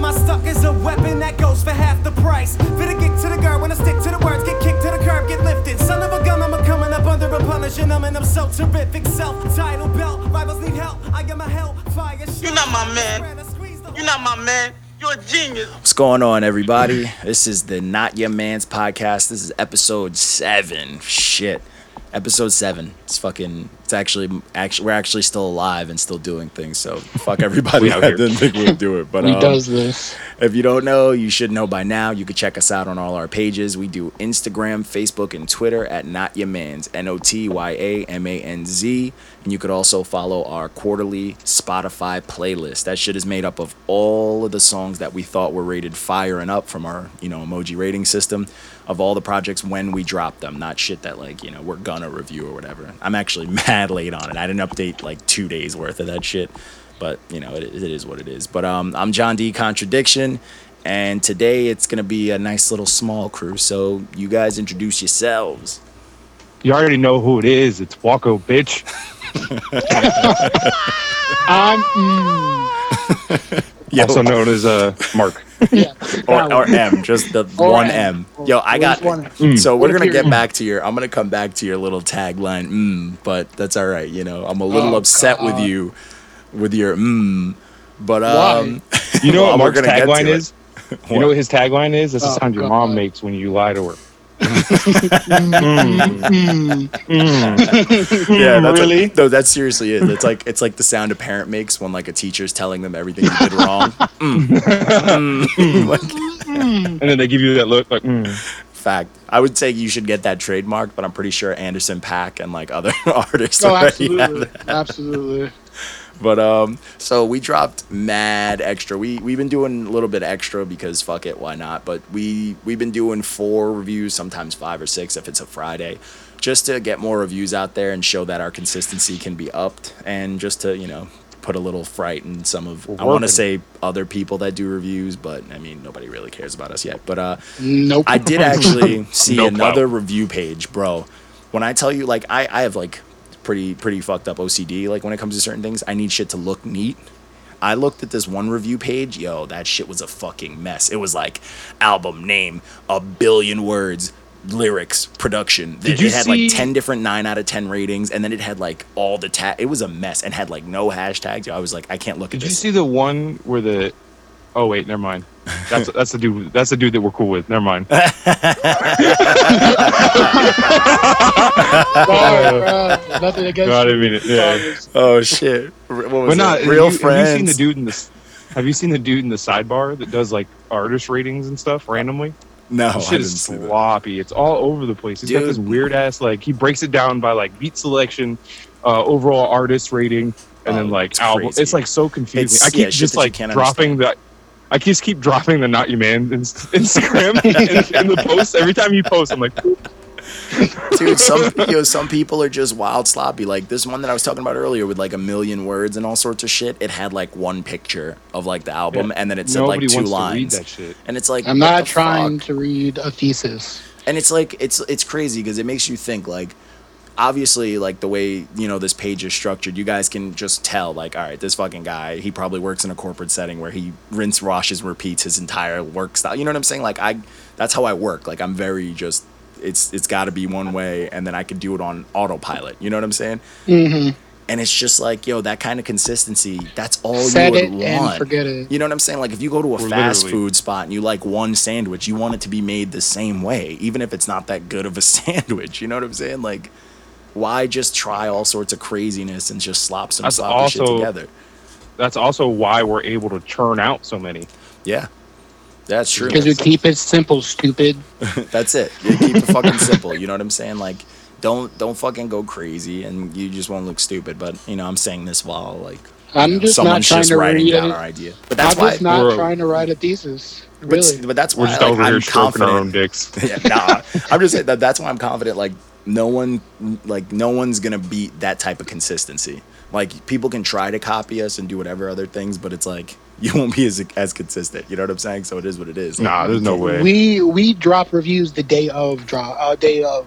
My stuck is a weapon that goes for half the price. Fit a kick to the guard when I stick to the words. Get kicked to the curb, get lifted. Son of a gun, I'm a coming up under a punishing. I'm in, I'm so terrific. Self title belt. Rivals need help. I get my hell. Fire You're not my man. You're not my man. You're a genius. What's going on, everybody? This is the Not Your Man's podcast. This is episode seven. Shit, episode seven. It's fucking. It's actually, actually, we're actually still alive and still doing things. So fuck everybody out that here. didn't think we'd do it. But He um, does this. if you don't know, you should know by now. You can check us out on all our pages. We do Instagram, Facebook, and Twitter at Not Your Man's N O T Y A M A N Z. And you could also follow our quarterly Spotify playlist. That shit is made up of all of the songs that we thought were rated fire and up from our, you know, emoji rating system of all the projects when we drop them, not shit that like, you know, we're gonna review or whatever. I'm actually mad late on it. I didn't update like two days worth of that shit but you know it, it is what it is but um, i'm john d contradiction and today it's going to be a nice little small crew so you guys introduce yourselves You already know who it is. It's Walko, bitch. Um, mm, Also known as uh, Mark. yeah. or, or m just the Or one m M. yo i got Just one M. so we're What going to if you're- get back to your i'm going to come back to your little tagline mm, but that's all right you know i'm a little Oh, upset with God. you with your mm but Why? um You know Well, what we're Mark's gonna get tagline to it. is? You know what his tagline is? That's the Oh, sound your God. mom makes when you lie to her. Mm, yeah, that's like- really? no, that seriously is. It's like it's like the sound a parent makes when like a teacher's telling them everything you did wrong. Mm. Mm. Like, And then they give you that look like, mm. fact. I would say you should get that trademarked, but I'm pretty sure Anderson Pack and like other artists oh, already have absolutely. Absolutely. But um, so we dropped mad extra. We we've been doing a little bit extra because fuck it, why not? But we we've been doing four reviews, sometimes five or six if it's a Friday, just to get more reviews out there and show that our consistency can be upped, and just to you know put a little fright in some of I want working. to say other people that do reviews, but I mean nobody really cares about us yet. But uh, Nope. I did actually see No another review page, bro. When I tell you, like, I, I have like pretty pretty fucked up OCD. Like when it comes to certain things, I need shit to look neat. I looked at this one review page. Yo, that shit was a fucking mess. It was like album name, a billion words, lyrics, production. It, you it had see- like ten different nine out of ten ratings, and then it had like all the tag. It was a mess and had like no hashtags. Yo, I was like, I can't look at Did you this. see the one where the? Oh wait, never mind. That's that's the dude. That's the dude that we're cool with. Never mind. Sorry, bro. uh, Nothing against No, I you. didn't mean it. Yeah. Sorry. oh shit! R- What was But not it? real have you, friends. Have you seen the dude in the? Have you seen the dude in the sidebar that does like artist ratings and stuff randomly? No, Oh, I That didn't shit is see that. sloppy. It's all over the place. He's got this Dude. weird ass like he breaks it down by like beat selection, uh, overall artist rating, Oh, and then like it's album. crazy. It's like so confusing. It's- I yeah, keep shit just that you like can't dropping the. I just keep dropping the not your man in, Instagram in, in the post every time you post. I'm like, dude some you know, some people are just wild sloppy like this one that i was talking about earlier with like a million words and all sorts of shit it had like one picture of like the album Yeah. and then it said nobody like two wants lines to read that shit. and it's like I'm what not the trying fuck? to read a thesis. and it's like it's it's crazy because it makes you think like obviously like the way you know this page is structured you guys can just tell like all right this fucking guy he probably works in a corporate setting where he rinse washes repeats his entire work style you know what i'm saying like i that's how i work like i'm very just it's it's got to be one way and then i could do it on autopilot you know what i'm saying Mm-hmm. and it's just like yo that kind of consistency that's all Set you it would and want forget it. you know what I'm saying? Like if you go to a Or fast literally. food spot and you like one sandwich, you want it to be made the same way, even if it's not that good of a sandwich. You know what I'm saying? Like why just try all sorts of craziness and just slop some That's sloppy shit also- together? That's also why we're able to churn out so many. Yeah. That's true. Because you keep it simple, stupid. That's it. You keep it fucking simple. You know what I'm saying? Like, don't don't fucking go crazy, and you just won't look stupid. But you know, I'm saying this while like you I'm know, just not someone's trying just to writing read down any- our idea. But that's I'm why. just not we're- trying to write a thesis. but, Really. but that's We're why just like, over I'm here stroking our confident. own dicks. yeah, nah. I'm just saying that that's why I'm confident. Like no one, like no one's gonna beat that type of consistency. Like people can try to copy us and do whatever other things, but it's like you won't be as as consistent. You know what I'm saying? So it is what it is. Nah, there's no way. we we drop reviews the day of drop uh, day of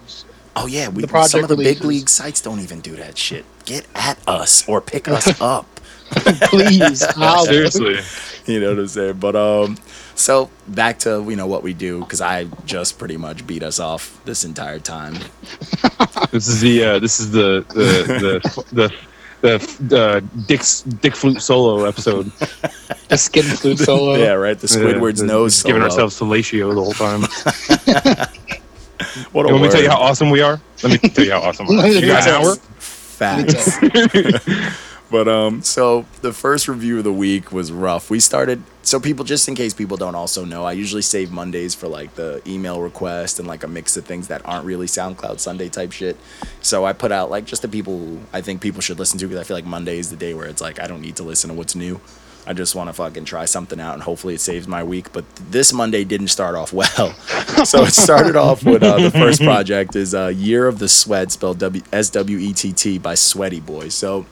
Oh yeah, we The project some of the big releases. league sites don't even do that shit. Get at us or pick us up. Please, holla. Seriously. you know what I'm saying? But um, so back to you know what we do because I just pretty much beat us off this entire time. This is the uh, this is the the the the, the, uh, Dick's Dick flute solo episode. A skin flute solo. yeah, right. The Squidward's Uh-huh. Yeah, nose. just Giving solo. ourselves fellatio the whole time. What a You want me to tell you word. how awesome we are? Let me tell you how awesome we are. You got an hour? Facts. But um, so the first review of the week was rough. We started so people just in case people don't also know, I usually save Mondays for like the email request and like a mix of things that aren't really SoundCloud Sunday type shit. So I put out like just the people who I think people should listen to because I feel like Monday is the day where it's like I don't need to listen to what's new. I just want to fucking try something out and hopefully it saves my week. But this Monday didn't start off well. so it started off with uh, the first project is uh, Year of the Sweat spelled W S W E T T by Sweaty Boy. So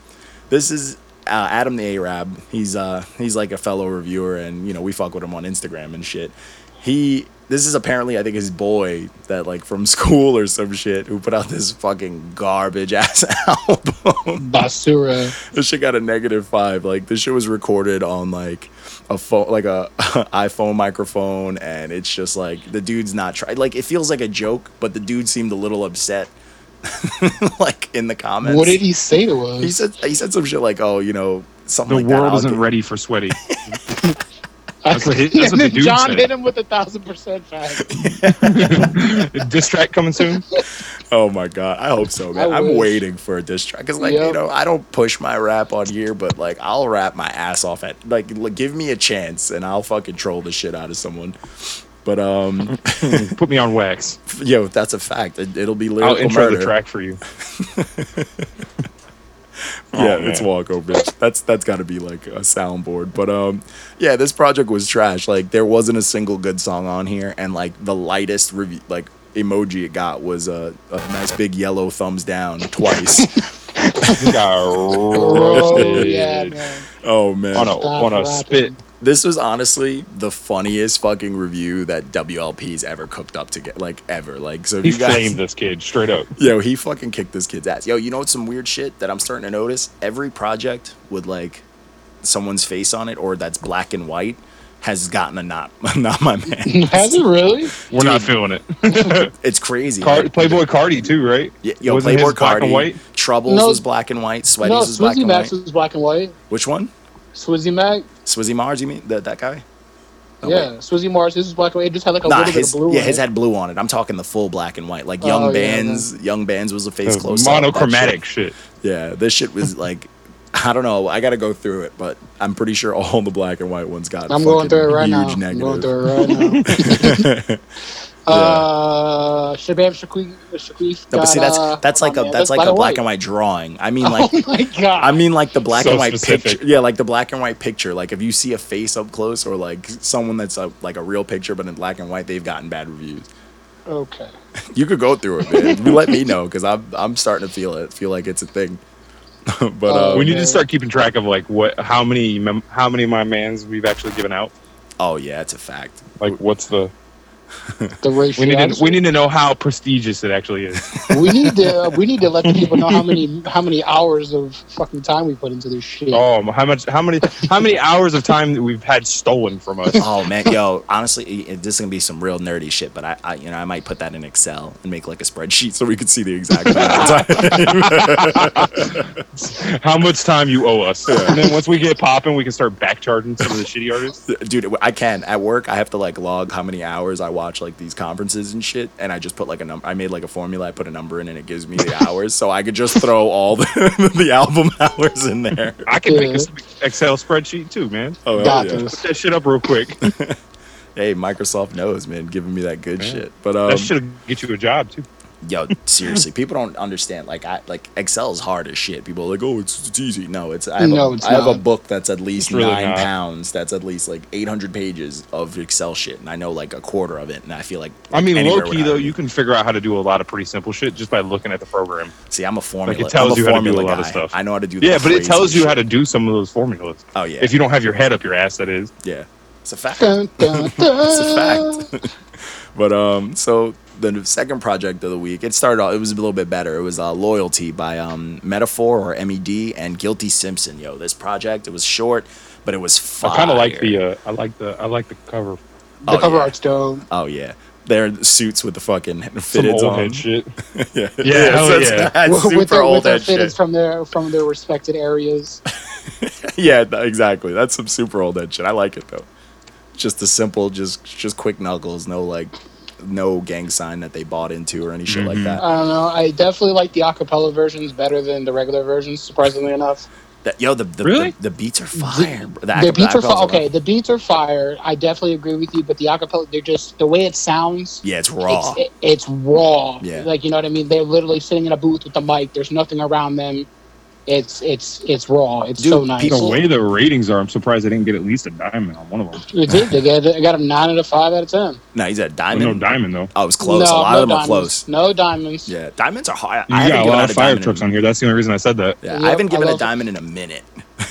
this is uh, Adam the Arab. He's uh he's like a fellow reviewer, and you know we fuck with him on Instagram and shit. He this is apparently I think his boy that like from school or some shit who put out this fucking garbage ass album. Basura. this shit got a negative five. Like this shit was recorded on like a phone, like a iPhone microphone, and it's just like the dude's not trying. Like it feels like a joke, but the dude seemed a little upset. like in the comments, What did he say to us? he said he said some shit like, "Oh, you know, something The like world that. isn't I'll ready for sweaty. That's what he- that's what the dude John said. hit him with a thousand percent fact. Diss track coming soon. get- Oh my god, I hope so, man. I I'm wish. waiting for a diss track. Cause like you Yep. know, I don't push my rap on here, but like I'll rap my ass off at like l- give me a chance and I'll fucking troll the shit out of someone. But um, Put me on wax. yo, that's a fact. It, it'll be I'll lyrical intro murder. the track for you. yeah, Oh, it's man. Walko, bitch. That's that's got to be like a soundboard. But um, yeah, this project was trash. Like there wasn't a single good song on here, and like the lightest review, like emoji it got was a, a nice big yellow thumbs down twice. We got Oh roasted yeah, man. oh man, on a on a Stop spit. this was honestly the funniest fucking review that WLP's ever cooked up to get like ever. Like so, if He you guys. flamed this kid straight up. Yo, he fucking kicked this kid's ass. Yo, you know what's some weird shit that I'm starting to notice? Every project with like someone's face on it or that's black and white has gotten a not not my man. Has it really? We're not feeling it. It's crazy. Car- Like, Playboy Cardi too, right? y- yo, Wasn't his Playboy black Cardi, and white. Troubles No. was black and white, Sweaties no, was black Swizzy and Max white. was black and white. Which one? Swizzy Mac, Swizzy Mars, you mean? That that guy? Oh, yeah. wait. Swizzy Mars, this is black and white. It just had like a Nah, little his bit of blue. yeah, in his it. had blue on it. I'm talking the full black and white, like Young Oh, yeah, Bands. Young Bands was a face It was close. up, that shit. monochromatic shit. Yeah, this shit was like, I don't know. I got to go through it, but I'm pretty sure all the black and white ones got. I'm going fucking through it right huge now. I'm Negative. going through it right now. Uh, Shabam Shaqui- Shaqui. No, but see, that's got, uh, that's like oh, a man, that's like a black white. and white drawing. I mean, like. oh my god! I mean, like the black So and white specific. picture. Yeah, like the black and white picture. Like if you see a face up close, or like someone that's a, like a real picture, but in black and white, they've gotten bad reviews. okay. You could go through it, man. You Let me know because I'm I'm starting to feel it. Feel like it's a thing. but uh, Oh, We need Okay. to start keeping track of like what how many mem- how many of my mans we've actually given out. oh yeah, it's a fact. Like what's the The ratio. we need to, we need to know how prestigious it actually is. we need to uh, we need to let the people know how many how many hours of fucking time we put into this shit. Oh, how much how many how many hours of time that we've had stolen from us? Oh man, yo, honestly, i- this is gonna be some real nerdy shit, but I, I, you know, I might put that in Excel and make like a spreadsheet so we could see the exact amount of time. How much time you owe us? And then once we get popping, we can start backcharging some of the shitty artists. Dude, I can at work. I have to like log how many hours I watch like these conferences and shit, and I just put like a number. I made like a formula. I put a number in, and it gives me the hours, so I could just throw all the, the album hours in there. I can make Yeah. this Excel spreadsheet too, man. Oh hell Got yeah. this. Put that shit up real quick. Hey, Microsoft knows, man, giving me that good shit. But um, That should get you a job too. yo seriously people don't understand like i like excel is hard as shit people are like oh it's, it's easy no it's i have, No, a, it's I have a not. book that's at least It's really nine not. pounds that's at least like 800 pages of excel shit and i know like a quarter of it and i feel like, I mean, anywhere low would key I though, be. you can figure out how to do a lot of pretty simple shit just by looking at the program. see i'm a formula it tells I'm a you how to do formula a lot of guy. stuff. i know how to do Yeah, the but it crazy tells you shit. how to do some of those formulas. Oh, yeah. If you don't have your head up your ass, that is. yeah it's a fact Dun, dun, dun. it's a fact But um, so the second project of the week, it started off. It was a little bit better. It was uh, "Loyalty" by um, Metaphor or MED and Guilty Simpson. Yo, this project it was short, but it was fire. I kind of like the uh, I like the I like the cover. The Oh, cover yeah. art's dope. Oh yeah, their suits with the fucking Some fitteds old on. head shit. yeah, Yeah, hell that's- yeah. that's With- super with their, old with their head shit. fitteds from their from their respected areas. yeah, th- exactly. That's some super old head shit. I like it though. Just the simple, just just quick knuckles. No like, no gang sign that they bought into or any shit Mm-hmm. like that. I don't know. I definitely like the acapella versions better than the regular versions. Surprisingly enough, That- yo, the the, Really? the, the beats are fire. bro. The, the acapella- beats are acapellas fi- okay. The beats are fire. I definitely agree with you, but the acapella, they're just the way it sounds. Yeah, it's raw. It's, it, it's raw. Yeah. Like you know what I mean. They're literally sitting in a booth with the mic. There's nothing around them. It's it's it's raw. It's Dude, so nice. people- The way the ratings are, I'm surprised they didn't get at least a diamond on one of them. It did. They got they got them nine out of five out of ten. no, he's at There's Oh, no diamond. diamond though. oh, it was close. a No, lot no of them diamonds. are close. No diamonds. Yeah, diamonds are high. You I haven't got a given lot out of fire diamond trucks in- on here. That's the only reason I said that. Yeah, I Yep, haven't I given a love it. diamond in a minute. I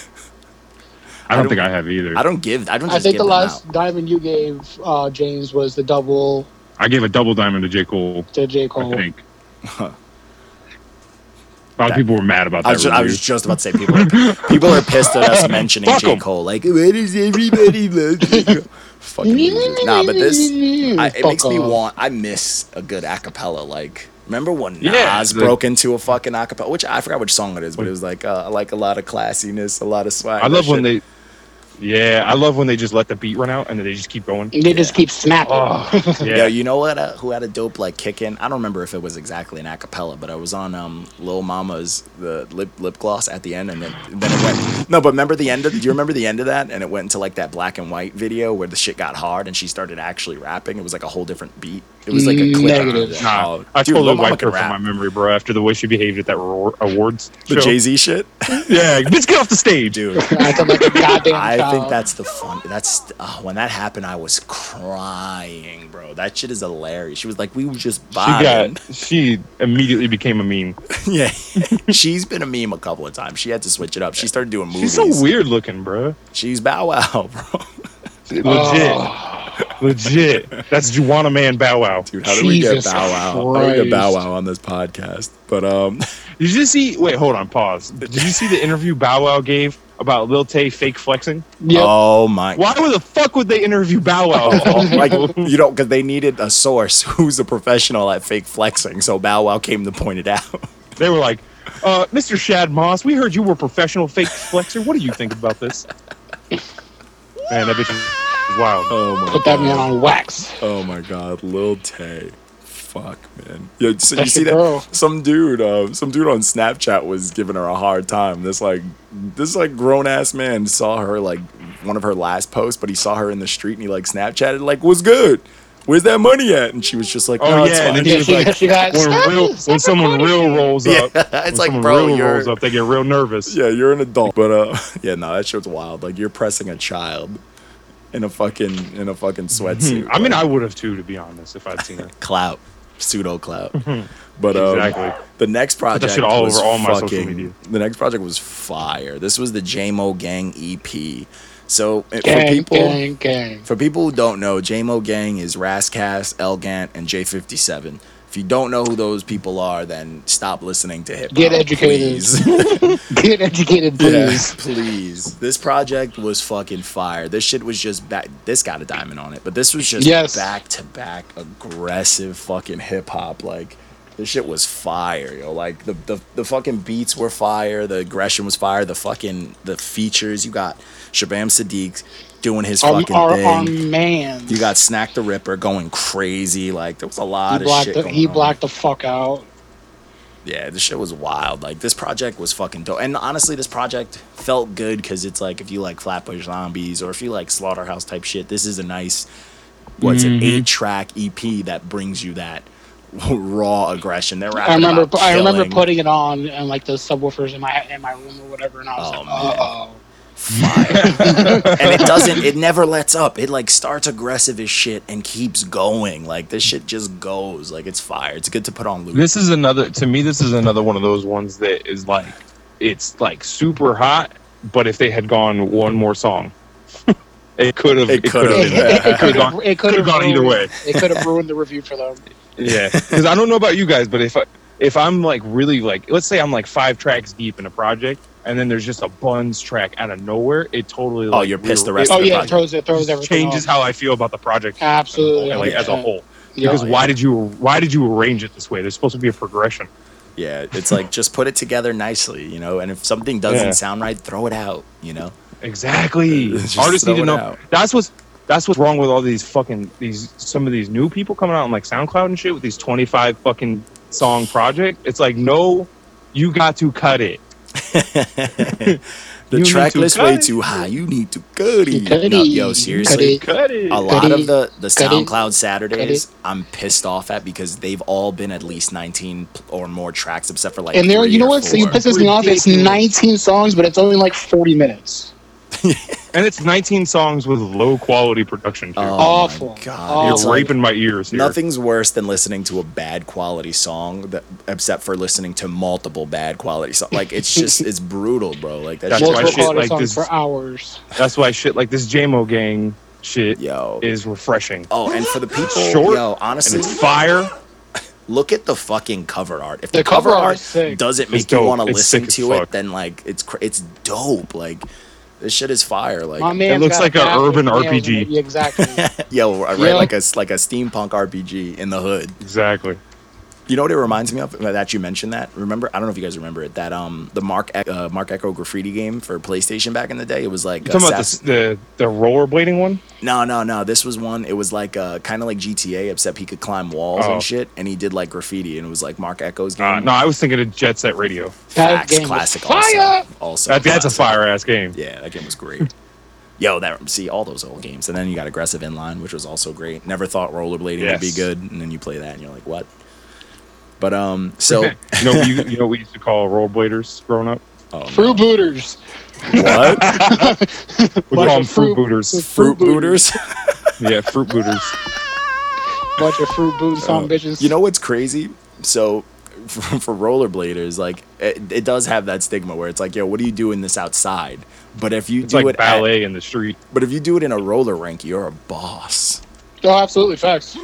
I don't think don't- I have either. I I, don't give. I don't. Just I think give the them last out. diamond you gave uh, James was the double gave a double diamond to J Cole. to J I Cole. think. A lot of That- people were mad about that. I was, just, I was review. just about to say people are, people are pissed at us mentioning Fuck J. 'em. Cole. Like, where does everybody love J. Cole? Fucking losers. Nah, but this, I, it Fuck makes me off. want, I miss a good acapella. Like, remember when Nas Yeah, the- broke into a fucking acapella, which I forgot which song it is, but it was like, uh, I like a lot of classiness, a lot of swag. I that love when shit. they. Yeah, I love when they just let the beat run out and then they just keep going. Ah, They just keep snapping. Oh. Yeah, Yo, you know what? Uh, who had a dope like kick in? I don't remember if it was exactly an acapella, but I was on um Lil Mama's the lip lip gloss at the end, and then then it went. No, but remember the end of? Do you remember the end of that? And it went into like that black and white video where the shit got hard, and she started actually rapping. It was like a whole different beat. It was like a clip. Negative. Nah, Oh, I dude, totally Lil Mama wiped can her from rap. my memory, bro. After the way she behaved at that ro- awards The show. Jay Z shit, Yeah, bitch, get off the stage, dude. Acting like a goddamn I child. think that's the fun. That's uh, when that happened. I was crying, bro. That shit is hilarious. She was like, "We were just She vibing." got. She immediately became a meme. Yeah, she's been a meme a couple of times. She had to switch it up. She started doing movies. She's so weird looking, bro. She's Bow Wow, bro. Legit, Oh, legit. That's Juana Man Bow Wow. Dude, how did we get Jesus Bow Wow? How did we get Bow Christ. Wow on this podcast? But um, Did you see? Wait, hold on, pause. Did you see the interview Bow Wow gave about Lil Tay fake flexing? yep. oh my, Why would the fuck would they interview Bow Wow? like you know, because they needed a source who's a professional at fake flexing. So Bow Wow came to point it out. they were like, uh, "Mr. Shad Moss, we heard you were a professional fake flexer. What do you think about this?" Man, that bitch is wild. Oh my, Put that man on wax. oh my God, Lil Tay. Fuck man, Yo, so you That's see your girl. that some dude, uh, some dude on Snapchat was giving her a hard time. This like, this like grown ass man saw her like one of her last posts, but he saw her in the street and he like Snapchatted like, "What's good? Where's that money at?" And she was just like, Oh, "No, it's yeah, and fine." then he was like, She got- when, real, when someone real rolls Yeah, up, it's when like, someone bro, real you're- rolls up, they get real nervous. Yeah, you're an adult, but uh, yeah, no, that shit's wild. Like you're pressing a child in a fucking in a fucking sweatsuit. Hmm, I mean, like, I would have too, to be honest, if I'd seen it. clout, pseudo clout. But um, Hmm. Exactly. the next project shit all was over all my social fucking. media. The next project was fire. This was the JMO Gang EP. So it- for Gang, people. gang, gang. For people who don't know, JMO Gang is Rascast, Elgant, and J57. If you don't know who those people are, then stop listening to hip hop. Get educated. please. Get educated, please. Yes, please. This project was fucking fire. This shit was just back. This got a diamond on it, but this was just Yes. back to back aggressive fucking hip hop. Like this shit was fire, yo. Like the, the the fucking beats were fire. The aggression was fire. The fucking the features you got. Shabam Sadiq doing his Our, fucking our, thing. our man. you got Snack the Ripper going crazy. Like there was a He lot of blocked. shit. The, going he on. blocked the fuck out. Yeah, this shit was wild. Like this project was fucking dope. And honestly, this project felt good because it's like if you like Flatbush Zombies or if you like Slaughterhouse type shit, this is a nice what's Mm-hmm. an eight track EP that brings you that raw aggression. They're I rapping remember. about I remember killing. putting it on and like the subwoofers in my in my room or whatever, and I was Oh, like, man. oh. and it doesn't it never lets up it like starts aggressive as shit and keeps going like this shit just goes like it's fire it's good to put on loop this is another to me this is another one of those ones that is like it's like super hot but if they had gone one more song It could have. It It could could've. have. it It could have gone. could have could've gone either way. It could have ruined the review for them. Yeah, because I don't know about you guys, but if I, if I'm like really like, let's say I'm like five tracks deep in a project, and then there's just a buns track out of nowhere, it totally. Oh, Like, you're pissed the it- rest it Oh of the yeah, project. it throws it throws just everything. changes off. how I feel about the project. Absolutely, like as a 100%. whole. Yeah. Because why did you why did you arrange it this way? There's supposed to be a progression. Yeah, it's like just put it together nicely, you know. And if something doesn't Yeah. sound right, throw it out, you know. Exactly. Uh, Just Artists throw need to it know. out. That's what's that's what's wrong with all these fucking these some of these new people coming out on like SoundCloud and shit with these twenty five fucking song project. It's like no, you got to cut it. the need track to list way cut it. too high. You need to cut it. Cut it. No, yo, seriously. Cut Cut it. A lot of the, the Cut it. SoundCloud Saturdays, I'm pissed off at because they've all been at least 19 p- or more tracks, except for like. And there, three you know or what? So you four. pisses me off. It's Ridiculous. 19 songs, but it's only like 40 minutes. And it's nineteen songs with low quality production. Too. Oh, Awful. My God. Awful. You're It's like- raping my ears here. Nothing's worse than listening to a bad quality song, that, except for listening to multiple bad quality songs. Like it's just it's brutal, bro. Like that's That's why Multiple just, shit quality like songs this- for hours. That's why shit like this JMO gang shit yo. is refreshing. oh, and for the people, Short yo, And honestly, it's fire. look at the fucking cover art. If the, The cover, cover art art's sick. doesn't It's make you dope. want to It's listen sick as to it, fuck. then like it's cr- it's dope. Like this shit is fire. Like My man looks got like a back urban nails in it. RPG. Yeah, exactly. yo, I read Yeah. like a s- like a steampunk RPG in the hood. Exactly. You know what it reminds me of? That you mentioned that. Remember? I don't know if you guys remember it. That um the Mark E- uh, Mark Echo graffiti game for PlayStation back in the day. It was like You talking about Assassin- this, the the rollerblading one? No, no, no. This was one. It was like uh, kind of like GTA, except he could climb walls Oh. and shit, and he did like graffiti, and it was like Mark Echo's game. Uh, no, I was thinking of Jet Set Radio. That Facts, game was classic. fire. Also, also That, that's a classic. fire ass game. Yeah, that game was great. Yo, that see all those old games, and then you got aggressive inline, which was also great. Never thought rollerblading would be Yes. good, and then you play that, and you're like, what? But um, so you know, you, you know, what we used to call rollerbladers growing up. oh, Fruit booters. no. what We Bunch call them of fruit fruit- booters. fruit booters? yeah, fruit booters. Bunch of fruit boot song bitches. you know what's crazy? So for, for rollerbladers, like it, it does have that stigma where it's like, yo, what do you do in this outside? But if you It's do like it at- ballet in the street. but if you do it in a roller rink, you're a boss. Oh, absolutely. Facts.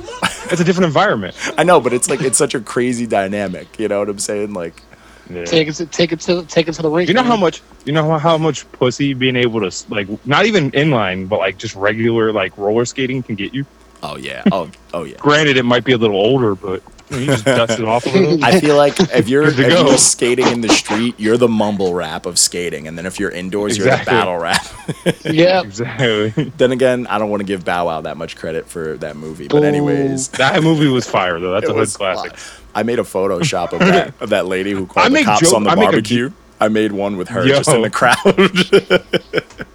It's a different environment. I know, but it's like it's such a crazy dynamic. You know what I'm saying? Like Yeah. Take it, to, take it to, take it to the rink. You know man. how much you know how, how much pussy being able to s- like not even inline but like just regular like roller skating can get you. Oh yeah. Oh oh yeah. Granted, it might be a little older, but you just dust it off a little. I feel like if you're if Good to go. you're skating in the street, you're the mumble rap of skating, and then if you're indoors, you're the Exactly. battle rap. Yeah. Exactly. then again, I don't want to give Bow Wow that much credit for that movie, but Boo. anyways, That movie was fire though. That's it a hood was classic. I made a Photoshop of that of that lady who I called the make cops joke- on the I make a- barbecue. I made one with her Yo. just in the crowd. that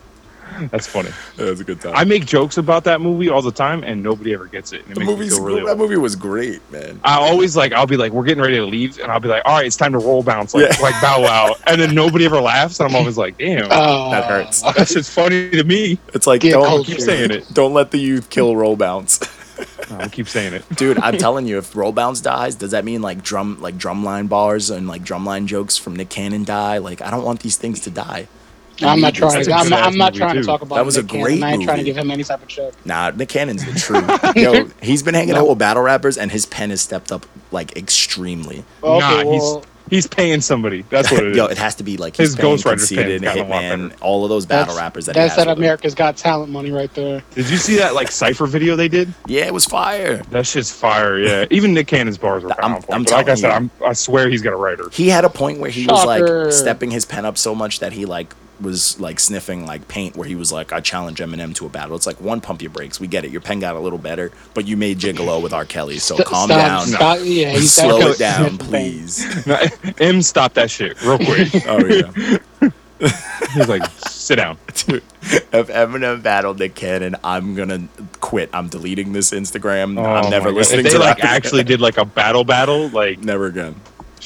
That's funny. was a good time. I make jokes about that movie all the time, and nobody ever gets it. And it the makes me movie's feel really that old. movie was great, man. I always like I'll be like we're getting ready to leave, and I'll be like, all right, it's time to roll bounce, like Yeah. like bow wow, and then nobody ever laughs, and I'm always like, damn, Uh, Ah, That hurts. that's just funny to me. It's like Get don't culture. Keep saying it. don't let the youth kill roll bounce. Oh. I keep saying it. Dude, I'm telling you, if roll bounce dies, does that mean like drum like drumline bars and like drumline jokes from Nick Cannon die? Like I don't want these things to die. I'm not trying. That's a To, I'm, good-ass not- I'm not movie, trying too. to talk about. That was a Nick Cannon. great I ain't trying to movie. give him any type of check. Nah, Nick Cannon's the truth. Yo, he's been hanging out with battle rappers and his pen has stepped up like extremely. Okay, nah, well, he's he's paying somebody. That's what it is. Yo, it has to be like he's His paying Ghost Rider's Conceited, pen's gotta lock Hitman, all of those battle that's- rappers that he that's has that with him. America's Got Talent money right there. Did you see that like cipher video they did? Yeah, it was fire. That shit's fire. Yeah, even Nick Cannon's bars were I'm- powerful. I'm But like I telling said, you. I'm, I swear he's got a writer. He had a point where he was Shocker. like stepping his pen up so much that he like was like sniffing like paint where he was like, I challenge Eminem to a battle. It's like one pump your brakes. We get it. Your pen got a little better, but you made Gigolo with R. Kelly, so St- calm stop, down. Stop, yeah, he's Slow that- it down, Thing. please. M, stop that shit real quick. Oh yeah. he's like, sit down. if Eminem battled Nick Cannon, I'm gonna quit. I'm deleting this Instagram. Oh I'm never my God. listening if they to like that. actually did like a battle battle like never again.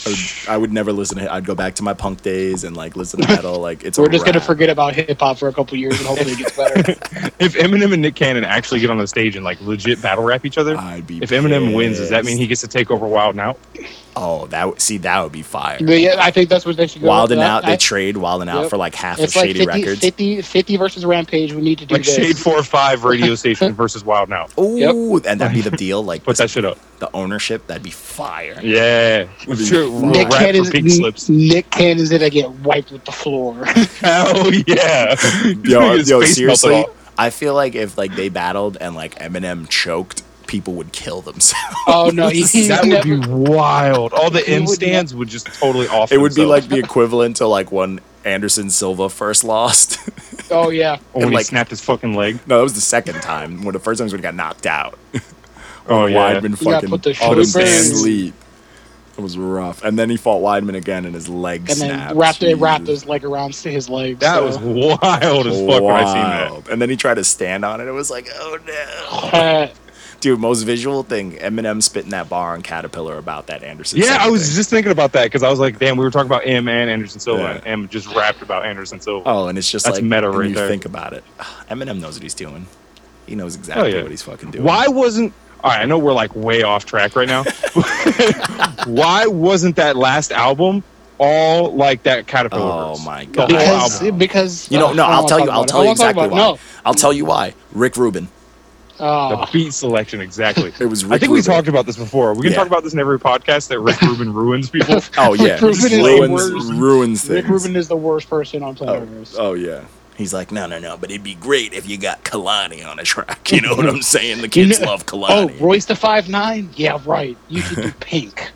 I would, I would never listen to it. I'd go back to my punk days and like listen to metal. Like it's a We're just gonna wrap. forget about hip hop for a couple years and hopefully it gets better. If Eminem and Nick Cannon actually get on the stage and like legit battle rap each other, I'd be if Eminem wins, does that mean pissed. he gets to take over Wild Now? Oh, that would see that would be fire. But yeah, I think that's what they should go. Wild with. and I- out, they I- trade Wild and out Yep. for like half of It's like Shady 50, Records. 50, 50 versus Rampage. We need to do Like this. Shade Four Five Radio Station versus Wild Now. Ooh, and that'd be the deal. Like Put that shit up. the ownership, that'd be fire. Yeah, sure. Nick Rap for Cannon's, pink slips. Nick Cannon's gonna get wiped with the floor. Hell yeah. Yo, His yo, face melted seriously, off. I feel like if like they battled and like Eminem choked, people would kill themselves. oh no, he, he That would be never- wild. All the He M would stands would just totally off. It would be themselves like the equivalent to like when Anderson Silva first lost. Oh yeah, when he like- snapped his fucking leg. no, that was the second time. When the first time was when he got knocked out. Oh yeah. Weidman gotta fucking put the put him to sleepers. sleep. It was rough. And then he fought Weidman again and his leg and snapped. then wrapped it, wrapped Jesus. his leg around his leg. That so- was wild as fuck when I seen that. Wild. And then he tried to stand on it. It was like, oh no. Uh, Dude, most visual thing Eminem spitting that bar on Caterpillar about that Anderson. Yeah, Silva I was thing. just thinking about that because I was like, damn, we were talking about M and Anderson Silva, Yeah. and M just rapped about Anderson Silva. Oh, and it's just That's like meta when right you there. think about it. Eminem knows what he's doing. He knows exactly Oh, yeah. what he's fucking doing. Why wasn't? All right, I know we're like way off track right now. Why wasn't that last album all like that caterpillar? Oh verse? my The God. whole because album. because uh, You know, no, I don't I'll wanna tell talk you. about I'll it. tell I you don't wanna exactly why. talk I'll tell you why. Rick Rubin. about- The No. uh, beat selection, exactly. Ah. It was I Rick think we Rubin. talked about this before. We can Yeah. talk about this in every podcast that Rick Rubin ruins people. Uh, Oh yeah, Rick Rubin is the ruins worst. ruins Oh, Rick things. Rubin is the worst person on planet Oh, Earth. oh yeah. He's like, no, no, no, but it'd be great if you got Kalani on a track. You know what I'm saying? The kids know- love Oh, Kalani. Royce the five nine? Yeah, right. You should do pink.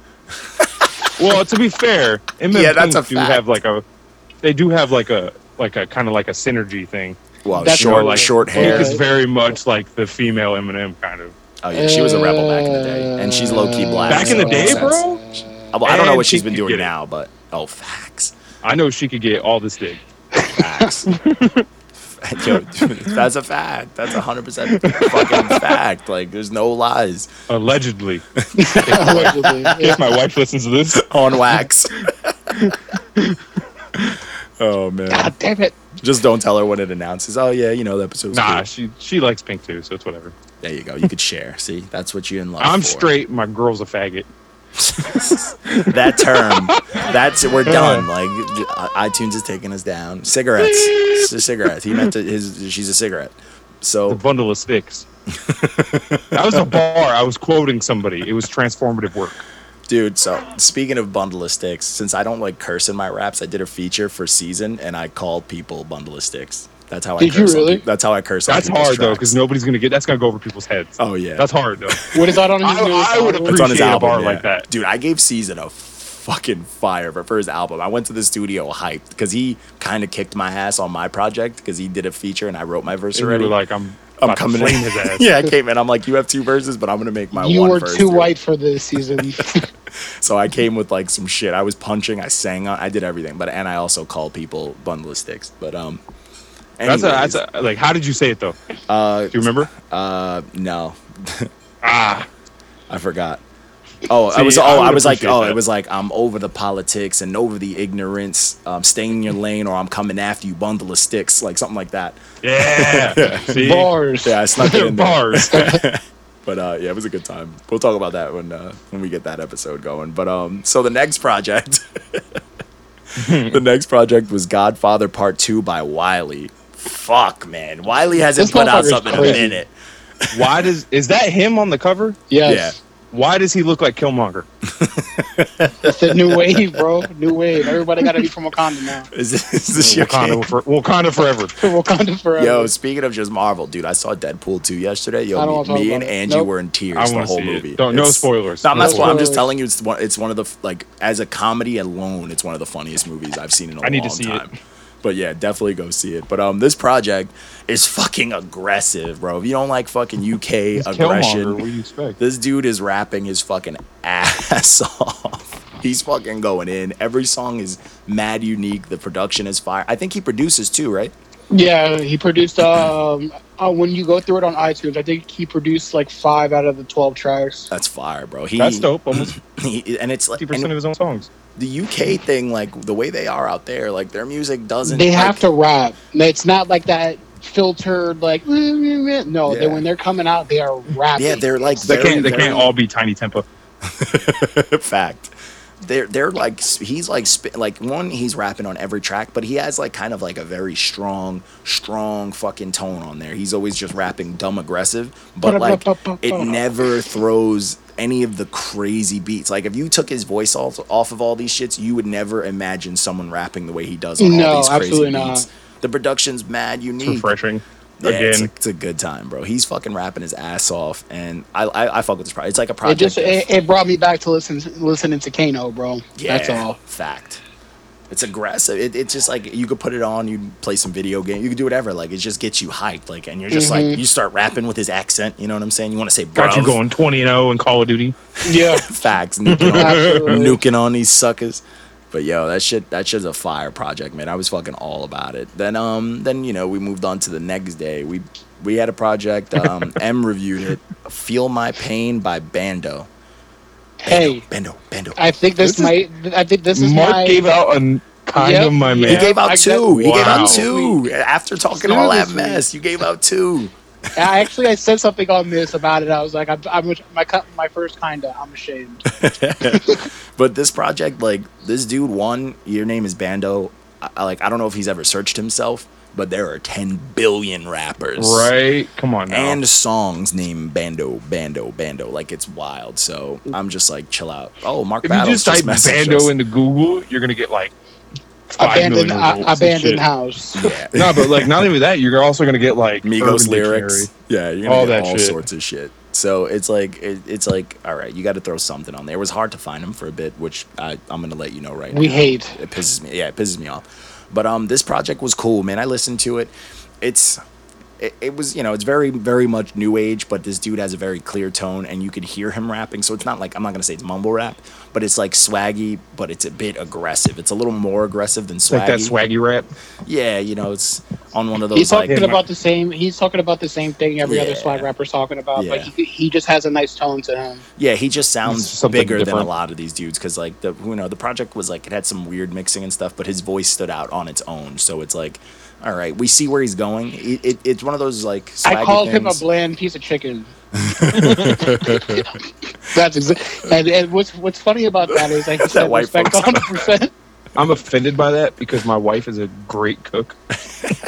well, to be fair, M and Yeah, that's Pink a do fact. have like a, they do have like a like a kind of like a synergy thing. well, that's short, not like- short Pink hair. is very much like the female Eminem kind of. Oh yeah, she was a rebel back in the day, and she's low key black. Back so in the it makes day, sense. bro. Uh, well, I don't know And what she's she been could doing get it. now, but oh, facts, I know she could get all this dick. facts. Yo, that's a fact. That's a hundred percent fucking fact. Like, there's no lies Allegedly. Allegedly. If my wife listens to this. on wax. oh man, God damn it. just don't tell her when it announces. Oh yeah, you know the episode's Nah, cool. she she likes pink too, so it's whatever. There you go. You could share. See, that's what you in love. I'm for. straight, my girl's a faggot. That term. That's we're done. Like i- iTunes is taking us down. Cigarettes. It's a cigarette. He meant to, his. She's a cigarette. A So bundle of sticks. that was a bar. I was quoting somebody. It was transformative work. dude. So speaking of bundle of sticks, since I don't like curse in my raps, I did a feature for season and I called people bundle of sticks. That's how I. Did you curse on really? peop- that's how I curse. That's on people's hard though, tracks. because nobody's gonna get that's gonna go over people's heads. Oh, yeah. That's hard though. What is that on his I- newest I would album? It's on his Appreciate a album bar yeah. like that. dude. I gave Season a fucking fire for, for his album. I went to the studio hyped because he kind of kicked my ass on my project because he did a feature and I wrote my verse And you were already. like I'm I'm about to coming flame in. his ass. yeah, I came in. I'm like, you have two verses, but I'm gonna make my You one were verse, too dude." white for this season. So I came with like some shit. I was punching. I sang on. I did everything, but and I also called people bundle of sticks. But um, That's a, anyways, that's a, like how did you say it though? Uh, Do you remember? uh no, Ah, I forgot. Oh, I See, was oh, I I, would was like appreciate oh, that. it was like I'm over the politics and over the ignorance. Um, staying in your lane, or I'm coming after you, bundle of sticks, like something like that. yeah. See? Bars. Yeah, I snuck it in there. Bars. But uh, yeah, it was a good time. We'll talk about that when uh, when we get that episode going. But um, so the next project, the next project was Godfather Part Two by Wiley. Fuck, man, Wiley hasn't This put out motherfucker's something in a crazy. minute. Why does is that him on the cover? Yes. Why does he look like Killmonger? It's the new wave, bro. New wave. Everybody got to be from Wakanda now. Yeah, is this, is this your Wakanda, king? for, Wakanda forever. Wakanda forever. Yo, speaking of just Marvel, dude, I saw Deadpool 2 yesterday. I don't Yo, me, wanna talk me and about it. Angie Nope. were in tears I the wanna whole see it. movie. Don't- no It's- spoilers. No, I'm, No not spoil- I'm just spoilers. telling you, it's one, it's one of the f- like as a comedy alone, it's one of the funniest movies I've seen in a I need to long see it. time. But yeah, definitely go see it. But um, this project is fucking aggressive, bro. If you don't like fucking UK aggression, Killmonger, what do you expect? this dude is rapping his fucking ass off. He's fucking going in. Every song is mad unique. The production is fire. I think he produces too, right? Yeah, he produced. Um, uh, when you go through it on iTunes, I think he produced like five out of the twelve tracks. That's fire, bro. He, That's dope. Almost he- and it's like fifty and percent of his own songs. the UK thing, like the way they are out there, like their music doesn't. They like- have to rap. It's not like that filtered like "Meh, meh, meh." no. Yeah. They, when they're coming out, they are rapping. Yeah, they're like They very, can't. They very- can't all be Tiny Tempo. fact. They're they're like s- he's like sp- like one he's rapping on every track, but he has like kind of like a very strong, strong fucking tone on there. He's always just rapping dumb aggressive, but like it never throws any of the crazy beats. Like if you took his voice off off of all these shits, you would never imagine someone rapping the way he does on all No, these crazy absolutely not. beats. The production's mad It's unique. refreshing. Yeah, it's, a, Again, it's a good time, bro. He's fucking rapping his ass off, and I I, I fuck with this project. It's like a It project. just that's- it, it brought me back to listen listening to Kano, bro. That's all. Fact. It's aggressive. It, it's just like you could put it on, you play some video game, you could do whatever. Like it just gets you hyped. Like and you're just Mm-hmm. like you start rapping with his accent. You know what I'm saying? You want to say got you bruv. going twenty and zero in Call of Duty. Yeah, Facts nuking on, Absolutely. nuking on these suckers. But yo, that shit that shit's a fire project, man. I was fucking all about it. Then um then you know we moved on to the next day. We we had a project. Um, M reviewed it. Feel my pain by Bando. Hey. Bando, Bando. I think this, This is- might. I think this is Mark my. gave out a kind Yep. of my He man. He gave out I got- two. He gave Wow. out two. After talking Two all this that week. mess, you gave out two. I actually I said something on this about it. I was like, I'm, I'm my cu- my first kinda. I'm ashamed. But this project, like this dude, one, your name is Bando. I, I- like I don't know if he's ever searched himself, but there are ten billion rappers, Right? Come on now. And songs named Bando, Bando, Bando. Like it's wild. So I'm just like, chill out. Oh, Mark if you Battles just type messaged Bando us. into Google, you're gonna get like five million abandoned uh, results and shit. abandoned house. yeah. no, but like not even that. You're also gonna get like Migos Urban lyrics. Dictionary. Yeah, you're gonna All get that all shit. sorts of shit. So it's like it, it's like all right, you got to throw something on there. It was hard to find him for a bit, which I, I'm gonna let you know right now. We hate. It pisses me. Yeah, it pisses me off. But um, this project was cool, man. I listened to it. It's it, it was you know it's very very much new age, but this dude has a very clear tone, and you could hear him rapping. So it's not like I'm not gonna say it's mumble rap, but it's like swaggy, but it's a bit aggressive. It's a little more aggressive than It's swaggy. like that swaggy rap. Yeah, you know, it's on one of those He's like talking about the same. He's talking about the same thing every other Yeah. swag rapper's talking about, but Yeah. he, he just has a nice tone to him. Yeah, he just sounds something bigger than a different. lot of these dudes because like the you know the project was like it had some weird mixing and stuff, but his voice stood out on its own. So it's like, all right, we see where he's going. It, it, it's one of those like I swaggy called him a things. bland piece of chicken. That's exa- and, and what's what's funny about that is like he said white respect folks. 100. percent I'm offended by that because my wife is a great cook,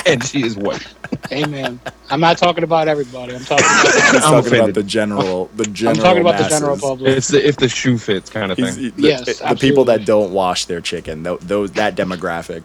and she is white. Amen. I'm not talking about everybody. I'm talking. About, He's I'm talking about offended. the general, the I'm general. talking about the general masses. public. It's the if the shoe fits kind of He's- thing. the, Yes, the people absolutely. that don't wash their chicken, tho- those that demographic.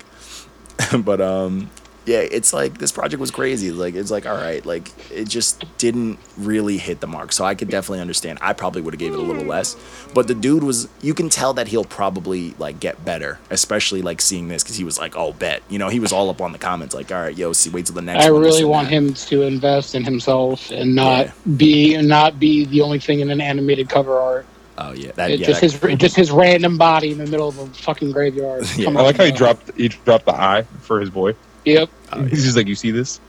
but um, yeah, it's like this project was crazy. Like it's like all right, like it just didn't really hit the mark. So I could definitely understand. I probably would have gave it a little Hmm. less, but the dude was. You can tell that he'll probably like get better, especially like seeing this because he was like, "Oh, bet." You know, he was all up on the comments like, "All right, yo, see, wait till the next." I one, this really and want that." him to invest in himself and not Yeah. be and not be the only thing in an animated cover art. Oh yeah, that It yeah, just that- his just his random body in the middle of a fucking graveyard. Yeah. Come I like how he bro. dropped he dropped the eye for his boy. Yep. Oh, He's just like, you see this?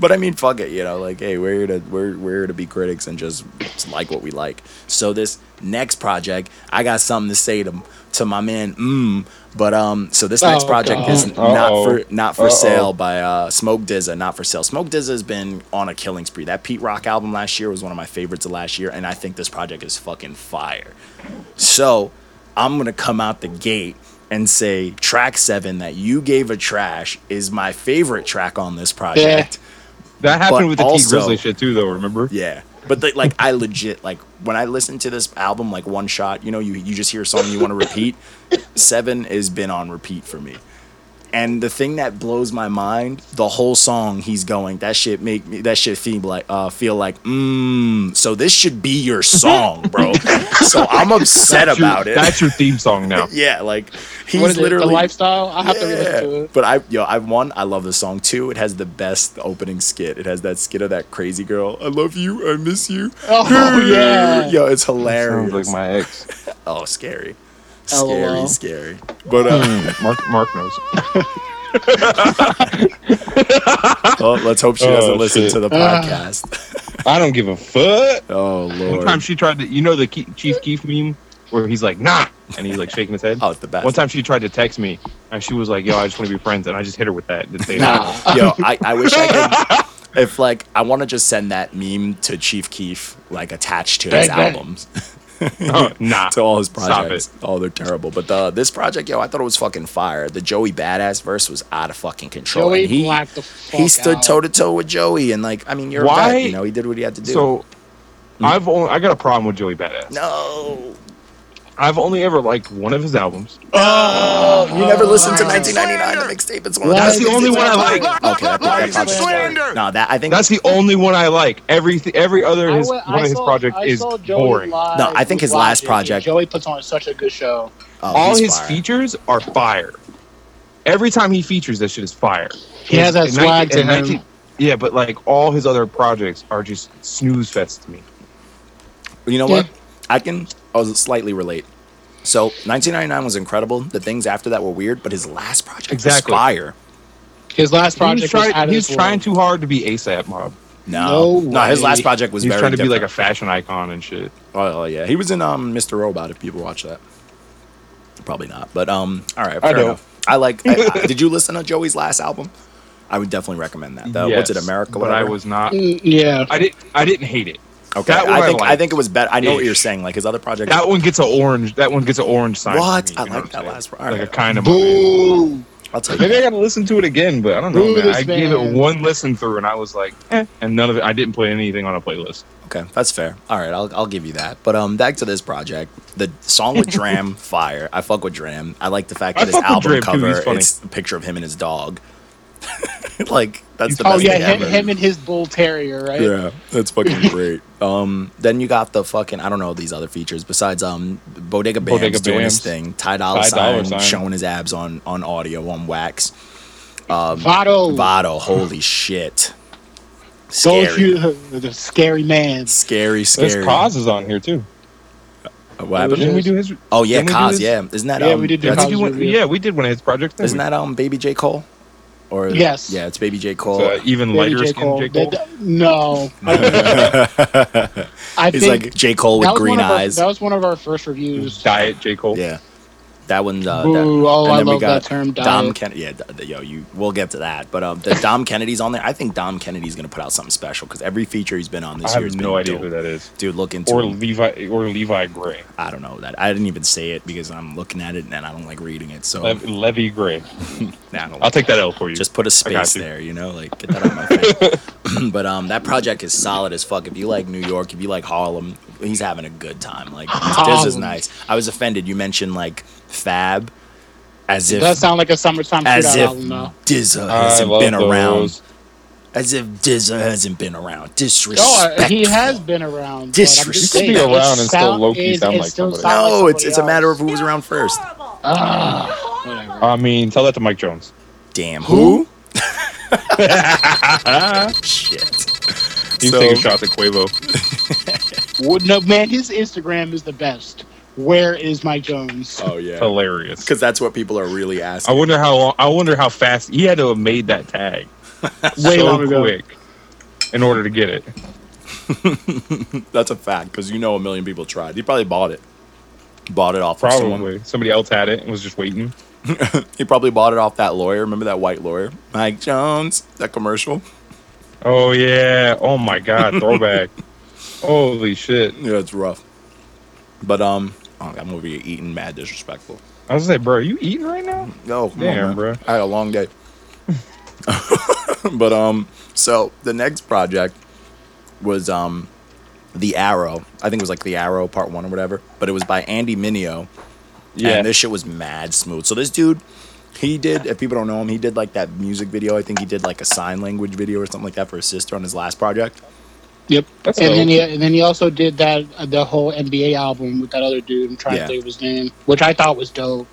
But I mean, fuck it, you know, like, hey, we're here to we're we're here to be critics and just like what we like. So this next project, I got something to say to to my man, mm. But um, so this next Oh, project God. is not Uh-oh. for not for Uh-oh. sale by uh, Smoke Dizza, not for sale. Smoke Dizza has been on a killing spree. That Pete Rock album last year was one of my favorites of last year, and I think this project is fucking fire. So I'm gonna come out the gate and say track seven that you gave a trash is my favorite track on this project. That happened But with the T also- Grizzly shit too, though. Remember? Yeah. But like, like I legit like when I listen to this album like one shot, you know, you you just hear a song you want to repeat. Seven has been on repeat for me. And the thing that blows my mind, the whole song he's going, that shit make me that shit feel like uh feel like mmm. So this should be your song, bro. so I'm upset That's your- about it. That's your theme song now. yeah, like he's What is literally it? The lifestyle. I have to yeah. listen to it. But I, yo, I one, I love the song. Two, it has the best opening skit. It has that skit of that crazy girl. I love you. I miss you. Oh, yeah. Yo, it's hilarious. Sounds like my ex. oh, scary. Scary, LOL. scary. But uh, Mark Mark knows. well, let's hope she doesn't Oh, listen shit. to the Ah. podcast. I don't give a fuck. oh One lord. time she tried to, you know, the Ke- Chief Keef meme where he's like, nah, and he's like shaking his head. oh, it's the best. One time she tried to text me and she was like, yo, I just want to be friends. And I just hit her with that. Didn't say Nah. no. Yo, I, I wish I could. If like, I want to just send that meme to Chief Keef, like attached to his Bang, bang. albums, No, nah. to all his Stop projects. Oh, they're terrible. But the this project, yo, I thought it was fucking fire. The Joey Badass verse was out of fucking control. Joey and he blacked the fuck he stood out. toe to toe with Joey, and like, I mean, you're Why- a vet, you know, he did what he had to do. So I've only, I got a problem with Joey Badass. Hmm? no, I've only ever liked one of his albums. you never Oh listened to wow. 1999 the mixtape. It's one of That's best the only mixtapes one I of all like. time. Okay, Lies and that, that project's fire. slander. No, that I think That's the only one I like. Every every other his, I wa- one I of his saw- project I is saw Joey boring. live No, I think with his last Logic, and project- Joey puts on such a good show. oh, all he's his fire. features are fire. Every time he features, that shit is fire. He has that In swag to in him. yeah, but like all his other projects are just snooze fest to me. You know Yeah. what? I can I was slightly relate. So 1999 was incredible. The things after that were weird, but his last project Exactly. was fire. His last He was, project was, try- out of he was this trying world. too hard to be ASAP mob. No, No no, his way. last project was He's very trying to be like a different. fashion icon and shit. Oh yeah, he was in um Mr. Robot. If people watch that, probably not. But um, all right, I fair do. enough. I like. I, I- did you listen to Joey's last album? I would definitely recommend that. The, What's it, Yes, America? But I whatever? was not. Mm, yeah. I didn't. I didn't hate it. okay. that one I I think I, liked. think it was better. I know what Ish. you're saying. Like his other projects. That one gets an orange. That one gets an orange sign. for What? me, I you know like what that I'm saying? last part. Like a kind of. Boo! I'll tell Maybe I you. gotta listen to it again, but I don't know. Ooh, man. this I gave man. it one listen through, and I was like, eh, and none of it. I didn't put anything on a playlist. Okay, that's fair. All right, I'll, I'll give you that. But um, back to this project. The song with Dram, fire. I fuck with Dram. I like the fact I that his fuck with album Dram, too. He's cover funny. it's a picture of him and his dog. like that's the Oh best yeah, thing him, ever. him and his bull terrier, right? yeah, that's fucking great. Um, then you got the fucking I don't know these other features besides um Bodega Bam's Bodega doing his Bams. thing. Ty Dolla Ty Sign, Dolla Sign. showing his abs on on audio on wax. Votto Um, Vado, holy shit. goes Scary, through the, the scary man. scary, There's scary. Cause is on here too. What happened? Didn't we do his? Oh yeah, didn't we do Cos. his- Yeah, isn't that? Yeah, um, we did do I that's- think you went, Cos, yeah. yeah, we did one of his projects. didn't Isn't we? that um Baby J Cole? Or Yes. yeah, it's Baby J It's, Cole. uh, even Baby lighter J. skin? Cole. J. Cole? That- no, I He's think like J Cole with that was green one of our- eyes. that was one of our first reviews. Diet J Cole. yeah, that one's. Uh, Ooh, that- oh, I love that term, Dom diet. Kennedy. Yeah, d- yo, you. We'll get to that, but um, the Dom Kennedy's on there. I think Dom Kennedy's gonna put out something special because every feature he's been on I this year have has no been idea dope. who that is. Dude, look into Or him. Levi or Levi Gray, I don't know that. I didn't even say it because I'm looking at it and I don't like reading it. So Lev- Levy Gray. nah, I don't I'll like take that L for you. Oh. Just put a I got space you. there, you know, like get that out of my face. but um, that project is solid as fuck. If you like New York, if you like Harlem, he's having a good time. Like this is Harlem. nice. I was offended you mentioned like Fab, as It if does sound like a summertime as shootout if album, though. Dizza I hasn't love been around. those. As if Dizza hasn't been around. Oh, Disrespect. uh, he has been around. but I'm just Disrespect. saying, You could be it around and still sound- low-key it- sound it like still somebody sounds no, like it's it's a somebody matter of else. who was around first. Ah, I mean, tell that to Mike Jones. Damn who? Shit. He's So- taking shots at Quavo. whatever. No, man, his Instagram is the best. Where is Mike Jones? Oh yeah. Hilarious. Because that's what people are really asking. I wonder how long, I wonder how fast he had to have made that tag Way so long ago. quick in order to get it. That's a fact because you know a million people tried. He probably bought it. Bought it off of someone. Probably somebody else had it and was just waiting. He probably bought it off that lawyer. Remember that white lawyer, Mike Jones? That commercial. Oh yeah! Oh my God! Throwback. Holy shit! Yeah, it's rough. But um, oh, I'm over here eating mad disrespectful. I was like, bro, are you eating right now? No, Oh, come on, Damn, man. bro. I had a long day. but um, so the next project was um, the Arrow. I think it was like the Arrow Part One or whatever. But it was by Andy Mineo. Yeah. And this shit was mad smooth. So this dude, he did, if people don't know him, he did like that music video. I think he did like a sign language video or something like that for his sister on his last project. Yep. That's and dope. then he and then he also did that uh, the whole NBA album with that other dude. I'm trying Yeah. to think of his name, which I thought was dope.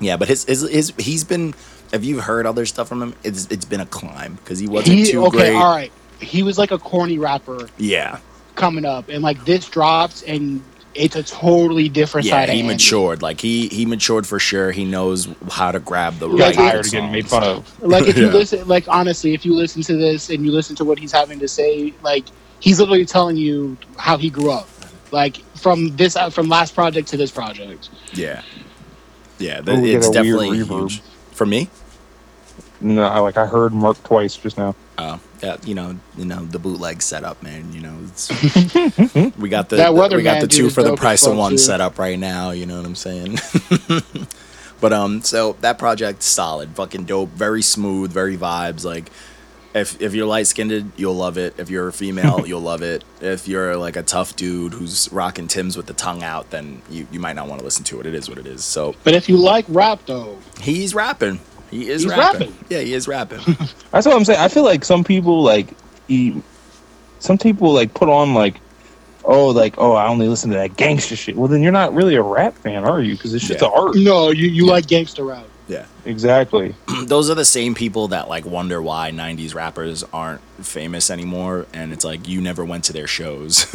Yeah, but his, his, his he's been, have you heard other stuff from him? It's, it's been a climb because he wasn't He too okay, great. all right. He was like a corny rapper Yeah. coming up, and like this drops, and it's a totally different Yeah, side. he of Andy. matured. Like he he matured for sure. He knows how to grab the Yeah, right. tired of getting made fun of. Like if you Yeah. listen, like honestly, if you listen to this and you listen to what he's having to say, like he's literally telling you how he grew up, like from this uh, from last project to this project. Yeah, yeah. Ooh, That, we get it's a weird definitely reverb. huge. for me. No, I- like I heard Merc twice just now. Oh, yeah, you know, you know the bootleg setup, man. You know, it's, we got the, That we Weatherman got the dude two is for the dope as price of fuck, one too. set up right now. You know what I'm saying? but um, so that project solid, fucking dope, very smooth, very vibes. Like, if if you're light skinned, you'll love it. If you're a female, you'll love it. If you're like a tough dude who's rocking Tim's with the tongue out, then you you might not want to listen to it. It is what it is. So But if you like rap though, he's rapping. He is He's rapping. rapping. Yeah, he is rapping. That's what I'm saying. I feel like some people like eat, some people like put on like, oh, like oh, I only listen to that gangster shit. Well, then you're not really a rap fan, are you? Because it's just Yeah. a art. no, you you like gangster rap. yeah. Exactly. those are the same people that like wonder why 90s rappers aren't famous anymore and it's like you never went to their shows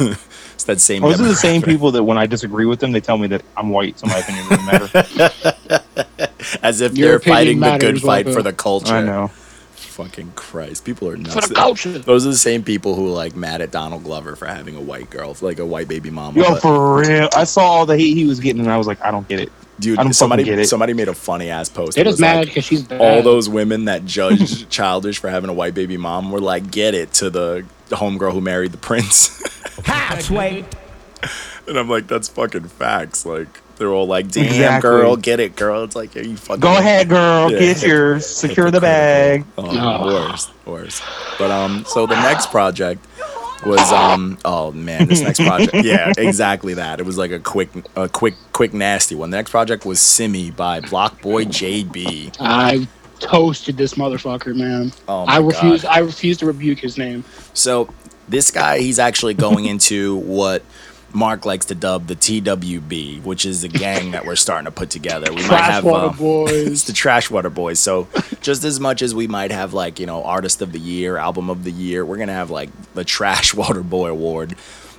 it's that same Those are the demographic. same people that when I disagree with them, they tell me that I'm white, so my opinion doesn't matter. as if Your they're opinion fighting the matters, good fight Walter. for the culture I know. fucking christ people are nuts For the culture. those are the same people who are, like mad at donald glover for having a white girl like a white baby mama Yo, But, for real, I saw all the hate he was getting, and I was like, I don't get it. dude I don't fucking get somebody it. somebody made a funny ass post It It is was mad like, because she's bad. all those women that judge childish for having a white baby mom were like get it to the the homegirl who married the prince Halfway. And I'm like, that's fucking facts. Like, they're all like, damn, Exactly. girl, get it, girl. It's like, yeah, you fucking. Go ahead, girl, Yeah. get yours, secure the bag. Oh, No. worse, worse. But, um, so the next project was, um, oh man, this next project. Yeah, exactly that. It was like a quick, a quick, quick, nasty one. The next project was Simi by Block Boy JB. I toasted this motherfucker, man. Oh my I refuse. God. I refuse to rebuke his name. So this guy, he's actually going into what. Mark likes to dub the TWB, which is the gang that we're starting to put together. We might Trash have water um, it's boys. the trash water boys so just as much as we might have like you know artist of the year album of the year we're gonna have like the trash water boy award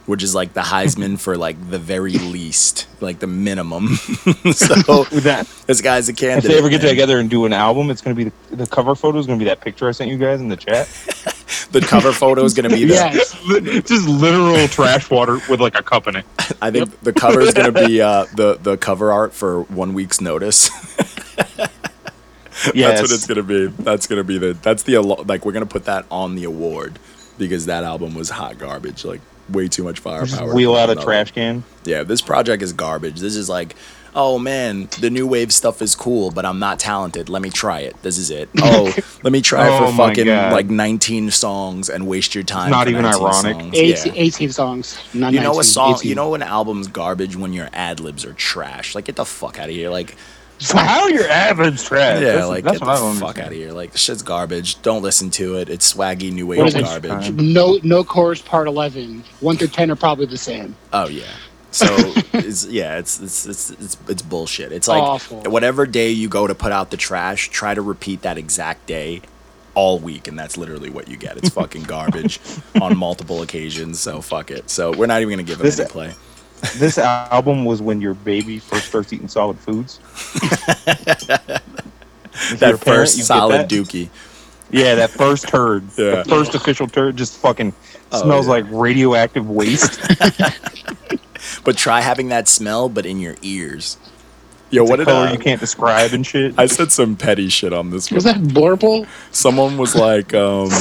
which is like the heisman for like the very least like the minimum so With that, this guy's a if candidate they ever get man. together and do an album, it's gonna be the, the cover photo is gonna be that picture I sent you guys in the chat. the cover photo is gonna be the Yes. just literal trash water with like a cup in it. i think the cover is gonna be uh the the cover art for one week's notice Yes. That's what it's gonna be. That's gonna be the. That's the alo- like we're gonna put that on the award because that album was hot garbage. Like way too much Just firepower. wheel for out a another. trash can. Yeah, this project is garbage. This is like, oh man, the new wave stuff is cool, but I'm not talented. Let me try it. This is it. Oh, let me try Oh for my fucking God. like 19 songs and waste your time. Not for even 19 ironic. songs. Yeah. 18, 18 songs. Not You know 19, a song. 18. You know an album's garbage when your ad libs are trash. Like get the fuck out of here. Like So how are your average trash? Yeah, that's, like that's get what I the don't fuck understand. out of here. Like this shit's garbage. Don't listen to it. It's swaggy new What wave is it? garbage. No, no chorus part eleven. One through ten are probably the same. Oh yeah. So it's yeah, it's it's it's it's, it's bullshit. It's like Awful. whatever day you go to put out the trash, try to repeat that exact day all week and that's literally what you get. It's fucking garbage on multiple occasions, so fuck it. So we're not even going to give it This- any play. This album was when your baby first starts eating solid foods. If you're a That parent, first you get solid that. dookie. Yeah, that first turd. Yeah. The first official turd just fucking Oh, smells yeah. like radioactive waste. But try having that smell but in your ears. Yo, what um, what a did color I, you can't describe and shit. I said some petty shit on this one. Was that Blurple? someone was like um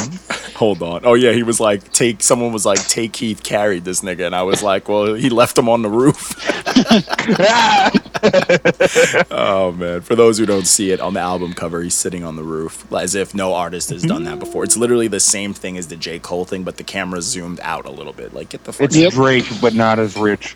hold on oh yeah he was like take someone was like take keith carried this nigga and i was like well he left him on the roof oh man for those who don't see it on the album cover he's sitting on the roof as if no artist has done that before it's literally the same thing as the j cole thing but the camera zoomed out a little bit like get the fuck It's Yep. Drake, but not as rich.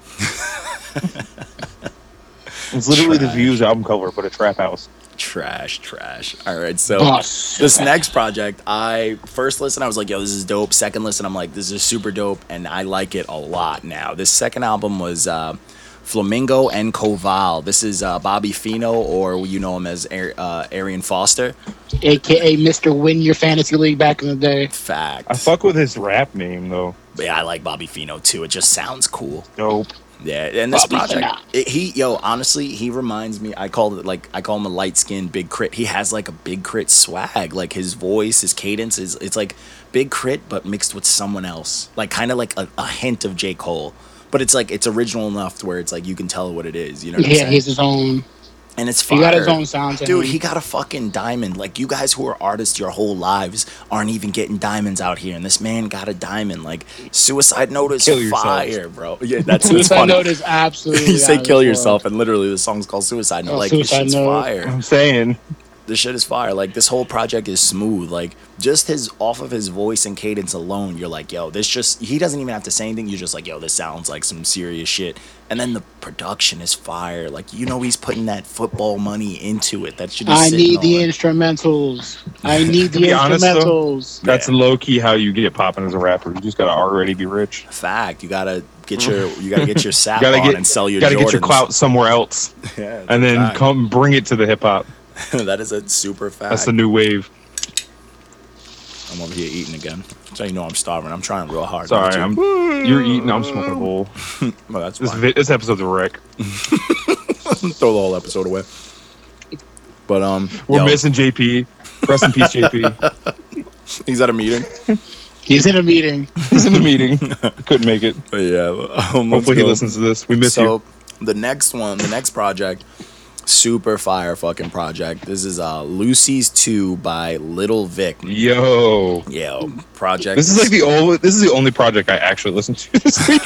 it's literally the Trash. Views album cover, but a trap house. trash trash all right so Bus. this next project i first listen i was like yo this is dope second listen i'm like this is super dope and i like it a lot now this second album was uh flamingo and koval this is uh bobby fino or you know him as Ar- uh, arian foster AKA Mr. Win Your Fantasy League back in the day. fact I fuck with his rap name though. yeah i like bobby fino too it just sounds cool Dope. Yeah, and this Probably project, not. it, he yo, honestly, he reminds me. I call it like I call him a light skinned big crit. He has like a big crit swag, like his voice, his cadence is it's like big crit, but mixed with someone else, like kind of like a, a hint of J Cole, but it's like it's original enough to where it's like you can tell what it is. You know what I'm Yeah, saying? he's his own. and it's He fire. got his own sound to Dude, him. he got a fucking diamond. Like you guys who are artists your whole lives aren't even getting diamonds out here, and this man got a diamond. Like Suicide Note is Kill yourself. fire, bro. Yeah, that's it's Suicide funny. Note is absolutely. you say out of kill this yourself, world. and literally the song's called Suicide Note. Oh, like Suicide this shit's Note. fire. I'm saying. This shit is fire. Like this whole project is smooth. Like just his off of his voice and cadence alone, you're like, yo, this just he doesn't even have to say anything. You're just like, yo, this sounds like some serious shit. And then the production is fire. Like you know he's putting that football money into it. That should. I need the instrumentals. I need the be honest, though, instrumentals. That's low key how you get popping as a rapper. You just gotta already be rich. fact. You gotta get your you gotta get your sap gotta on get and sell your gotta get your Jordans. clout somewhere else, Yeah, and then fact. come bring it to the hip hop. that is a super fact. That's the new wave. I'm over here eating again. So you know I'm starving. I'm trying real hard. not Sorry, to. I'm you're eating. I'm smoking a bowl. Well, that's This fine. vi- this episode's a wreck. throw the whole episode away. But um, We're yo, missing JP. Rest in peace, JP. He's at a meeting. He's in a meeting. He's in the meeting. Couldn't make it. But yeah. um, let's Hopefully he go. listens to this. We miss so you. the next one, the next project, super fire fucking project. This is uh Lucy's Two by Little Vic. Yo. Yeah, project. This is like the old. This is the only project I actually listened to this week.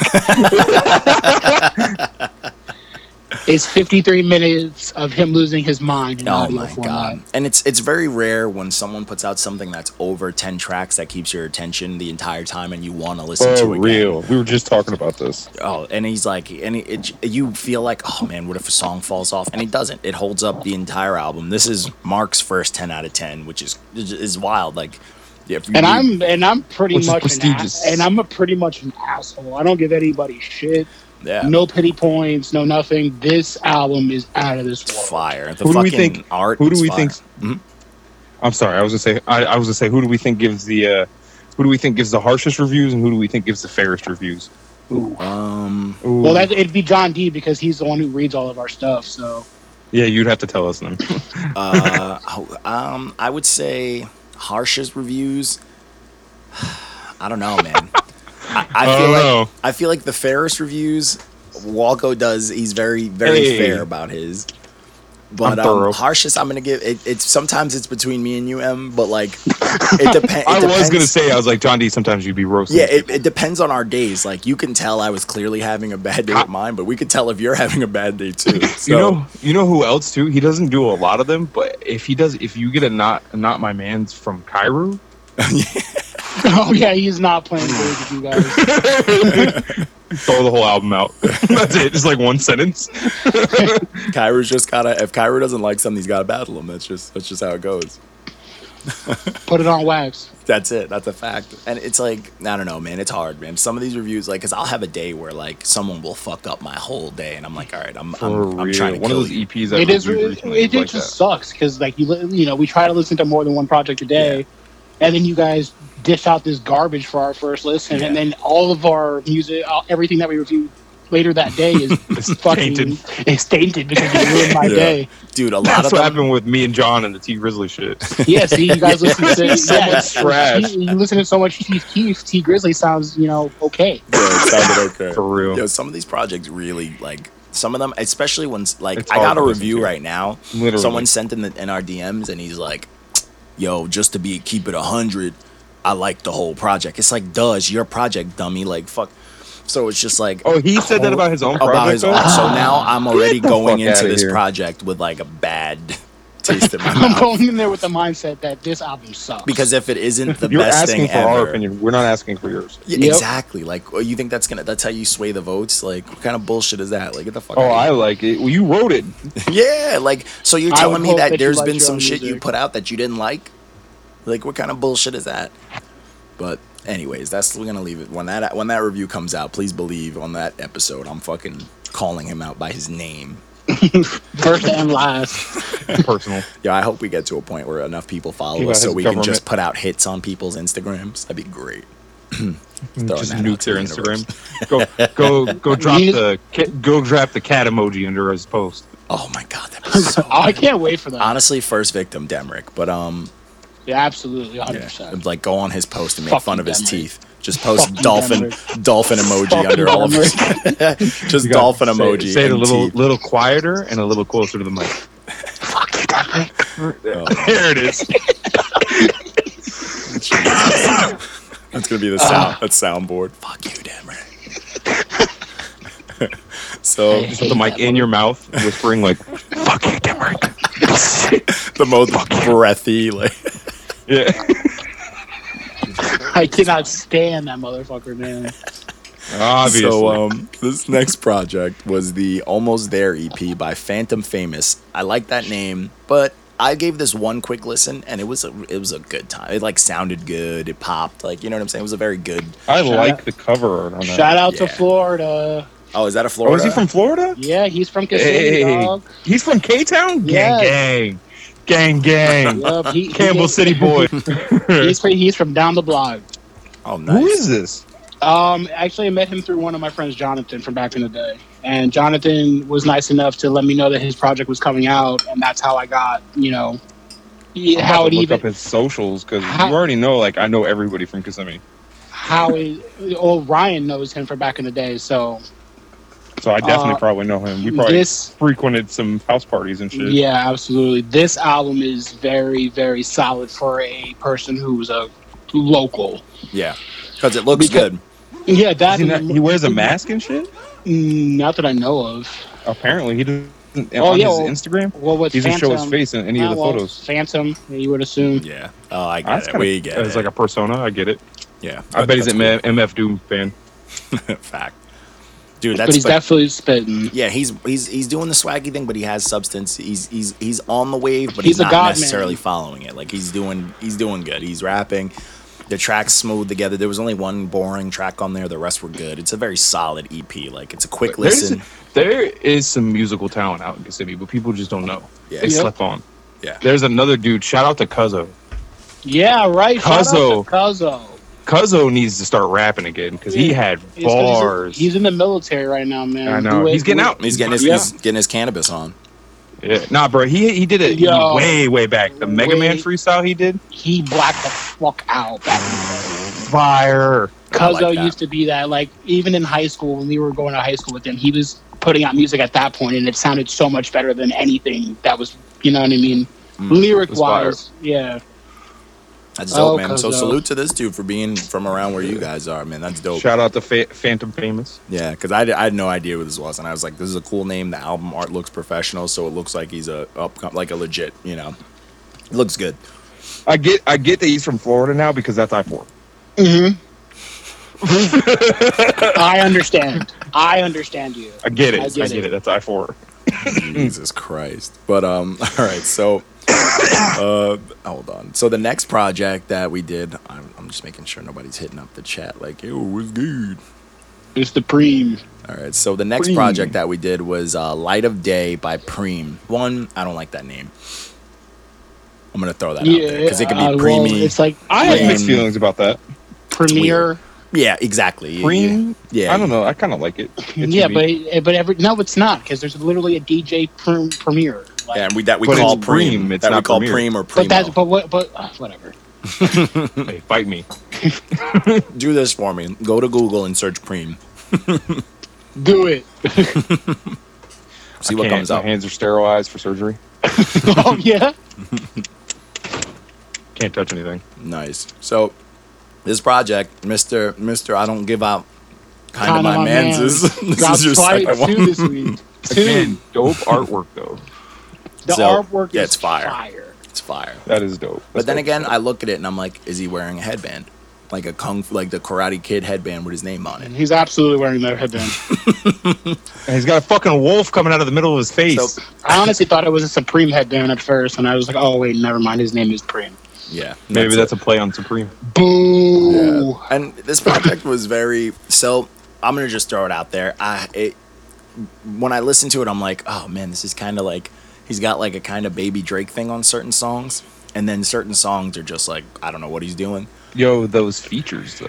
It's 53 minutes of him losing his mind. In Oh audio my format. god! And it's it's very rare when someone puts out something that's over ten tracks that keeps your attention the entire time and you want to listen For to it. again. real. We were just talking about this. oh, and he's like, and he- it, you feel like, oh man, what if a song falls off? And it doesn't. It holds up the entire album. This is Mark's first ten out of ten, which is is- is wild. Like, if you And I'm and I'm pretty Which is much an prestigious. ass, and I'm a pretty much an asshole. I don't give anybody shit. yeah, No pity points. No nothing. This album is out of this it's world. fire. The Who do fucking we think- art. Who do is we fire. Mm-hmm. think? I'm sorry. I was gonna say. I, I was gonna say. Who do we think gives the? Uh, who do we think gives the harshest reviews, and who do we think gives the fairest reviews? Um, Ooh. Well, that, it'd be John D because he's the one who reads all of our stuff. So yeah, you'd have to tell us then. uh, oh, um, I would say harshest reviews. I don't know, man. I, I I feel don't like know. I feel like the fairest reviews Walco does. He's very very Hey. fair about his. But I'm um, thorough. harshest, I'm gonna give it. It's sometimes it's between me and you, M. But like, it, depen- it I depends. was gonna say. I was like John D. Sometimes you'd be roasted. Yeah, it, it depends on our days. Like you can tell I was clearly having a bad day with mine, but we could tell if you're having a bad day too. So, you know, you know who else too? He doesn't do a lot of them, but if he does, if you get a not, not my man's from Cairo, oh yeah, he's not playing good with you guys. throw the whole album out. That's it. It's like one sentence. Kyra's just gotta. If Kyra doesn't like something, he's gotta battle him. That's just that's just how it goes. Put it on wax. That's it. That's a fact. And it's like, I don't know, man. It's hard, man. Some of these reviews, like, because I'll have a day where, like, someone will fuck up my whole day. And I'm like, all right, I'm, I'm, I'm trying to one of kill those E you. EPs. I It is. reviewed It, recently it, was like just that. sucks because like you li- you know we try to listen to more than one project a day, and then you guys dish out this garbage for our first listen, and Yeah. then all of our music, all, everything that we review later that day is fucking tainted. it's tainted because you ruined my Yeah. day. Dude, a lot e- That's of what them. happened with me and John and the T Grizzly shit. Yeah, see, you guys listen to So yeah, much trash. You, you listen to so much Keith Keith T Grizzly sounds you know okay. Yeah, it sounded okay. For real. Yo, some of these projects really, like, some of them, especially when, like, It's I got hard a to listen review to. right now. Literally. Someone sent in, the, in our DMs, and he's like, yo, just to be, keep it 100, I like the whole project. It's like, duh, it's your project, dummy. Like, fuck. So it's just like, Oh, he said that about his own project. about his though? own. So now I'm already the going fuck into outta this here. project with like a bad taste in my I'm mouth. going in there with the mindset that this album sucks Because if it isn't the You're best asking thing for ever, our opinion. We're not asking for yours. Yeah, Yep. exactly. Like oh, you think that's gonna that's how you sway the votes? Like what kind of bullshit is that? Like get the fuck. Oh, outta I here. like it. Well, you wrote it. yeah. Like so you're I telling would me hope that that you there's liked been your some own shit you music. put out that you didn't like? Like what kind of bullshit is that? But anyways, that's we're gonna leave it when that when that review comes out. Please believe on that episode. I'm fucking calling him out by his name. first and last. Personal. Yeah, I hope we get to a point where enough people follow Keep out us so his we can government. just put out hits on people's Instagrams. That'd be great. Throwing just that out nuke to their the universe. Instagram. Go, go, go! Drop You- the ca- go drop the cat emoji under his post. Oh my god, that'd be so. I can't wait for that. Honestly, first victim Demrick, but um, yeah, absolutely, hundred yeah, percent. like go on his post and make Fucking fun of his Demrick. teeth. Just post Fucking dolphin dolphin emoji Fucking under all of his. just You gotta dolphin say- emoji. Say it a and little, teeth. little quieter and a little closer to the mic. Oh, There it is. that's gonna be the sound. that soundboard. Fuck you, Demrick. so Just put the mic in your mouth, whispering like, "Fuck you, Demrick." the most breathy, like Yeah. I cannot stand that motherfucker, man. Obviously. So um, this next project was the Almost There EP by Phantom Famous. I like that name, but I gave this one quick listen and it was a it was a good time. It like sounded good. It popped. Like you know what I'm saying. It was a very good. I Shout like out- the cover art on that. Shout out to Yeah. Florida. Oh, is that a Oh, Florida? is he from Florida? Yeah, he's from Kissimmee, Hey, dog. he's from K Town. Yeah. Gang, gang, gang, gang. Yup, he- he- Campbell City boy. He's from, he's from down the block. Oh, nice. Who is this? Um, actually, I met him through one of my friends, Jonathan, from back in the day. And Jonathan was nice enough to let me know that his project was coming out, and that's how I got, you know, I'm about how to it look even up his socials because How- you already know. Like I know everybody from Kissimmee, how it. Oh, Ryan knows him from back in the day, so so I definitely Uh, probably know him. We probably this- frequented some house parties and shit. yeah, absolutely. This album is very, very solid for a person who's a local. Yeah, because it looks Because- good. Yeah, Does that he, not- he wears a mask and shit. Mm, Not that I know of. Apparently, he doesn't. Oh, on yeah, his well- Instagram, Well, with he doesn't Phantom, show his face in any Ah, of the well, photos. Phantom, you would assume. Yeah. Oh, I get That's it. kinda- we get it. It's like a persona. I get it. yeah. I bet he's That's an M- MF Doom fan. cool. fact. Dude, but that's he's spe- definitely spitting. yeah, he's he's he's doing the swaggy thing, but he has substance. He's he's he's on the wave, but He's he's, a not god man. necessarily following it. Like he's doing he's doing good. He's rapping. The tracks smooth together. There was only one boring track on there. The rest were good. It's a very solid EP. Like it's a quick listen. There's, there is some musical talent out in Kissimmee, but people just don't know. Yeah. They Yep. slept on. Yeah. There's another dude. Shout out to Cuzzo. Yeah, right. Shout out to Cuzzo. Cuzzo. Cuzzo needs to start rapping again because he Yeah. had It's 'cause he's- bars. He's, in the military right now, man. I know. Blue He's getting Wave- out. He's getting his Yeah. he's getting his cannabis on. Yeah. Nah, bro. He he did it Yo. way way back. The Mega Man Way- freestyle he did. He blacked the fuck out. Fire. I Cuzzo like that. used to be that. Like even in high school, when we were going to high school with him, he was putting out music at that point, and it sounded so much better than anything that was. You know what I mean? Mm, Lyric wise, yeah. That's dope, Oh, man. So Cuzzo. salute to this dude for being from around where you guys are, man. That's dope. Shout out to Fa- Phantom Famous. Yeah, because I, I had no idea what this was, and I was like, "This is a cool name. The album art looks professional, so it looks like he's a up like a legit, you know, it looks good." I get I get that he's from Florida now because that's I four. I understand. I understand you. I get it. I I get get, it. it. That's I four. Mm. Jesus Christ! But um, all right, so uh, hold on. So the next project that we did, I'm, I'm just making sure nobody's hitting up the chat like, "Yo, what's good?" It's the preem. All right, so the next Preem. project that we did was uh, "Light of Day" by Preem. One, I don't like that name. I'm gonna throw that out there because it could be uh, well, Preemy. it's like I have mixed Preem. feelings about that. premiere. yeah, exactly. Yeah, Preem. Yeah, I don't know. I kind of like it. It's yeah, unique. but but every no, it's not because there's literally a DJ pr- premiere. Like, Yeah, and we that we But call it's preem. preem, it's that we not call premier. preem or but that's primo. but what but uh, whatever. Hey, fight me. Do this for me. Go to Google and search preem. Do it. See what Can't- comes my up. hands are sterilized for surgery. oh yeah. Can't touch anything. Nice. So this project, Mister Mister, I don't give out. Kind Kinda of my mans is this Dropped is your twice, second one. two this week. Two. Again, dope artwork though. the So, artwork yeah, is it's fire. fire. It's fire. That is dope. But That's then dope. again, I look at it and I'm like, is he wearing a headband, like a kung, fu- like the Karate Kid headband with his name on it? And he's absolutely wearing that headband. and he's got a fucking wolf coming out of the middle of his face. So- I honestly thought it was a Supreme headband at first, and I was like, oh wait, never mind. His name is Preem. Yeah, Maybe it. that's, a play on Supreme. Boo. and this project was very so i'm gonna just throw it out there i it when i listen to it i'm like oh man this is kind of like he's got like a kind of baby drake thing on certain songs and then certain songs are just like i don't know what he's doing Yo, those features though.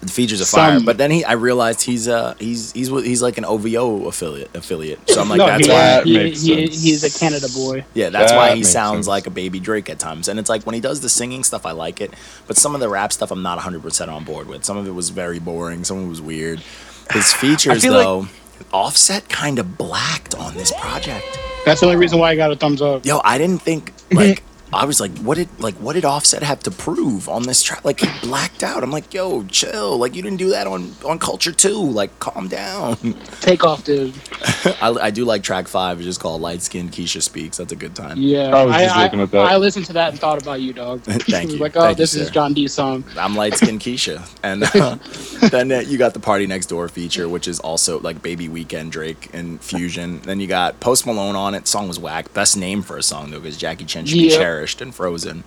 The features are fire. Some- But then he, I realized he's uh he's he's what- he's like an OVO affiliate affiliate. So I'm like, No, that's he- why, That he, makes he, sense. he's a Canada boy. yeah, that's that why he makes sounds sense. like a baby Drake at times. And it's like when he does the singing stuff, I like it. But some of the rap stuff, I'm not 100 percent on board with. Some of it was very boring. Some of it was weird. His features feel like- though, Offset kind of blacked on this project. That's the only reason why I got a thumbs up. Yo, I didn't think like I was like, what did like what did Offset have to prove on this track? Like he blacked out. I'm like, yo, chill. Like you didn't do that on on Culture Two. Like calm down. Take off, dude. I, I do like track five. It's just called Light Skin Keisha Speaks. That's a good time. Yeah, I was just looking at that. I listened to that and thought about you, dog. Thank you. Like, oh, Thank you, this is sir. John D's song. I'm light skinned Keisha, and uh, then uh, you got the party next door feature, which is also like Baby Weekend Drake and Fusion. Then you got Post Malone on it. Song was whack. Best name for a song though, because Jackie Chan should be Yeah. cherished and frozen.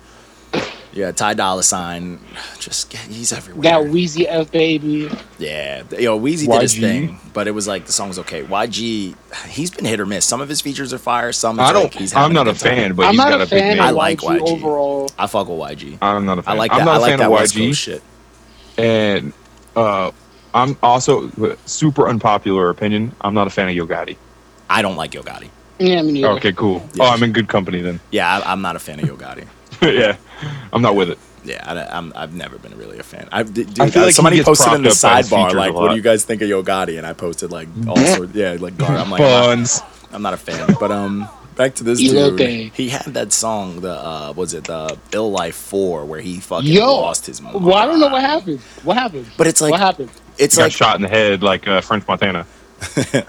Yeah, Ty Dolla Sign, just he's everywhere. That Wheezy F baby. Yeah, yo, Weezy did his YG. thing, but it was like the song was okay. YG, he's been hit or miss. Some of his features are fire. Some it's I like don't. he's I'm having not a good time. fan, but I'm he's not got a a big fan name. I of like YG YG. overall. I fuck with YG. I'm not a fan. I like I'm that. not I a like fan that of West YG. Coast shit. and uh, I'm also super unpopular opinion. I'm not a fan of Yo Gotti. I don't like Yo Gotti. Yeah, me neither. Okay, cool. Yeah. Oh, I'm in good company then. Yeah, I, I'm not a fan of Yo Gotti. yeah, I'm not with it. Yeah, I, am I've never been really a fan. I, d- dude, I feel uh, like he somebody gets posted in propped the up by his sidebar features like, a "What do lot. you guys think of Yo Gotti?" And I posted like all sorts. Yeah, like gar- I'm like, I'm not, Buns. I'm not a fan. But um, back to this dude. Elote. He had that song, the uh, was it the Ill Life Four, where he fucking Yo, lost his mind. Well, I don't know what happened. What happened? But it's like- what happened? It's got like shot in the head like uh, French Montana.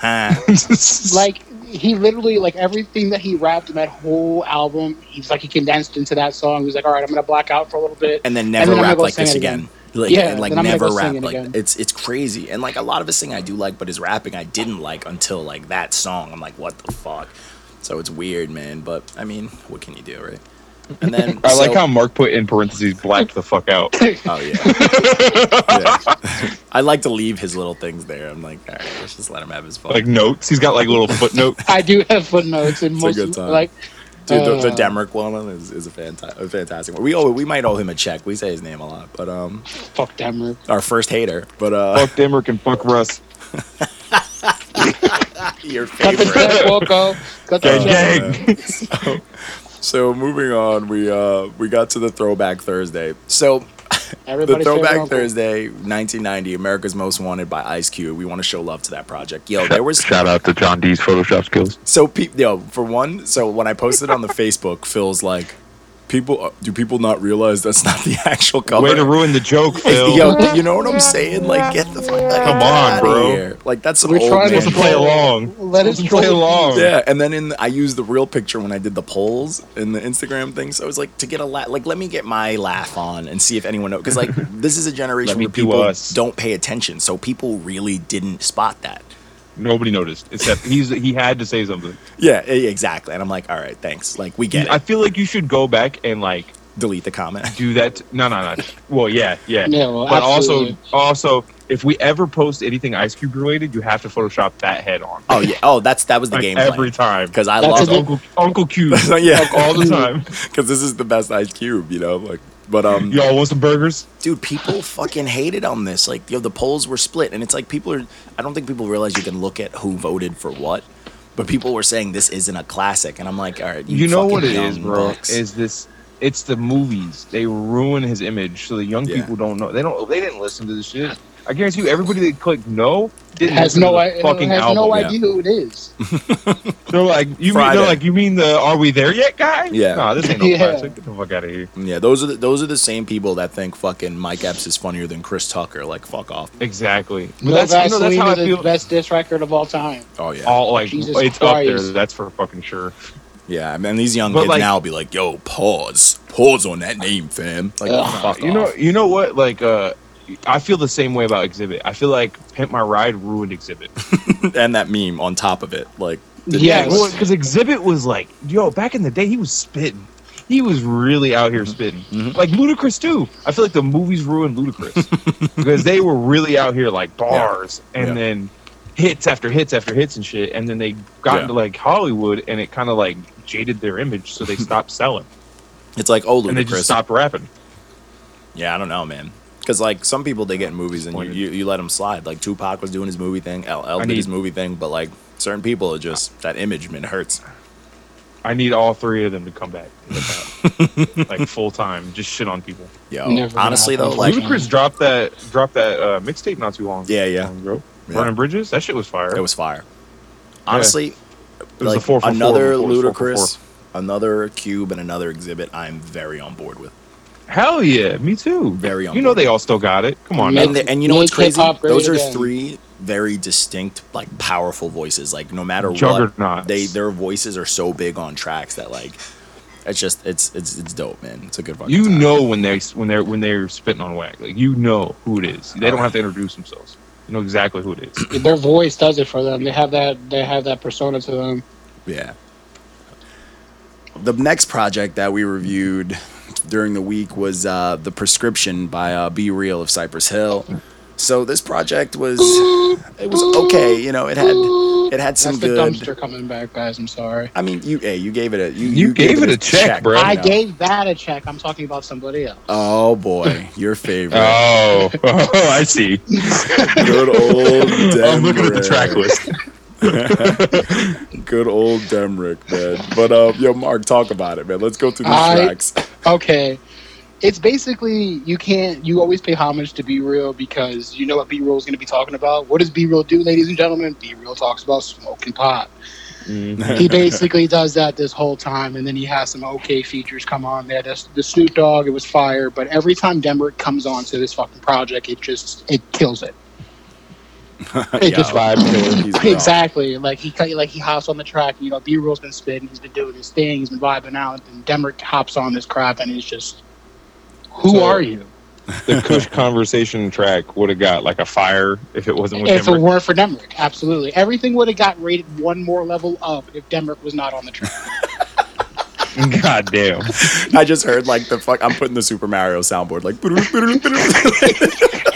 ah, Like he literally like everything that he rapped in that whole album. He's like he condensed into that song. He's like, all right, I'm gonna black out for a little bit, and then never I'm gonna rap go like sing this it again. Like, Yeah, and like then I'm gonna never go sing rap it like again. it's it's crazy and like a lot of his singing I do like but his rapping I didn't like until like that song I'm like what the fuck so it's weird man but I mean what can you do right and then I like so- how Mark put in parentheses blacked the fuck out. oh yeah, Yeah. I like to leave his little things there I'm like all right let's just let him have his fun Like notes. He's got like little footnote. I do have footnotes and It's a most good time. like Dude, the, the Uh. Demrick one is, is a, fanta- a fantastic one. We owe we might owe him a check. We say his name a lot, but um, fuck Demrick. our first hater. But uh, fuck Demrick and fuck Russ. your Cut the favorite. check, Wilco. Cut the Gang check. gang. So moving on, we uh we got to the Throwback Thursday. So the Everybody's favorite Throwback uncle. Thursday, 1990, America's Most Wanted by Ice Cube. We want to show love to that project. Yo, there was Shout out to John D's Photoshop skills. so pe- yo for one. So when I posted on the Facebook, Phil's like, people uh, do people not realize that's not the actual cover? Way to ruin the joke, Phil. Yo, you know what I'm saying? Like, get the fuck the Come heck on, outta bro. Here. Like, that's some We're old trying to man Supposed to play along. Let us Supposed to play troll along. Yeah, and then in I used the real picture when I did the polls in the Instagram thing. So I was like, to get a laugh, like let me get my laugh on and see if anyone knows, because like this is a Let generation me where do people us. don't pay attention, so people really didn't spot that. Nobody noticed except he's he had to say something. Yeah, e- exactly. And I'm like, all right, thanks. Like we get I it. feel like you should go back and like Delete the comment. do that. No, no, no. Well, yeah, yeah. Yeah, well, but absolutely. also, also, if we ever post anything Ice Cube related, you have to Photoshop that head on. Oh yeah. Oh, that's that was the Like, game every time. because I That's love a good- Uncle Uncle Cube. Yeah. Like, all the time. because this is the best Ice Cube, you know. Like, but um, Y'all want some burgers? dude, people fucking hated on this. Like, yo, the polls were split, and it's like people are. I don't think people realize you can look at who voted for what, but people were saying this isn't a classic, and I'm like, all right, you, You know fucking what it young is, bro? bucks. Is this? It's the movies. They ruin his image, so the young Yeah. people don't know. They don't. They didn't listen to this shit. I guarantee you, everybody that clicked no didn't Has listen no, to the i- fucking has album. no yeah. idea who it is. They're like, you mean Friday. they're like, you mean the "Are we there yet" guy? Yeah. Nah, this ain't no Yeah. classic. Get the fuck out of here. yeah, those are the, those are the same people that think fucking Mike Epps is funnier than Chris Tucker. Like, fuck off. Exactly. But No, that's, you know, that's Vaseline how I is the feel. best diss record of all time. Oh yeah, All like Jesus it's up Christ. there. That's for fucking sure. yeah. I mean, these young But, kids like- now be like, yo, pause, pause on that name, fam. Like, Ugh. fuck You know. off. You know what? Like, uh, I feel the same way about Exhibit. I feel like Pimp My Ride ruined Exhibit. and that meme on top of it, like, Yes. because Exhibit was like, yo, back in the day, he was spitting. He was really out Mm-hmm. here spitting, like Ludacris too. I feel like the movies ruined Ludacris because they were really out here like bars and Yeah. then hits after hits after hits and shit, and then they got Yeah. into like Hollywood and it kind of like jaded their image, so they stopped selling it's like, oh, and they just Ludacris. stopped rapping. Yeah, I don't know, man. 'Cause Because like some people, they get in movies and you, you, you let them slide. Like Tupac was doing his movie thing, LL I did his need- movie thing, but like certain people, it just that image man it hurts. I need all three of them to come back, like, that. like full time, just shit on people. Yo, Never gonna honestly though, happen. Oh, like Ludacris dropped that dropped that uh, mixtape not too long. Yeah, yeah. long ago. Yeah. Burning Bridges, that shit was fire. it was fire. Honestly, It was like the four for four another before it was four for ludicrous, another cube, and another exhibit. I'm very on board with. Hell yeah, me too. Very on You know board. they all still got it. Come on, Yeah. now. and, the, and you know what's Make crazy? hip-hop great Those are again. three very distinct, like powerful voices. Like no matter what, Juggernauts. they their voices are so big on tracks that like it's just it's it's it's dope, man. It's a good fucking you time. know when they when they're when they're spitting on whack. Like you know who it is. They don't have to introduce themselves. You know exactly who it is. Their voice does it for them. They have that. They have that persona to them. Yeah. The next project that we reviewed during the week was uh, The Prescription by uh, Be Real of Cypress Hill. So this project was it was okay, you know, it had it had some That's the good dumpster coming back, guys. I'm sorry. I mean, you hey, you gave it a you, You gave it a check, bro. you I know. gave that a check. I'm talking about somebody else. Oh boy, your favorite. Oh, I see. Good old Demrick. I'm looking at the track list. Good old Demrick, man. But uh, yo, Mark, talk about it, man. Let's go through these I- tracks. Okay. It's basically you can't. You always pay homage to B Real because you know what B Real is going to be talking about. What does B Real do, ladies and gentlemen? B Real talks about smoking pot. Mm-hmm. he basically does that this whole time, and then he has some okay features come on there. That's the Snoop Dogg. It was fire, but every time Denver comes on to this fucking project, it just it kills it. It just Yo, he's wild. exactly. Like he cut- like he hops on the track. You know, B Real's been spitting. He's been doing his thing. He's been vibing out. And Demrick hops on this crap, and it's just, who So, are you? the Kush conversation track would have got like a fire if it wasn't with If it him. weren't for Demrick, absolutely everything would have got rated one more level up if Demrick was not on the track. God damn. I just heard like the fuck. I'm putting the Super Mario soundboard like.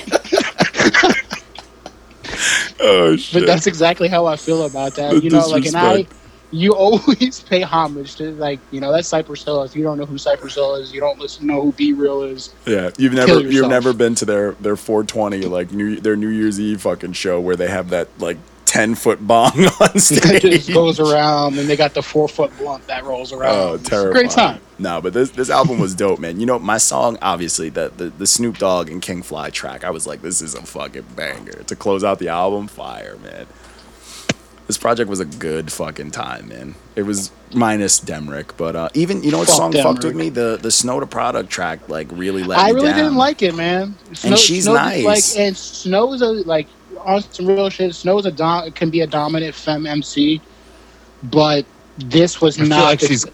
oh shit! But that's exactly how I feel about that. The you know, like, and I, disrespect. you always pay homage to like, you know, that's Cypress Hill. If you don't know who Cypress Hill is, you don't listen know who B Real is. yeah, you've never you've yourself. never been to their their 420 like new their New Year's Eve fucking show where they have that like 10 foot bong on It just stage. goes around, and they got the four foot blunt that rolls around. Oh, It's a terrible! Great time. No, but this this album was dope, man. You know, my song obviously the, the the Snoop Dogg and King Fly track. I was like, this is a fucking banger to close out the album. Fire, man. This project was a good fucking time, man. It was minus Demrick, but uh, even you know what Fuck song fucked with Demrick. me? The the Snow to Product track like really let I me really down. didn't like it, man. she's Snow, nice. Like, and Snow's a like on some real shit. Snow's a dom- can be a dominant femme MC, but this was I feel not. like the- she's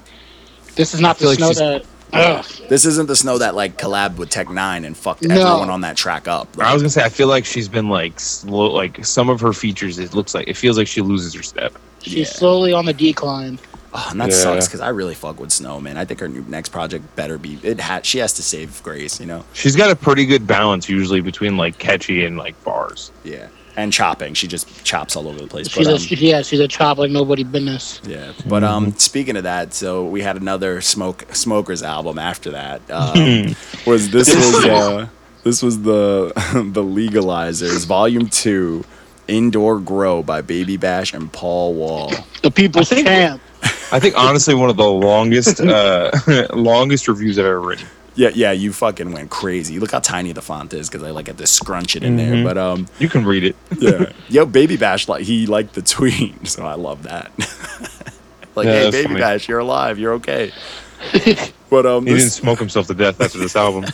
this is not the feel like Snow she's- that. Ugh. This isn't the Snow that like collabed with Tech Nine and fucked No. everyone on that track up. I was gonna say I feel like she's been like slow like some of her features it looks like it feels like she loses her step. She's Yeah. slowly on the decline. Oh, and that Yeah. sucks because I really fuck with Snow, man. I think her new next project better be it. Ha- she has to save Grace, you know. She's got a pretty good balance usually between like catchy and like bars. Yeah, and chopping. She just chops all over the place. She's but, a, um, yeah, she's a chop like nobody business. yeah, but um, speaking of that, so we had another smoke smokers album after that. Um, was this was uh, this was the the legalizers volume two, indoor grow by Baby Bash and Paul Wall. The people's champ. I think honestly one of the longest uh longest reviews I've ever written. Yeah, yeah, you fucking went crazy. Look how tiny the font is because I like had to scrunch it in there. But um, You can read it. yeah, yo, Baby Bash like he liked the tweet, so I love that. like, Yeah, hey, that's Baby funny. Bash, you're alive, you're okay. But um, He this- didn't smoke himself to death after this album.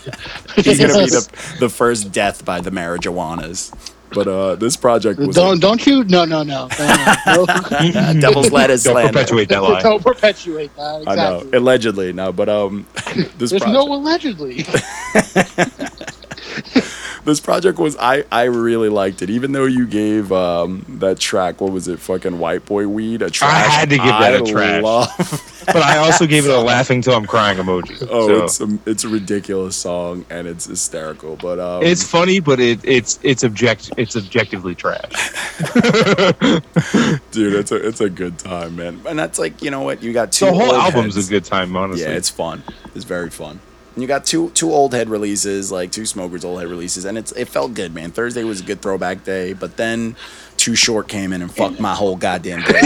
He's gonna be the, the first death by the marijuanas. But uh, this project was don't don't you? No, no, no. no, no. uh, Devil's Lettuce Don't slander. perpetuate that lie. don't perpetuate that. I Exactly. know, allegedly no, but um, this There's project, no allegedly. this project was I I really liked it, even though you gave um that track what was it fucking White Boy Weed a trash. had to give that I a trash. love- But I also gave it a laughing till I'm crying emoji. oh, So, it's a, it's a ridiculous song and it's hysterical, but um, it's funny, but it, it's it's object it's objectively trash. dude, it's a it's a good time, man, and that's like you know what you got two The whole old album's heads. a good time, honestly. Yeah, it's fun. It's very fun. And you got two two old head releases, like two smokers old head releases, and it's it felt good, man. Thursday was a good throwback day, but then Too Short came in and fucked my whole goddamn day.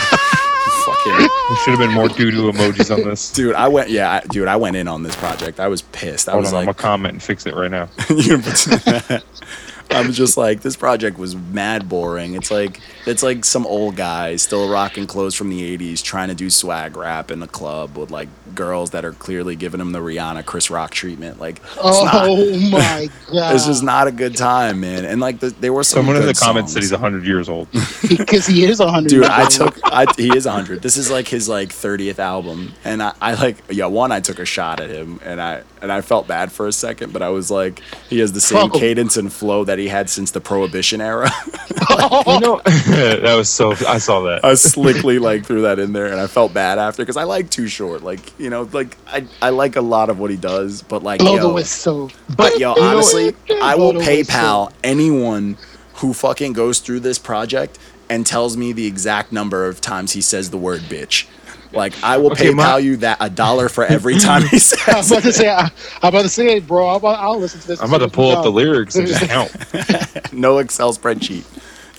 Fucking There should have been more doo doo emojis on this. dude, I went yeah, I, dude, I went in on this project. I was pissed. I Hold was on, I'm gonna like, comment and fix it right now. you know, I'm just like this project was mad boring. It's like it's like some old guy still rocking clothes from the '80s, trying to do swag rap in the club with like girls that are clearly giving him the Rihanna, Chris Rock treatment. Like, it's not- Oh my god! it's just not a good time, man. And like the, there were some Someone in good the comments said songs. he's 100 years old. because he is hundred. Dude, I took. I, he is 100. This is like his like 30th album, and I, I like. Yeah, one, I took a shot at him, and I and I felt bad for a second, but I was like, he has the same Oh. cadence and flow that he had since the Prohibition era. You know, that was so. I saw that. I slickly like threw that in there, and I felt bad after because I like Too Short. Like you know, like I I like a lot of what he does, but like blow yo, the whistle. But yo, You know honestly, what? I will Blow the whistle. PayPal anyone who fucking goes through this project and tells me the exact number of times he says the word bitch. Like I will Okay, PayPal my- you that a dollar for every time he I was says. about to it. say, I, I'm about to say, it, bro. I'm about, I'll listen to this. I'm about to pull up the lyrics and just count. no Excel spreadsheet.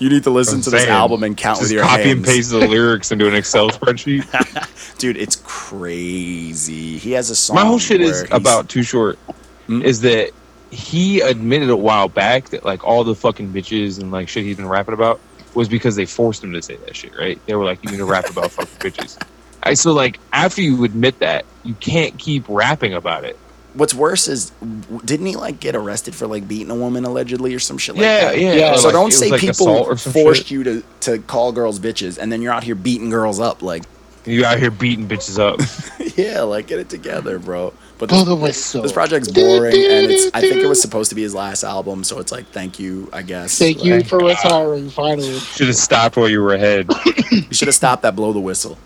You need to listen I'm to this saying, album and count with Just your copy and hands, paste the lyrics into an Excel spreadsheet. dude. It's crazy. He has a song. My whole shit where is he's- Hmm? about Too Short. Is that he admitted a while back that like all the fucking bitches and like shit he's been rapping about was because they forced him to say that shit, right? They were like, "You need to rap about fucking bitches." I so like after you admit that, you can't keep rapping about it. What's worse is w- didn't he like get arrested for like beating a woman allegedly or some shit like yeah, that? yeah, Yeah, or, so like, it don't was, say like, assault people or some forced shit. you to, to call girls bitches and then you're out here beating girls up. Like, You out here beating bitches up. yeah, like get it together, bro. But Blow this, the whistle. this project's boring and it's I think it was supposed to be his last album, so it's like thank you, I guess. Thank you Like, for retiring. Finally. Should have stopped while you were ahead. You should have stopped that blow the whistle.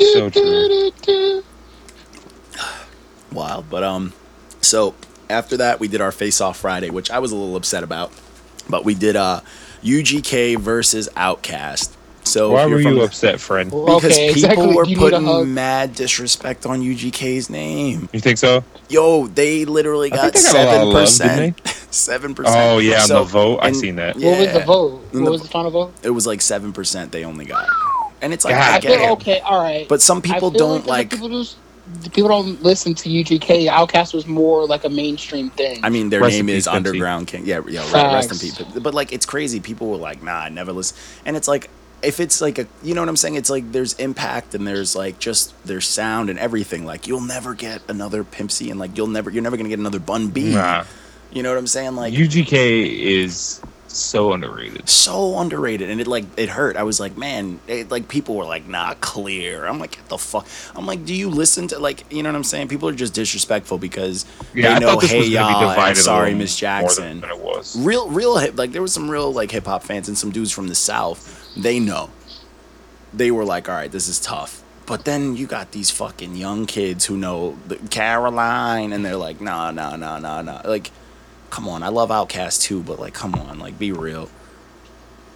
So true. Wild. But um so after that we did our face off Friday, which I was a little upset about. But we did uh UGK versus Outcast. So Why if you're were from you the- upset, friend? Well, Because okay, people exactly. were you need a hug. putting mad disrespect on UGK's name. You think so? Yo, they literally got think they got a lot seven of love, didn't percent. Seven percent. Oh yeah, on the vote. I seen that. What was the vote? In What the- Mm. was the final vote? It was like seven percent they only got, and it's like God I I get feel it, okay. All right. but some I people feel don't other like. people, just, people don't listen to UGK. Outcast was more like a mainstream thing. I mean, their Rest in name peace, is Pepsi. Underground King. Yeah, yeah. Right, rest in Facts. peace. But, but, like, it's crazy. People were like, "Nah, I never listen." And it's like, if it's like a, you know what I'm saying? It's like there's impact and there's like just their sound and everything. Like you'll never get another Pimp C and like you'll never you're never gonna get another Bun B. Nah. You know what I'm saying? Like UGK is so underrated. so underrated and it like it hurt i was like man it, like people were like nah clear i'm like get the fuck i'm like do you listen to like you know what i'm saying people are just disrespectful because Yeah, they I know thought this hey was gonna be y'all divided and a sorry little miss more jackson than it was. real real hip like there was some real like hip-hop fans and some dudes from the south they know they were like all right this is tough but then you got these fucking young kids who know the caroline and they're like nah nah nah nah nah like come on i love outcast too but like come on like be real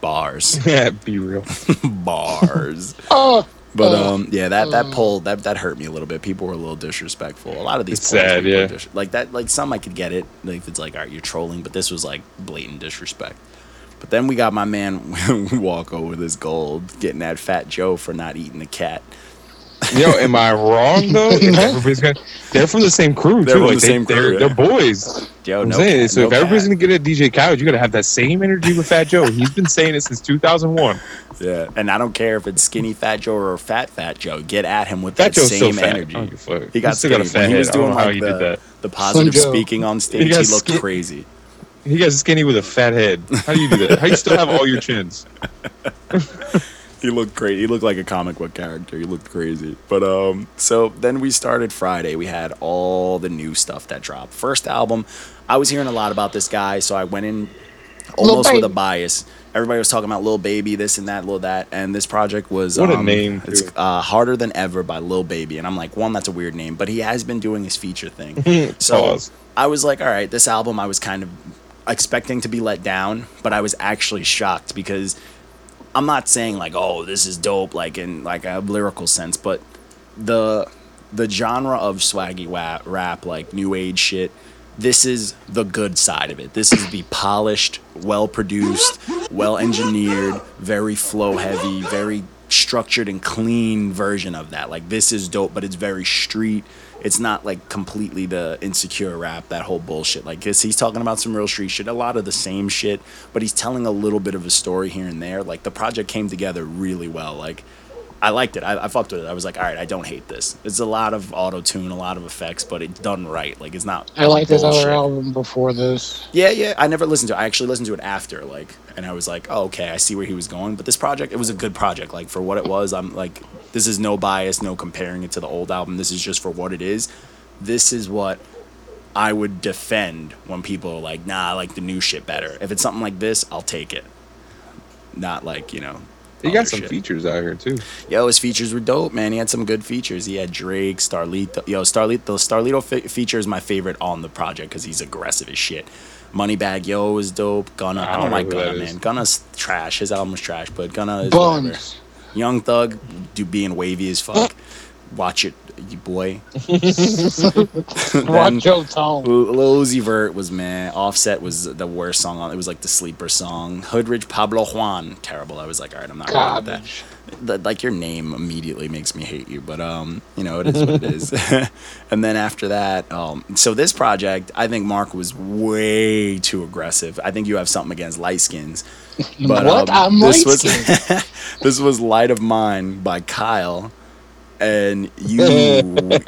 bars Yeah, be real. bars oh, but Uh, um yeah that that poll that that hurt me a little bit people were a little disrespectful a lot of these It's polls sad, people are yeah. dis- like that like some i could get it like if it's like all right you're trolling but this was like blatant disrespect but then we got my man walker with his gold getting that fat joe for not eating the cat Yo, am I wrong though? If everybody's gonna- they're from the same crew They're from too. like, the they, same crew, they're, yeah. they're boys. joe I'm no saying, cat, so no if everybody's cat. gonna get a DJ Khaled, you gotta have that same energy with Fat Joe. He's been saying it since 2001. yeah and i don't care if it's skinny fat joe or fat fat joe get at him with that Fat Joe's same still fat. energy I don't give a fuck. he got still got a skinny. fat When he head. was I don't doing know how like he did the, that. the positive Joe. speaking on stage he, got looked skin- crazy He got skinny with a fat head. How do you do that? How you still have all your chins? He looked crazy. He looked like a comic book character. He looked crazy. But um, so then we started Friday. We had all the new stuff that dropped. First album, I was hearing a lot about this guy, so I went in almost with a Baby. bias. Everybody was talking about Lil Baby, this and that, Lil that, and this project was What a um, name, It's too. uh, harder than ever by Lil Baby, and I'm like, one, that's a weird name, but he has been doing his feature thing. so Pause. I was like, all right, this album, I was kind of expecting to be let down, but I was actually shocked because I'm not saying like, oh, this is dope, like in like a lyrical sense, but the the genre of swaggy wa- rap, like new age shit, this is the good side of it. This is the polished, well produced, well engineered, very flow heavy, very structured and clean version of that. Like this is dope, but it's very street. It's not like completely the insecure rap, that whole bullshit. Like this, he's talking about some real street shit, a lot of the same shit, but he's telling a little bit of a story here and there. Like the project came together really well. Like I liked it. I, I fucked with it. I was like, all right, I don't hate this. It's a lot of auto tune, a lot of effects, but it's done right. Like it's not. I liked his bullshit. other album before this. Yeah, yeah. I never listened to it. I actually listened to it after, like, and I was like, oh, okay, I see where he was going. But this project, it was a good project. Like, for what it was, I'm like, this is no bias, no comparing it to the old album. This is just for what it is. This is what I would defend when people are like, nah, I like the new shit better. If it's something like this, I'll take it. Not like, you know. He got other some shit. features out here too. Yo, his features were dope, man. He had some good features. He had Drake, Starlito. Yo, Starlito, the Starlito fe- feature is my favorite on the project because he's aggressive as shit. Moneybag Yo is dope. Gunna, I I don't, don't know like who that Gunna, is. man. Gunna's trash. His album was trash, but Gunna is whatever. Buns. Young Thug, do being wavy as fuck. Watch it, you boy. Then- Rock Joe Tone. Lil Lil Uzi Vert was man. Offset was the worst song on. It was like the sleeper song. Hoodridge Pablo Juan, terrible. I was like, all right, I'm not rolling Garbage. with that. Th- Like your name immediately makes me hate you, but um, you know it is what it is. and then after that, um, so this project, I think Mark was way too aggressive. I think you have something against light skins. But, um, What? I'm this was, light-skinned. this was Light of Mine by Kyle and you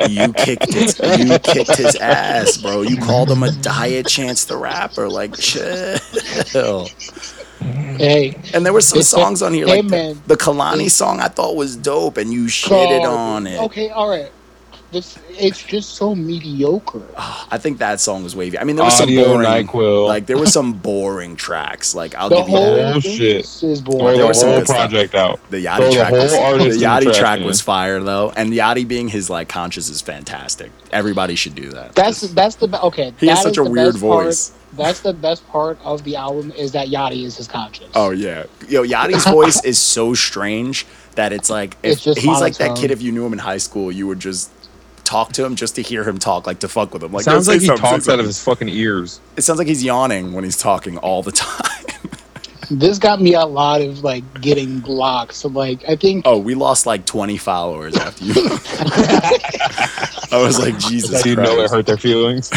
you kicked his you kicked his ass, bro. You called him a diet chance the rapper, like chill. Hey, And there were some songs on here, Hey, like the, man. the Kalani song, I thought was dope, and you shitted Carl. on it. Okay, all right. This it's just so mediocre. I think that song was wavy. I mean, there was some Audio boring, NyQuil. like there were some boring tracks. Like I'll The give you that. whole that. thing is Throw boring. there the was some whole good stuff. project out. The Throw Yachty the track, whole was, artist the in Yachty the trash track can. was fire though, and Yachty being his like conscious is fantastic. Everybody should do that. That's Just- that's the be- okay. He has that such is a the weird best part- voice. That's the best part of the album is that Yachty is his conscience. Oh yeah, yo, Yachty's voice is so strange that it's like if It's just he's like that monotone. kid. If you knew him in high school, you would just talk to him just to hear him talk, like to fuck with him. Like Sounds "Yo, say like he something, say talks out of something." his fucking ears. It sounds like he's yawning when he's talking all the time. This got me a lot of like getting blocked. So like I think oh, we lost like twenty followers after you. I was like Jesus. So you know it Christ. hurt their feelings.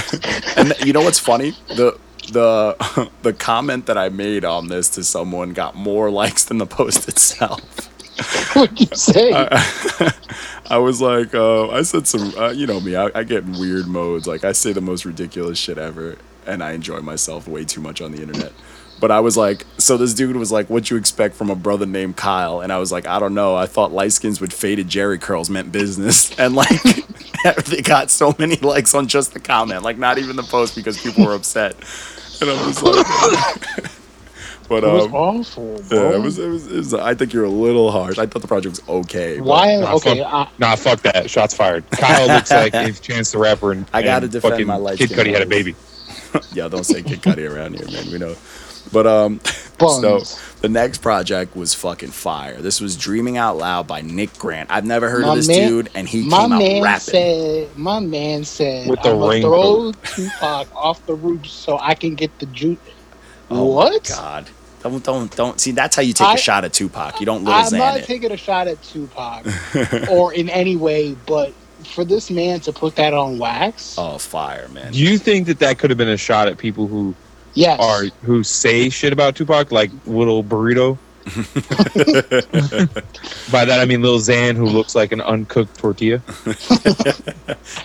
And th- you know what's funny? The the the comment that I made on this to someone got more likes than the post itself. what you say. Uh, I was like, uh, I said some, uh, you know me, I, I get in weird modes. Like, I say the most ridiculous shit ever, and I enjoy myself way too much on the internet. But I was like, so this dude was like, what you expect from a brother named Kyle? And I was like, I don't know. I thought light skins with faded Jerry curls meant business. And like, they got so many likes on just the comment, like, not even the post because people were upset. And I was like, but, it was um, awful. Bro. yeah, it was, it was, it was, I think you're a little harsh. I thought the project was okay. but- Why? Nah, okay, uh, fuck, I, nah, fuck that. Shots fired. Kyle looks like if Chance the Rapper and I gotta and defend fucking my life Kid skin Cudi had a colors. baby. yeah, don't say Kid Cudi around here, man. We know. But um, so Buns. the next project was fucking fire. This was "Dreaming Out Loud" by Nick Grant. I've never heard My of this man- dude, and he my came out man rapping. said, my man said, With the I'm gonna throw raincoat. Tupac off the roof so I can get the juice. oh my what? God, don't don't don't see. That's how you take a I- shot at Tupac. You don't little I'm not Xan it. taking a shot at Tupac or in any way, but for this man to put that on wax, oh, fire, man. Do you think that that could have been a shot at people who yes, are who say shit about Tupac, like Little Burrito? By that I mean Lil Xan, who looks like an uncooked tortilla.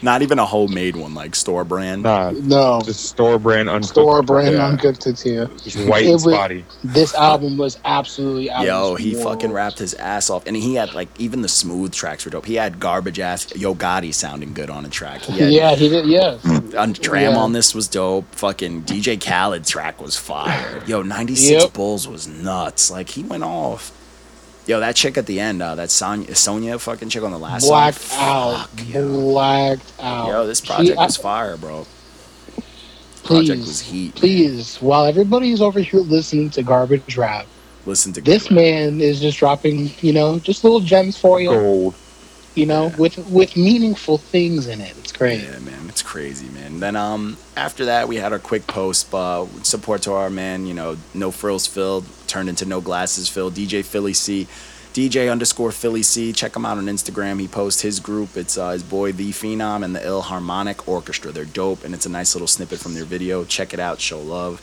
not even a homemade one, like store brand. Nah, no just store brand uncooked. store brand Yeah. uncooked tortilla. Just white It and was- spotty. This album was absolutely out Yo, of this he world. fucking rapped his ass off, and he had like even the smooth tracks were dope. He had garbage ass Yo Gotti sounding good on a track. He had Yeah, he did. Yeah, on Dram Yeah. on this was dope. Fucking DJ Khaled track was fire. Yo, 96 Yep. Bulls was nuts. Like he went off. Yo, that chick at the end, uh, that Sonya, Sonya fucking chick on the last blacked song. out, Fuck, yo. blacked out. Yo, this She- project I- was fire, bro. please, project was heat, man. Please, while everybody's over here listening to garbage rap, Listen to this Khaled. man is just dropping, you know, just little gems for you. Gold. you know, with with meaningful things in it. It's great. Yeah, man, it's crazy, man. Then um, after that, we had our quick post, uh, support to our man, you know, no frills filled turned into no glasses filled. DJ Philly C, DJ underscore Philly C. Check him out on Instagram. He posts his group. It's uh, his boy The Phenom and the Ill Harmonic Orchestra. They're dope, and it's a nice little snippet from their video. Check it out. Show love.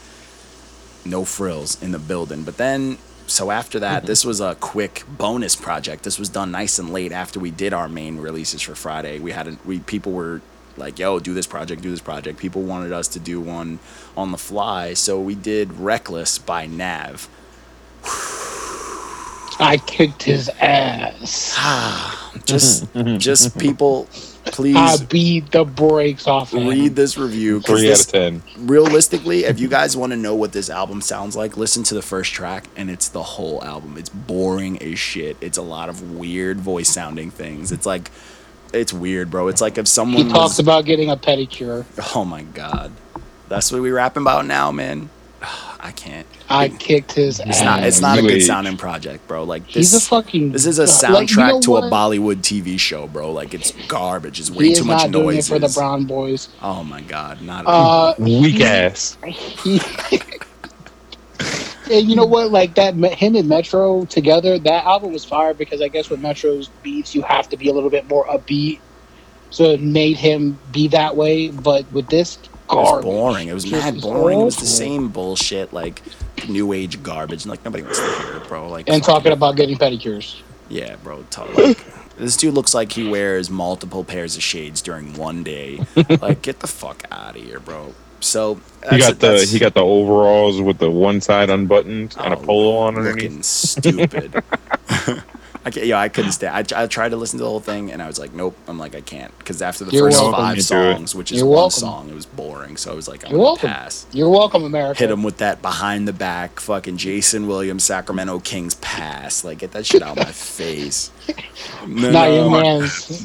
No frills in the building. But then so after Mm-hmm. that, this was a quick bonus project. This was done nice and late after we did our main releases for Friday. We had a, we people were like, "Yo, do this project, do this project." People wanted us to do one on the fly, so we did "Reckless" by Nav. I kicked his ass. Ah, Just, Mm-hmm. just people, I please beat the brakes off him. read this review. 'cause Ah, Three out this- of ten. realistically, if you guys want to know what this album sounds like, listen to the first track and it's the whole album. It's boring as shit. It's a lot of weird voice sounding things. It's like it's weird, bro. It's like if someone He talks was, about getting a pedicure. Oh my god. That's what we rapping about now, man. I can't. I kicked his ass. It's not it's not a good Wait. sounding project, bro. Like this He's a fucking. This is a like, you soundtrack know to a what? Bollywood TV show, bro. Like it's garbage. It's He way is too much not doing it noise. for the Brown Boys. Oh my god, not at all. Uh, Weak ass. he, and you know what? Like that, him and Metro together, that album was fire because I guess with Metro's beats, you have to be a little bit more upbeat. So it made him be that way. But with this, It was garbage. boring. It was Just mad boring. It was the awful. same bullshit, like new age garbage. and, Like nobody wants to hear it, bro. Like And fuck talking it. about getting pedicures. yeah, bro. Talk, like, this dude looks like he wears multiple pairs of shades during one day. like get the fuck out of here, bro. So He that's- got the that's he got the overalls with the one side unbuttoned and a Oh, polo on underneath. looking stupid. I can't, yeah, I couldn't stand. I, I tried to listen to the whole thing, and I was like, nope. I'm like, I can't, because after the You're first welcome. five You do it. songs, which is You're one welcome. song, it was boring. So I was like, I'm You're gonna welcome. pass. You're welcome, America. hit him with that behind the back fucking Jason Williams Sacramento Kings pass. Like get that shit out of my face. No, Not no, your man's.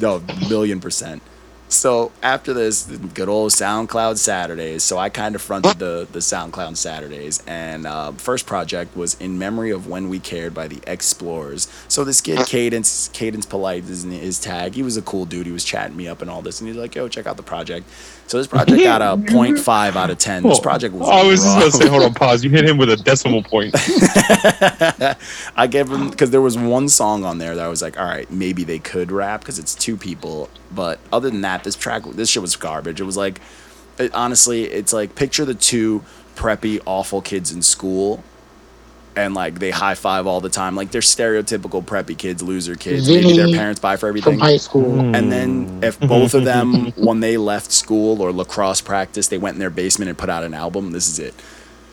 no, million percent. So after this, good old SoundCloud Saturdays. So I kind of fronted the the SoundCloud Saturdays, and uh, first project was "In Memory of When We Cared" by the Explorers. So this kid, Cadence, Cadence Polite is in his tag. He was a cool dude. He was chatting me up and all this, and he's like, "Yo, check out the project." So this project got a 0.5 out of 10. This project was Oh, I was just rough. gonna say, hold on, pause. You hit him with a decimal point. I gave him because there was one song on there that I was like, all right, maybe they could rap because it's two people. But other than that, this track, this shit was garbage. It was like, it, honestly, it's like picture the two preppy, awful kids in school. And like they high five all the time, like they're stereotypical preppy kids, loser kids. Maybe their Vinny parents buy for From everything. high school. And then if both of them, when they left school or lacrosse practice, they went in their basement and put out an album. This is it.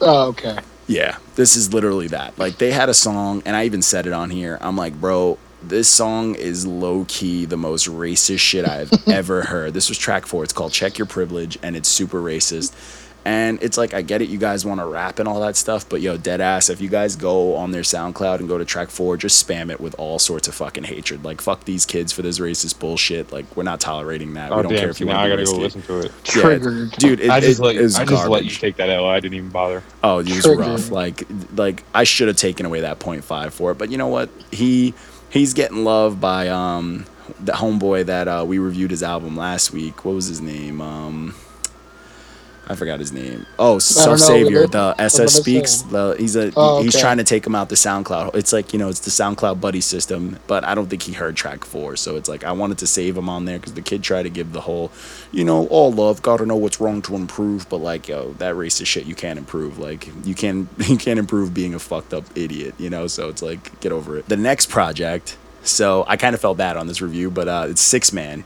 Oh, okay. Yeah, this is literally that. Like they had a song, and I even said it on here. I'm like, bro, this song is low key the most racist shit I've ever heard. This was track four. It's called "Check Your Privilege," and it's super racist. And it's like I get it, you guys want to rap and all that stuff, but yo, dead ass, if you guys go on their SoundCloud and go to track four, just spam it with all sorts of fucking hatred. Like fuck these kids for this racist bullshit. Like we're not tolerating that. we Oh don't damn! care if see, you now I want to gotta be go risky. listen to it. Yeah, Triggered. dude. It, I just it let is I just let you garbage. take that L. I didn't even bother. Oh, it was Triggered. rough. Like like I should have taken away that 0.5 for it, but you know what? He he's getting love by um the homeboy that uh, we reviewed his album last week. What was his name? Um I forgot his name. Oh, Self Savior, look- the what SS did I Speaks. say? The, he's a Oh, he's okay. trying to take him out the SoundCloud. It's like you know it's the SoundCloud buddy system, but I don't think he heard track four. So it's like I wanted to save him on there because the kid tried to give the whole, you know, all love. Gotta know what's wrong to improve, but like yo, that racist shit you can't improve. Like you can you can't improve being a fucked up idiot, you know. So it's like get over it. The next project. So I kind of felt bad on this review, but uh, it's six man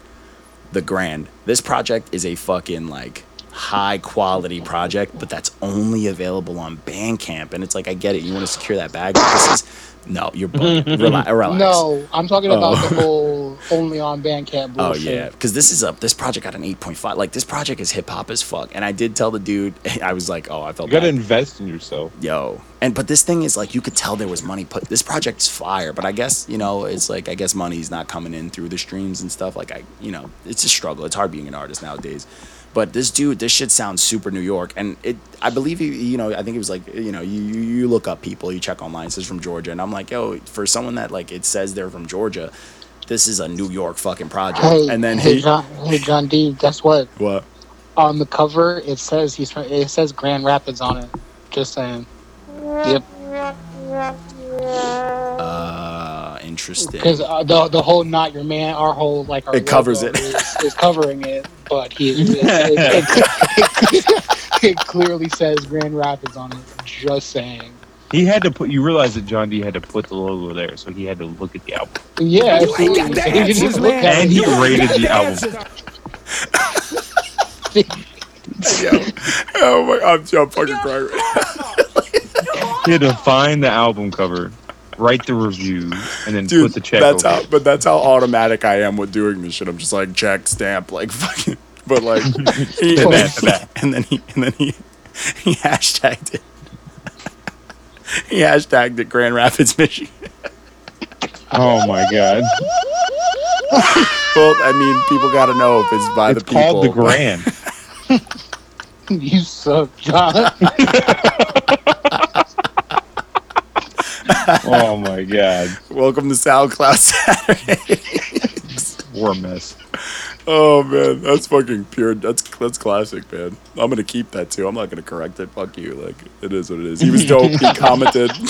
the grand. This project is a fucking like high quality project, but that's only available on Bandcamp. And it's like, I get it. You want to secure that bag. But this is no, you're bugging. Relax. relax. No, I'm talking about Oh. the whole only on Bandcamp Oh bullshit. yeah, because this is a this project got an eight point five. Like this project is hip hop as fuck. And I did tell the dude, I was like, oh, I felt You gotta bad. invest in yourself. yo and but this thing is like you could tell there was money put this project's fire but i guess you know it's like i guess money's not coming in through the streams and stuff like i you know it's a struggle it's hard being an artist nowadays but this dude this shit sounds super new york and it i believe he you know i think it was like you know you you you look up people you check online it says from georgia and i'm like yo for someone that like it says they're from georgia this is a New York fucking project. Hey, and then hey, he, John, hey, John D. Guess what? what? On the cover, it says he's from. It says Grand Rapids on it. Just saying. Yep. Uh, interesting. Because uh, the the whole not your man, our whole like our It covers logo it. is, is covering it, but he is, it, it, it- it clearly says Grand Rapids on it. Just saying. He had to put. You realize that John D had to put the logo there, so he had to look at the album. Yeah, You ain't got the absolutely. He didn't answers, even look man. at it. And he You ain't rated got the album. answers. oh my, I'm, I'm fucking crying. He had to find the album cover, write the review, and then Dude, put the check. that's over how, it. but that's how automatic I am with doing this shit. I'm just like check, stamp, like fucking. But like, he, and, then, and then he and then he he hashtagged it. he hashtagged it Grand Rapids, Michigan. Oh my god. Well, I mean, people got to know if it's by It's the people. called the Grand. You suck, John. Oh my god. Welcome to SoundCloud Saturday. We're a mess. oh man, that's fucking pure. That's that's classic, man. I'm gonna keep that too. I'm not gonna correct it. Fuck you. Like it is what it is. He was dope. he commented.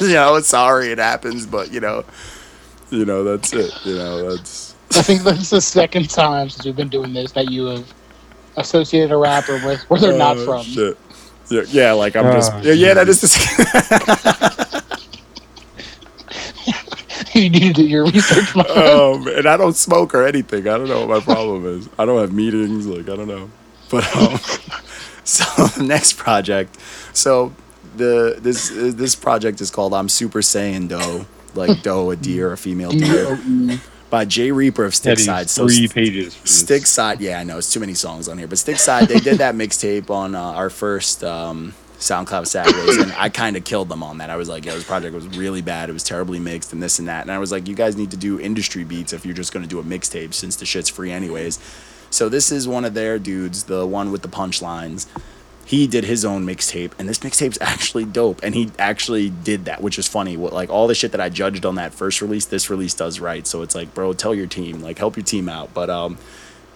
you know, sorry it happens, but you know, you know that's it. You know that's. I think that's the second time since we've been doing this that you have associated a rapper with where they're not Oh, from. Shit. Yeah, yeah, like I'm just. Ah. Oh, Yeah, yeah, that is. The, you need to do your research. man. um, and I don't smoke or anything. I don't know what my problem is. I don't have meetings. Like I don't know. But um, so next project. So the this this project is called "I'm Super Saiyan Doe," like Doe, a deer, a female deer, by Jay Reaper of Stick Teddy's Side. So three pages. for this. Stick Side, yeah, I know it's too many songs on here, but Stick Side, they did that mixtape on uh, our first um, SoundCloud Saturdays, and I kind of killed them on that. I was like, yeah, this project was really bad. It was terribly mixed and this and that. And I was like, you guys need to do industry beats if you're just going to do a mixtape since the shit's free, anyways. So this is one of their dudes, the one with the punchlines. He did his own mixtape, and this mixtape's actually dope. And he actually did that, which is funny. What like all the shit that I judged on that first release, this release does right. So it's like, bro, tell your team, like help your team out. But um,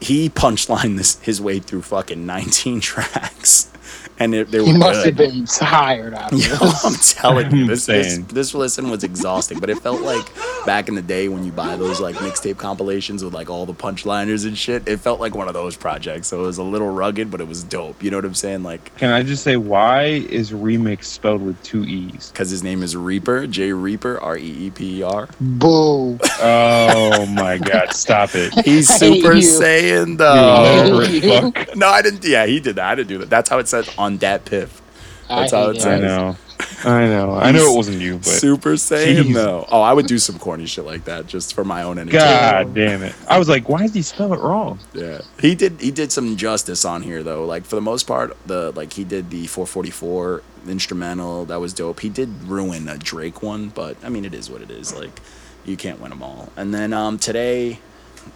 he punchlined this his way through fucking 19 tracks, and it, they were He must good. have been tired out of Yo, it. I'm telling you, this, this Insane. this listen was exhausting, but it felt like back in the day when you buy those like mixtape compilations with like all the punchliners and shit. It felt like one of those projects. So it was a little rugged, but it was dope. You know what I'm saying? Like Can I just say why is remix spelled with two e's? because his name is Reaper, J Reaper, R E E P E R. Boo. Oh my god. Stop it. He's I hate Super you. Saiyan hate though. you. Literate fuck. No, I didn't. Yeah, he did that. I didn't do that. That's how it says on that piff. That's how hate it you. I sounds. know. I know. I know it wasn't you, but Super Saiyan Jeez. though. Oh, I would do some corny shit like that just for my own entertainment. god damn it. I was like, why is he spell it wrong? Yeah, he did. He did some justice on here though. Like for the most part, the like he did the 444 instrumental that was dope. He did ruin a Drake one, but I mean it is what it is. Like you can't win them all. And then um today,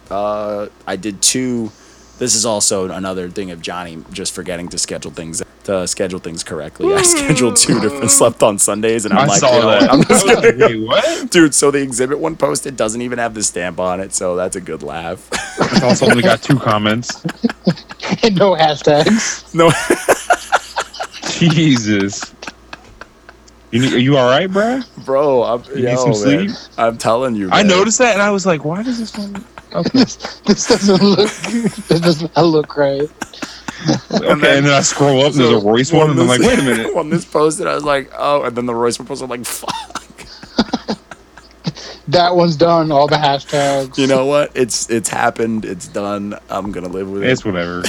uh I did two. This is also another thing of Johnny just forgetting to schedule things to schedule things correctly. I scheduled two different slept on Sundays, and I'm i like, saw you know, that. I'm I'm just like, wait, what? dude. So the exhibit one posted doesn't even have the stamp on it, so that's a good laugh. I also only got two comments. And no hashtags. no. Jesus. You need, are you all right, bro? Bro, I'm, need yo, some man. sleep? I'm telling you. I man. noticed that and I was like, why does this one? this, this doesn't look. This doesn't look right. Okay, and then, I scroll up and there's a Royce When one, and I'm this- like, wait a minute. when this posted, I was like, oh, and then the Royce one posted, I'm like, fuck. That one's done. All the hashtags. You know what? It's it's happened. It's done. I'm gonna live with it. It's whatever.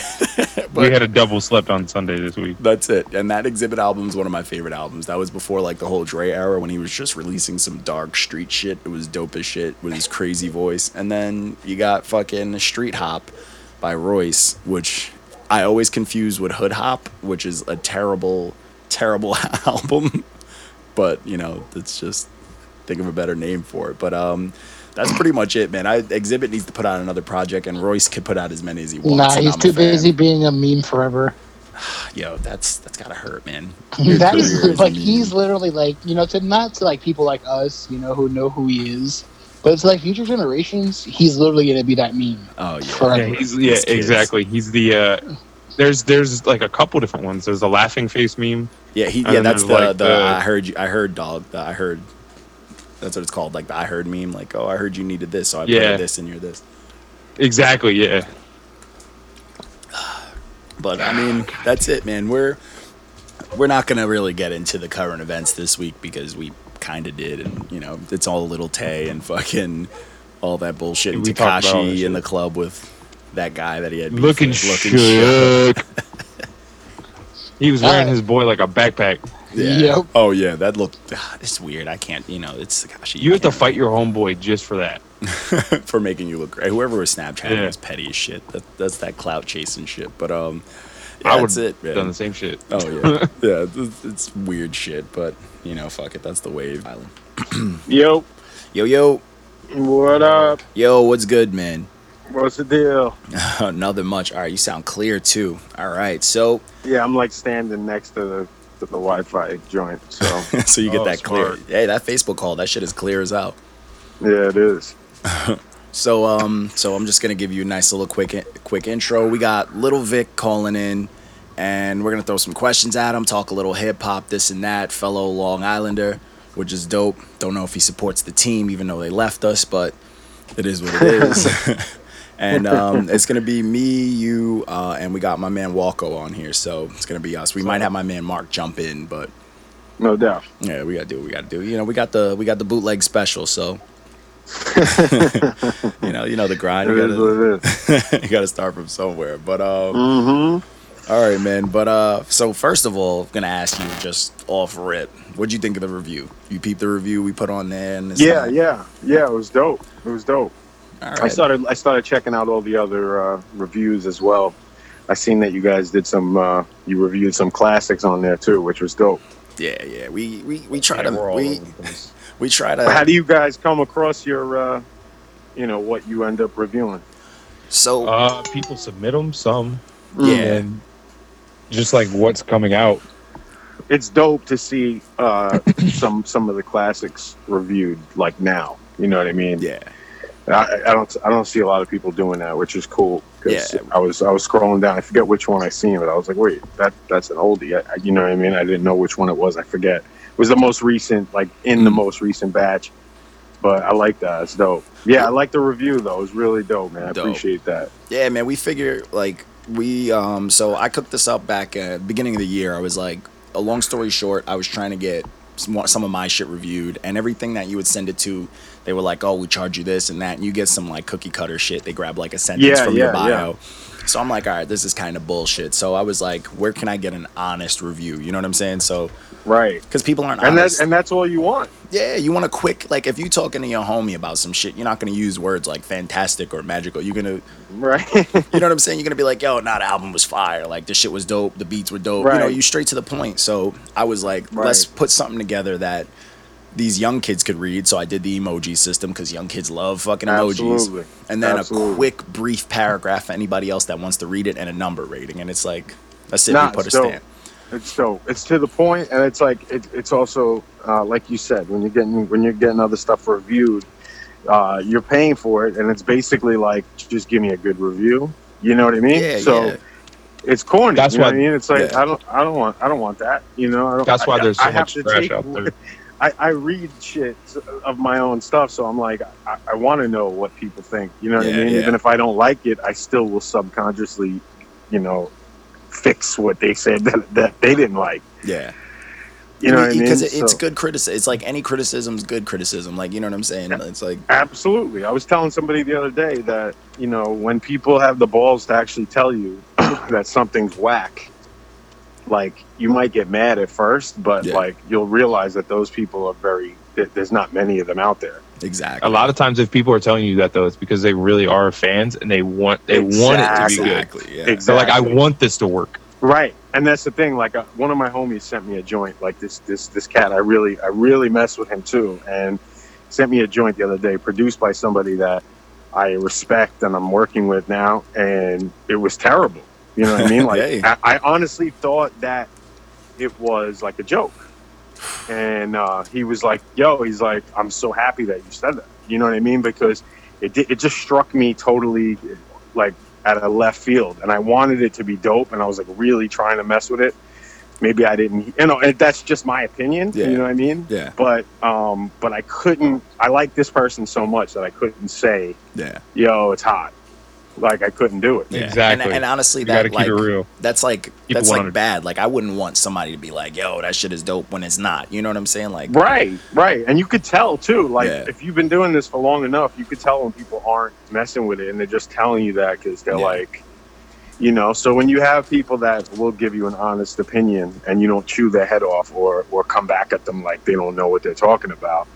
we had a double slept on Sunday this week. That's it. And that exhibit album is one of my favorite albums. That was before like the whole Dre era when he was just releasing some dark street shit. It was dope as shit with his crazy voice. And then you got fucking Street Hop by Royce, which I always confuse with Hood Hop, which is a terrible, terrible album. But you know, it's just think of a better name for it. But um that's pretty much it, man. I exhibit needs to put out another project and Royce could put out as many as he wants. nah, and he's I'm a too fan. busy being a meme forever. Yo, that's that's gotta hurt, man. Your That career is is like mean. he's literally like you know to not to like people like us you know who know who he is. But it's like future generations, he's literally going to be that meme. Oh yeah. Forever. Yeah, he's, yeah These kids. exactly. He's the uh, there's there's like a couple different ones. There's a laughing face meme. Yeah, he, I yeah, that's the, remember, like, the the- I heard you, I heard dog the I heard that's what it's called like the I heard meme like oh I heard you needed this so I Yeah. put this and you're this Exactly. Yeah. but Ah, I mean that's it man we're we're not gonna really get into the current events this week because we kind of did and you know it's all little Tay and fucking all that bullshit and We talked about all Takashi that in the club with that guy that he had beef Looking with, shook. Uh, he was wearing his boy like a backpack. yeah Yep. oh yeah that looked ah, it's weird I can't you know it's Takashi You have to can't- fight your homeboy just for that. for making you look great. Whoever was Snapchatting Yeah. was petty as shit. That, that's that clout chasing shit. But um, yeah, I would that's have it. man. done the same shit. Oh yeah, yeah. It's, it's weird shit, but you know, fuck it. That's the wave. Island. Yo, Yo yo what up? yo, what's good, man? What's the deal? Nothing much. All right, you sound clear too. All right, so Yeah, I'm like standing next to the to the Wi-Fi joint. So so you get Oh, that clear. smart. Hey, that Facebook call, that shit is clear as out. yeah, it is. So um, so I'm just gonna give you a nice little quick quick intro. We got Little Vic calling in, and we're gonna throw some questions at him, talk a little hip hop, this and that. Fellow Long Islander, which is dope. Don't know if he supports the team, even though they left us, but it is what it is. and um, it's gonna be me, you, uh, and we got my man Walko on here, so it's gonna be us. We might have my man Mark jump in, but No doubt. yeah, we gotta do what we gotta do. You know, we got the we got the bootleg special, so you know, you know the grind. It You is gotta, what it is. you gotta start from somewhere. But um, Mm-hmm. all right, man. But uh, so first of all, I'm gonna ask you just off rip, what'd you think of the review? You peeped the review we put on there, and this Yeah, and yeah, yeah. It was dope. It was dope. that? All I right. started I started checking out all the other uh, reviews as well. I seen that you guys did some uh, you reviewed some classics on there too, which was dope. yeah, yeah. We we we try Yeah, we're to all we over the place. we try to. How do you guys come across your uh, you know what you end up reviewing? so Uh, people submit them some. yeah, And just like what's coming out. It's dope to see uh, some some of the classics reviewed like now. You know what I mean? yeah. I, I don't I don't see a lot of people doing that, which is cool. 'cause Yeah. I was I was scrolling down. I forget which one I seen, but I was like, wait, that that's an oldie. I, I- you know what I mean? I didn't know which one it was. I forget. It was the most recent, like in Mm. the most recent batch. But I like that. It's dope. Yeah, I like the review though. It was really dope, man. I Dope. appreciate that. Yeah, man, we figure like we um so I cooked this up back at beginning of the year. I was like, a long story short, I was trying to get some, some of my shit reviewed and everything that you would send it to, they were like, "Oh, we charge you this and that." And you get some like cookie cutter shit. They grab like a sentence Yeah, from your yeah, bio. So I'm like, "All right, this is kind of bullshit." So I was like, "Where can I get an honest review?" You know what I'm saying? So Right. cuz people aren't And honest. that's and that's all you want. Yeah, you want a quick like if you talking to your homie about some shit, you're not going to use words like fantastic or magical. You're going to Right. you know what I'm saying? You're gonna be like, yo, nah, the album was fire. Like this shit was dope. The beats were dope. You know, Right. you straight to the point. So I was like, Right. let's put something together that these young kids could read. So I did the emoji system because young kids love fucking emojis. Absolutely. And then a Absolutely. quick, brief paragraph for anybody else that wants to read it, and a number rating. And it's like, that's it. we Nah, put a it's dope. stamp. It's dope. It's to the point, and it's like it, it's also uh, like you said when you're getting when you're getting other stuff reviewed, uh, you're paying for it, and it's basically like just give me a good review. You know what I mean? Yeah, so yeah. it's corny. That's you know why- what I mean. It's like yeah. I don't I don't want I don't want that. You know. I don't, That's why I- there's so I have much to trash take- out there. I, I read shit of my own stuff, so I'm like, I, I want to know what people think. You know what Yeah, I mean? yeah. Even if I don't like it, I still will subconsciously, you know, fix what they said that, that they didn't like. Yeah. You know what I mean? Because it- it's So- good criticism. It's like any criticism's good criticism. Like, you know what I'm saying? It's like, Absolutely. I was telling somebody the other day that, you know, when people have the balls to actually tell you that something's whack, like you might get mad at first, but Yeah. like you'll realize that those people are very, th- there's not many of them out there. exactly. A lot of times, if people are telling you that though, it's because they really are fans and they want they want it to be good. Exactly. Yeah. Exactly. They're like, I want this to work. Right, and that's the thing. Like uh, one of my homies sent me a joint. Like this, this, this cat. I really, I really mess with him too, and sent me a joint the other day, produced by somebody that I respect and I'm working with now, and it was terrible. You know what I mean? Like Hey. I, I honestly thought that it was like a joke, and uh, he was like, "Yo," he's like, "I'm so happy that you said that." You know what I mean? Because it di- it just struck me totally like at a left field, and I wanted it to be dope, and I was like really trying to mess with it. Maybe I didn't, you know. And that's just my opinion. Yeah. You know what I mean? Yeah. But um, but I couldn't. I like this person so much that I couldn't say, Yeah. "Yo, it's hot." Like I couldn't do it. Yeah. Exactly. And, and honestly, You that gotta keep like it real. that's like it that's like 100. bad. Like I wouldn't want somebody to be like, "Yo, that shit is dope" when it's not. You know what I'm saying? Like, Right, right. And you could tell too, like Yeah. if you've been doing this for long enough, you could tell when people aren't messing with it and they're just telling you that because they're Yeah. like, you know. So when you have people that will give you an honest opinion and you don't chew their head off or or come back at them like they don't know what they're talking about,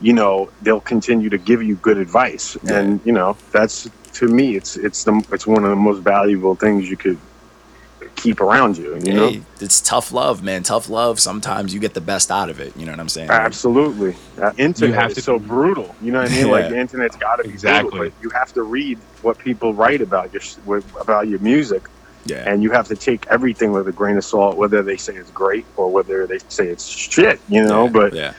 you know, they'll continue to give you good advice. Yeah. And you know, that's to me, it's it's the it's one of the most valuable things you could keep around you. You know. hey, it's tough love, man. Tough love. Sometimes you get the best out of it. You know what I'm saying? Absolutely. Uh, internet have is to- so brutal. You know what I mean? Like Yeah. the internet's got to be Exactly. brutal, but you have to read what people write about your sh- with- about your music, yeah. and you have to take everything with a grain of salt, whether they say it's great or whether they say it's shit. You know, yeah, but yeah.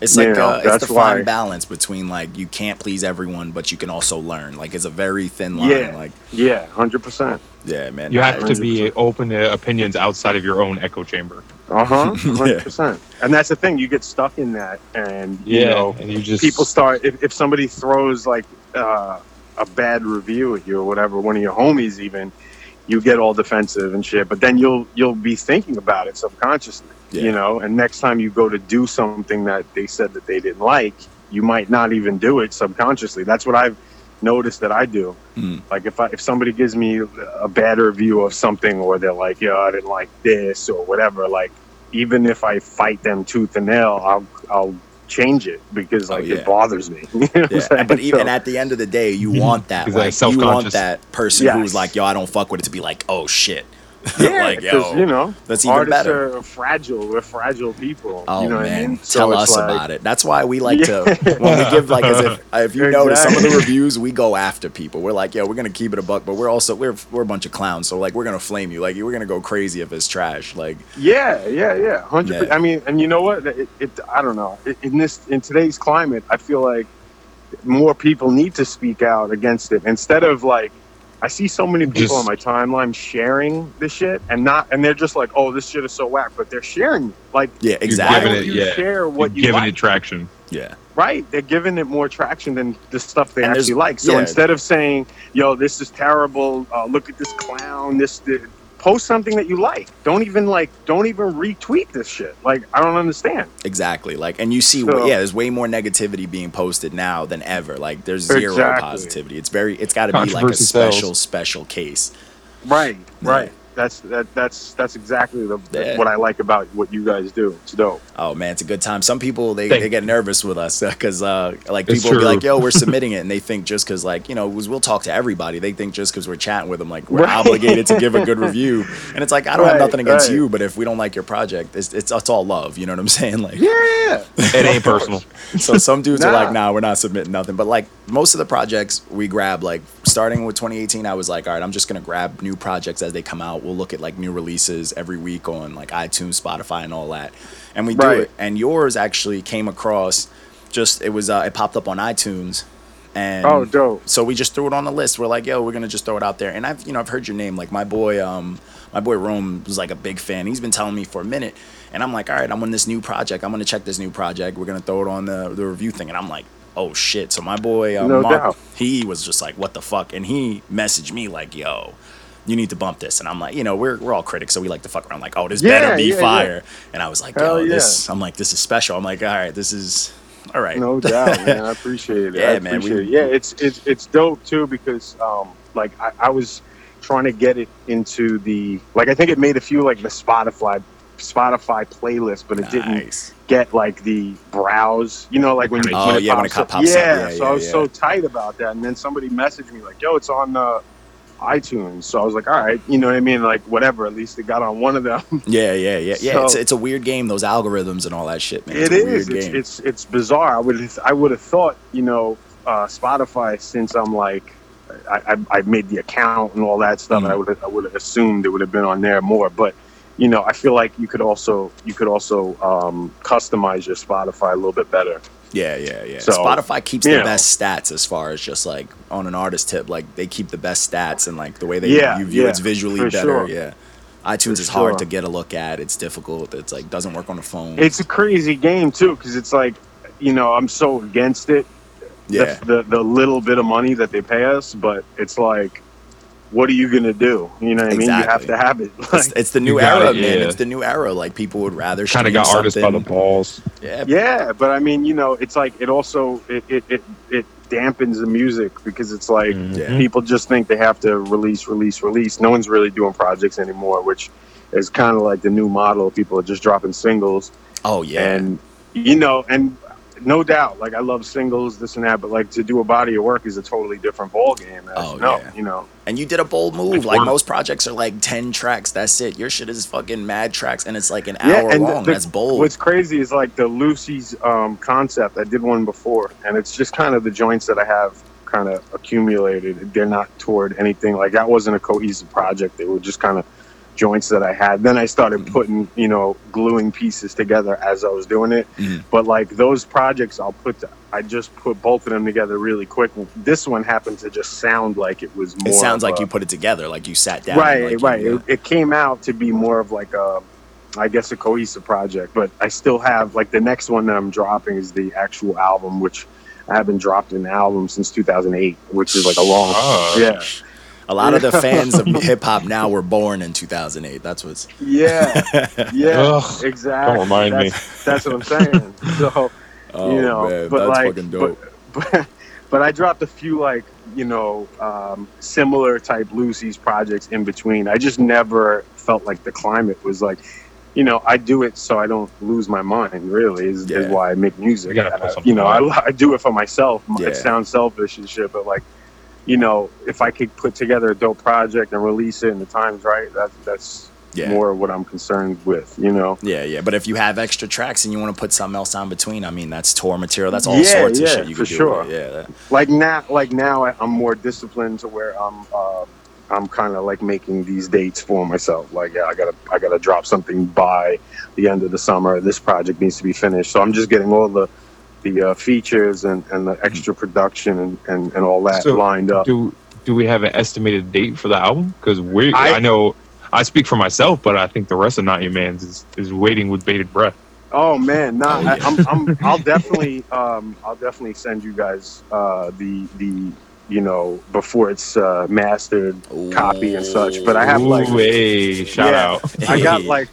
It's you like know, uh, it's the that's fine why- balance between like you can't please everyone, but you can also learn. Like it's a very thin line. Yeah. Like yeah, hundred percent. yeah, man. You I- have to be open to opinions outside of your own echo chamber. Uh huh. Hundred percent. And that's the thing. You get stuck in that, and you know, and you just people start if, if somebody throws like uh, a bad review at you or whatever one of your homies even you get all defensive and shit but then you'll you'll be thinking about it subconsciously Yeah. you know and next time you go to do something that they said that they didn't like you might not even do it subconsciously that's what i've noticed that i do Mm. like if I, if somebody gives me a bad review of something or they're like yeah i didn't like this or whatever like even if i fight them tooth and nail i'll i'll change it because Oh, like yeah. it bothers me You know what I'm Yeah, saying? but even So- at the end of the day, you want that. He's, like, Like, you want self-conscious. that person Yes. who's like, "Yo, I don't fuck with it," to be like, "Oh shit." yeah, like, 'cause, yo, you know, that's even artists better. are fragile. We're fragile people. Oh you know man, what I mean? tell us about it. That's why we like to when we give like as if if you notice some of the Exactly. reviews we go after people. We're like, yo, we're gonna keep it a buck, but we're also we're we're a bunch of clowns, so like we're gonna flame you, like we're gonna go crazy if it's trash. Like Yeah, yeah, yeah. Hundred. Yeah. percent. I mean, and you know what? It, it I don't know. It, in this, in today's climate, I feel like more people need to speak out against it instead of like. I see so many people Just- on my timeline sharing this shit and not, and they're just like, "Oh, this shit is so whack," but they're sharing it. Like, yeah, why exactly. don't giving it- you yeah. share what you giving like? it traction. yeah, Right, they're giving it more traction than the stuff they And there's- actually like. So yeah. instead of saying, "Yo, this is terrible," uh, "Look at this clown," this, th- post something that you like. Don't even like, don't even retweet this shit. Like, I don't understand. exactly. Like, and you see, So- yeah, there's way more negativity being posted now than ever. Like, there's zero Exactly. positivity. It's very, it's got to be like a Controversy sells. special, special case. Right, right. That's that. That's that's exactly the, Yeah. what I like about what you guys do. It's dope. Oh man, it's a good time. Some people they, Thank- they get nervous with us because uh, like It's people will be true. like, "Yo, we're submitting it," and they think just because like you know 'cause we'll talk to everybody, they think just because we're chatting with them like we're Right. obligated to give a good review. And it's like I don't have Right, nothing against right. you, but if we don't like your project, it's, it's it's all love. You know what I'm saying? Like Yeah. It ain't personal. so some dudes are Nah. like, "Nah, we're not submitting nothing." But like most of the projects we grab, like starting with 2018, I was like, "All right, I'm just gonna grab new projects as they come out. We'll look at like new releases every week on like iTunes, Spotify, and all that." And we do Right. it. And yours actually came across. Just it was uh, it popped up on iTunes. And Oh, dope. so we just threw it on the list. We're like, yo, we're gonna just throw it out there. And I've you know I've heard your name. Like my boy, um, my boy Rome was like a big fan. He's been telling me for a minute. And I'm like, all right, I'm on this new project. I'm gonna check this new project. We're gonna throw it on the the review thing. And I'm like, oh shit. So my boy, um, No Mark, doubt. he was just like, what the fuck? And he messaged me like, yo. You need to bump this, and I'm like, you know, we're, we're all critics, so we like to fuck around. Like, oh, this Yeah, better be yeah, yeah. fire, and I was like, yo, Hell yeah. this. I'm like, this is special. I'm like, all right, this is, all right. No doubt, man. I appreciate it. Yeah, I man, we- appreciate it. Yeah, it's it's it's dope too because um, like I, I was trying to get it into the like I think it made a few like the Spotify Spotify playlist, but it didn't Nice. get like the browse. You know, like when Oh, when it yeah, when pops it up. pops up. yeah, Yeah, So yeah, I was yeah. so tight about that, and then somebody messaged me like, "Yo, it's on the." iTunes, so I was like, all right, you know what I mean, like whatever. At least it got on one of them. Yeah, yeah, yeah, yeah. So- it's it's a weird game. Those algorithms and all that shit, man. It's It a is. Weird It's, game. it's it's bizarre. I would I would have thought you know uh, Spotify since I'm like I, I I made the account and all that stuff. Mhm. I would I would have assumed it would have been on there more, but you know I feel like you could also you could also um, customize your Spotify a little bit better. Yeah, yeah, yeah. So, Spotify keeps you the know. best stats as far as just like on an artist tip, like they keep the best stats and like the way they Yeah, you view yeah, it's visually for better. sure. Yeah. iTunes For is hard sure. to get a look at. It's difficult. It's like doesn't work on the phone. It's a crazy game too, because it's like, you know, I'm so against it. yeah. The, the the little bit of money that they pay us, but it's like, what are you gonna do? You know what I mean? You have Exactly. to have it. It's, Like, it's the new You got era, it, man. yeah. It's the new era. Like people would rather Kind of stream got artists by the something- balls. Yeah, yeah, but I mean, you know, it's like it also it it it, it dampens the music because it's like Yeah. people just think they have to release, release, release. No one's really doing projects anymore, which is kind of like the new model. People are just dropping singles. Oh yeah. and you know and no doubt like i love singles this and that but like to do a body of work is a totally different ball game as Oh, you know, yeah. you know and you did a bold move. It's Like work. most projects are like ten tracks. That's it. Your shit is fucking mad tracks, and it's like an Yeah, hour and the- long. the- That's bold. what's crazy is like the lucy's um, concept i did one before and it's just kind of the joints that i have kind of accumulated they're not toward anything like that wasn't a cohesive project they were just kind of joints that i had then i started Mm-hmm. putting you know gluing pieces together as i was doing it Mhm. but like those projects i'll put i just put both of them together really quick this one happened to just sound like it was more it sounds of like a- you put it together. Like you sat down. right and, like, right you- it, it came out to be more of like a i guess a cohesive project but i still have like the next one that i'm dropping is the actual album which i haven't dropped an album since 2008 which is like a long Oh. yeah A lot of the fans of hip hop now were born in 2008. That's what's. yeah yeah Ugh, exactly don't remind me. that's, that's what i'm saying so Oh you know, man, but that's like, fucking dope. But, but, but I dropped a few like you know um, similar type Lucy's projects in between. I just never felt like the climate was like, you know, I do it so I don't lose my mind. Really, is, Yeah. is why I make music. You gotta And put I- something you know, out. I, I do it for myself. Yeah. It sounds selfish and shit, but like. You know, if I could put together a dope project and release it and the time's right, that, that's yeah. more what I'm concerned with, you know? Yeah, yeah. But if you have extra tracks and you want to put something else on between, I mean, that's tour material. That's all Yeah, sorts of yeah, shit you for can do. sure. with it. Yeah. like now like now I- i'm more disciplined to where i'm uh, i'm kind of like making these dates for myself like yeah i gotta i gotta drop something by the end of the summer this project needs to be finished so i'm just getting all the the uh, features and, and the extra production and, and, and all that So, lined up Do do we have an estimated date for the album? Because we, I- I, know, I speak for myself, but I think the rest of Not Your Man's is, is waiting with bated breath. oh man no Oh, yeah. I, I'm, I'm i'll definitely um i'll definitely send you guys uh the the you know before it's uh mastered Ooh. copy and such but i have like Ooh, hey, shout Yeah. out. I got Hey. like,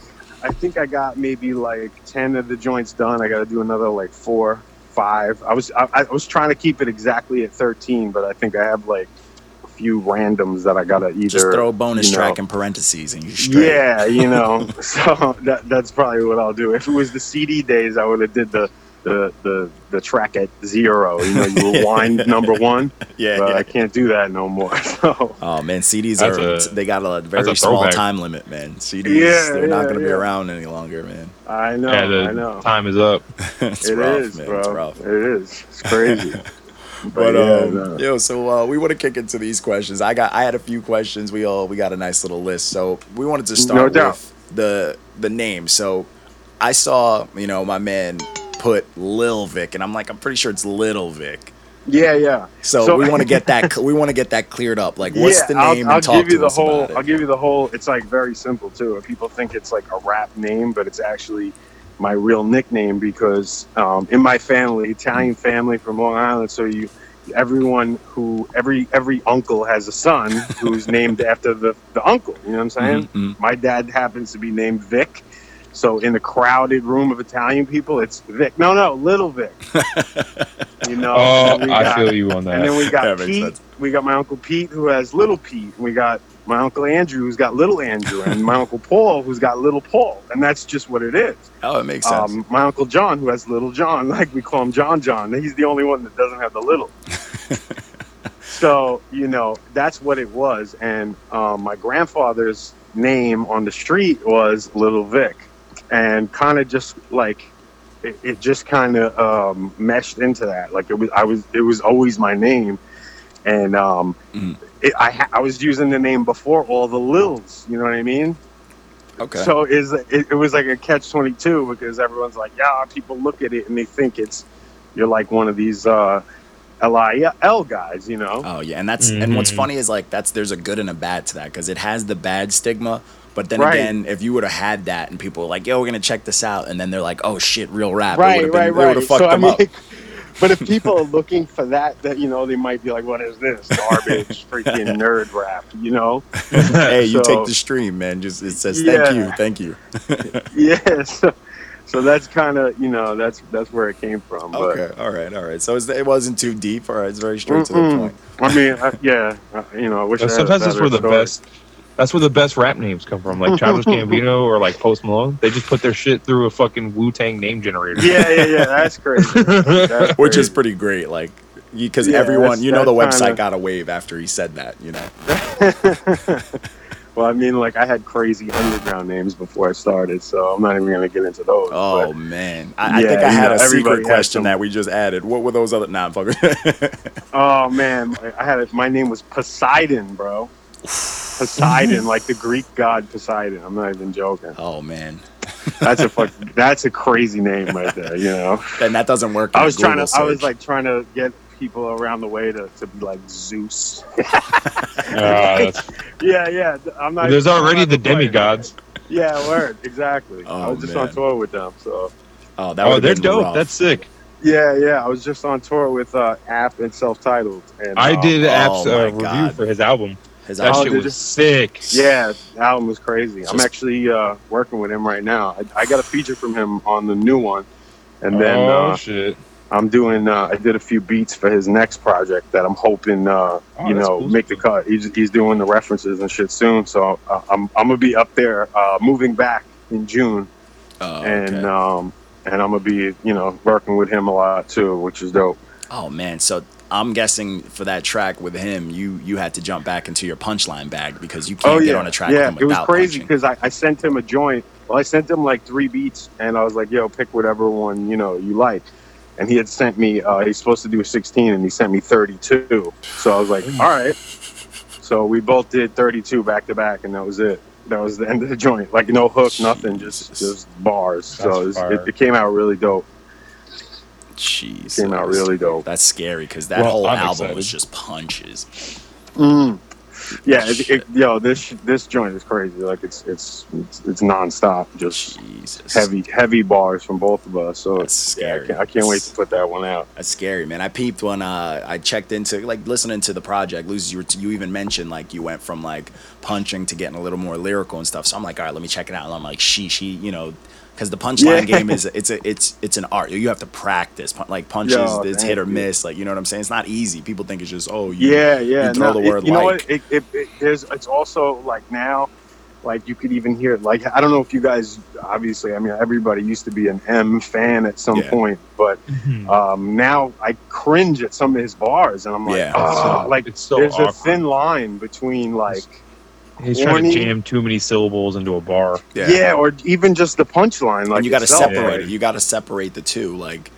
I think I got maybe like ten of the joints done. I got to do another like four, five. I was I, I was trying to keep it exactly at thirteen, but I think I have like a few randoms that I got to either. Just throw a bonus you know. track in parentheses and you straight. Yeah, you know. so that, that's probably what I'll do. If it was the CD days, I would have did the. The, the the track at zero, you know, you rewind number one, yeah, but yeah. I can't do that no more. So Oh man, CDs That's are a- they got a very a small throwback. time limit, man. CDs Yeah, they're not yeah, gonna be yeah. around any longer, man. I know, yeah, I know, the time is up. it's It rough, is, man. bro. It's rough. It is. It's crazy. But yeah, um, no. yo, so uh, we want to kick into these questions. I got, I had a few questions. We all, we got a nice little list. So we wanted to No start doubt. with the the name. So I saw, you know, my man put Lil Vic, and I'm like, I'm pretty sure it's Little Vic. Yeah, yeah. So, So- we want to get that, we want to get that cleared up. Like, what's yeah, the I'll- name? I'll, and talk give you to the us whole. about it. I'll give you the whole. It's like very simple too. And People think it's like a rap name, but it's actually my real nickname because um, in my family, Mm. Italian family from Long Island, so you everyone who every every uncle has a son who's named after the the uncle. You know what I'm saying? Mhm, mhm. My dad happens to be named Vic. So in the crowded room of Italian people, it's Vic. No, no, little Vic. you know, Oh, we I got- feel you on and that. then we That got makes Pete. sense. We got my uncle Pete who has little Pete. And we got my uncle Andrew who's got little Andrew, and my uncle Paul who's got little Paul. And that's just what it is. Oh, it makes sense. Um, my uncle John who has little John, like we call him John John. He's the only one that doesn't have the little. so you know that's what it was. And um, my grandfather's name on the street was Little Vic, and kind of just like it, it just kind of um, meshed into that. Like it was, I was, it was always my name, and um, Mhm. it, I, ha- I was using the name before all the lils. You know what I mean? okay. So is it, it was like a catch twenty two because everyone's like, yeah, people look at it and they think it's you're like one of these uh, LIL guys, you know? Oh yeah, and that's and Mm-hmm. what's funny is like that's there's a good and a bad to that because it has the bad stigma, but then Right. again, if you would have had that and people were like, "Yo, we're gonna check this out," and then they're like, "Oh shit, real rap," it right, would've been- right, it would've right. fucked So I them mean, up. but if people are looking for that, that you know, they might be like, "What is this garbage, freaking nerd rap?" You know? hey, you So- take the stream, man. Just it says Yeah. thank you, thank you. Yeah. So, so that's kind of you know that's that's where it came from. But Okay, all right, all right. So it's, it wasn't too deep. All right, it's very straight to the Mm-mm. point. I mean, I, yeah, I, you know, I wish. I had a Sometimes that's better where the story. best. That's where the best rap names come from, like Childish Gambino or like Post Malone. They just put their shit through a fucking Wu Tang name generator. Yeah, yeah, yeah. That's crazy. That's Which is crazy. pretty great, like because Yeah, everyone, that's- you know, the that's website kinda- got a wave after he said that. You know, Well, I mean, like I had crazy underground names before I started, so I'm not even gonna get into those. oh but- man, I, I Yeah, think I you had know, a everybody secret has question some- that we just added. What were those other? Nah, I'm fucking. Oh man, I- I had it. My name was Poseidon, bro. Poseidon, like the Greek god Poseidon. I'm not even joking. oh man, That's a fuck. that's a crazy name right there. You know, and that doesn't work. in I a was trying to. Google I was search. like trying to get people around the way to, to be like Zeus. Ah, that's- yeah, yeah. I'm not. there's I'm already not the complaining. demigods. Yeah, word. Exactly. I Oh, was just man. on tour with them, so. oh, that Oh, would they're have been dope. rough. That's sick. Yeah, yeah. I was just on tour with uh, App and Self Titled. And I um, did oh App's my uh, review God. for his album. His That Oh, album- shit did was you? sick. Yeah, the album was crazy. I'm Just- actually uh, working with him right now. I, I got a feature from him on the new one, and then oh uh, shit. I'm doing. Uh, I did a few beats for his next project that I'm hoping, uh, Oh, you that's know, cool. make the cut. He's, he's doing the references and shit soon, so uh, I'm I'm gonna be up there, uh, moving back in June, oh, and okay. um, and I'm gonna be, you know, working with him a lot too, which is dope. Oh man, so I'm guessing for that track with him, you you had to jump back into your punchline bag because you can't get on a track Oh, with Yeah, him it was without crazy punching. because I, I sent him a joint. Well, I sent him like three beats, and I was like, "Yo, pick whatever one you know you like." And he had sent me. Uh, he's supposed to do 16, and he sent me 32. So I was like, "All right." So we both did 32 back to back, and that was it. That was the end of the joint. Like no hook, nothing, just Jesus. just bars. so it, was- fire. it, it came out really dope. Jeez, Came out really dope. That's scary because that Well, whole I'm album excited. was just punches. Mm. Yeah, it, Shit. it, yo, this this joint is crazy. Like it's it's it's, it's nonstop. Just Jesus, heavy heavy bars from both of us. So That's scary. Yeah, I, can't, I can't wait to put that one out. That's scary, man. I peeped when uh, I checked into like listening to the project. Loses, you were you even mentioned like you went from like punching to getting a little more lyrical and stuff. So I'm like, all right, let me check it out. And I'm like, sheesh, he, you know, because the punchline Yeah. game is it's a it's it's an art. You have to practice. Pun- Like punches, Yo, it's thank hit or you. miss. Like you know what I'm saying? It's not easy. People think it's just oh you- Yeah, yeah. you throw no, the word it, you know like. what? It, it, it, there's it's also like now, like you could even hear it. Like I don't know if you guys obviously. I mean, everybody used to be an M fan at some Yeah. point, but um, now I cringe at some of his bars, and I'm like, Yeah. "Ah," So- like it's so there's a awkward. thin line between like. He's trying to corny. jam too many syllables into a bar. Yeah. or even just the punchline. Like and you got to itself, separate like- it. You got to separate the two. Like,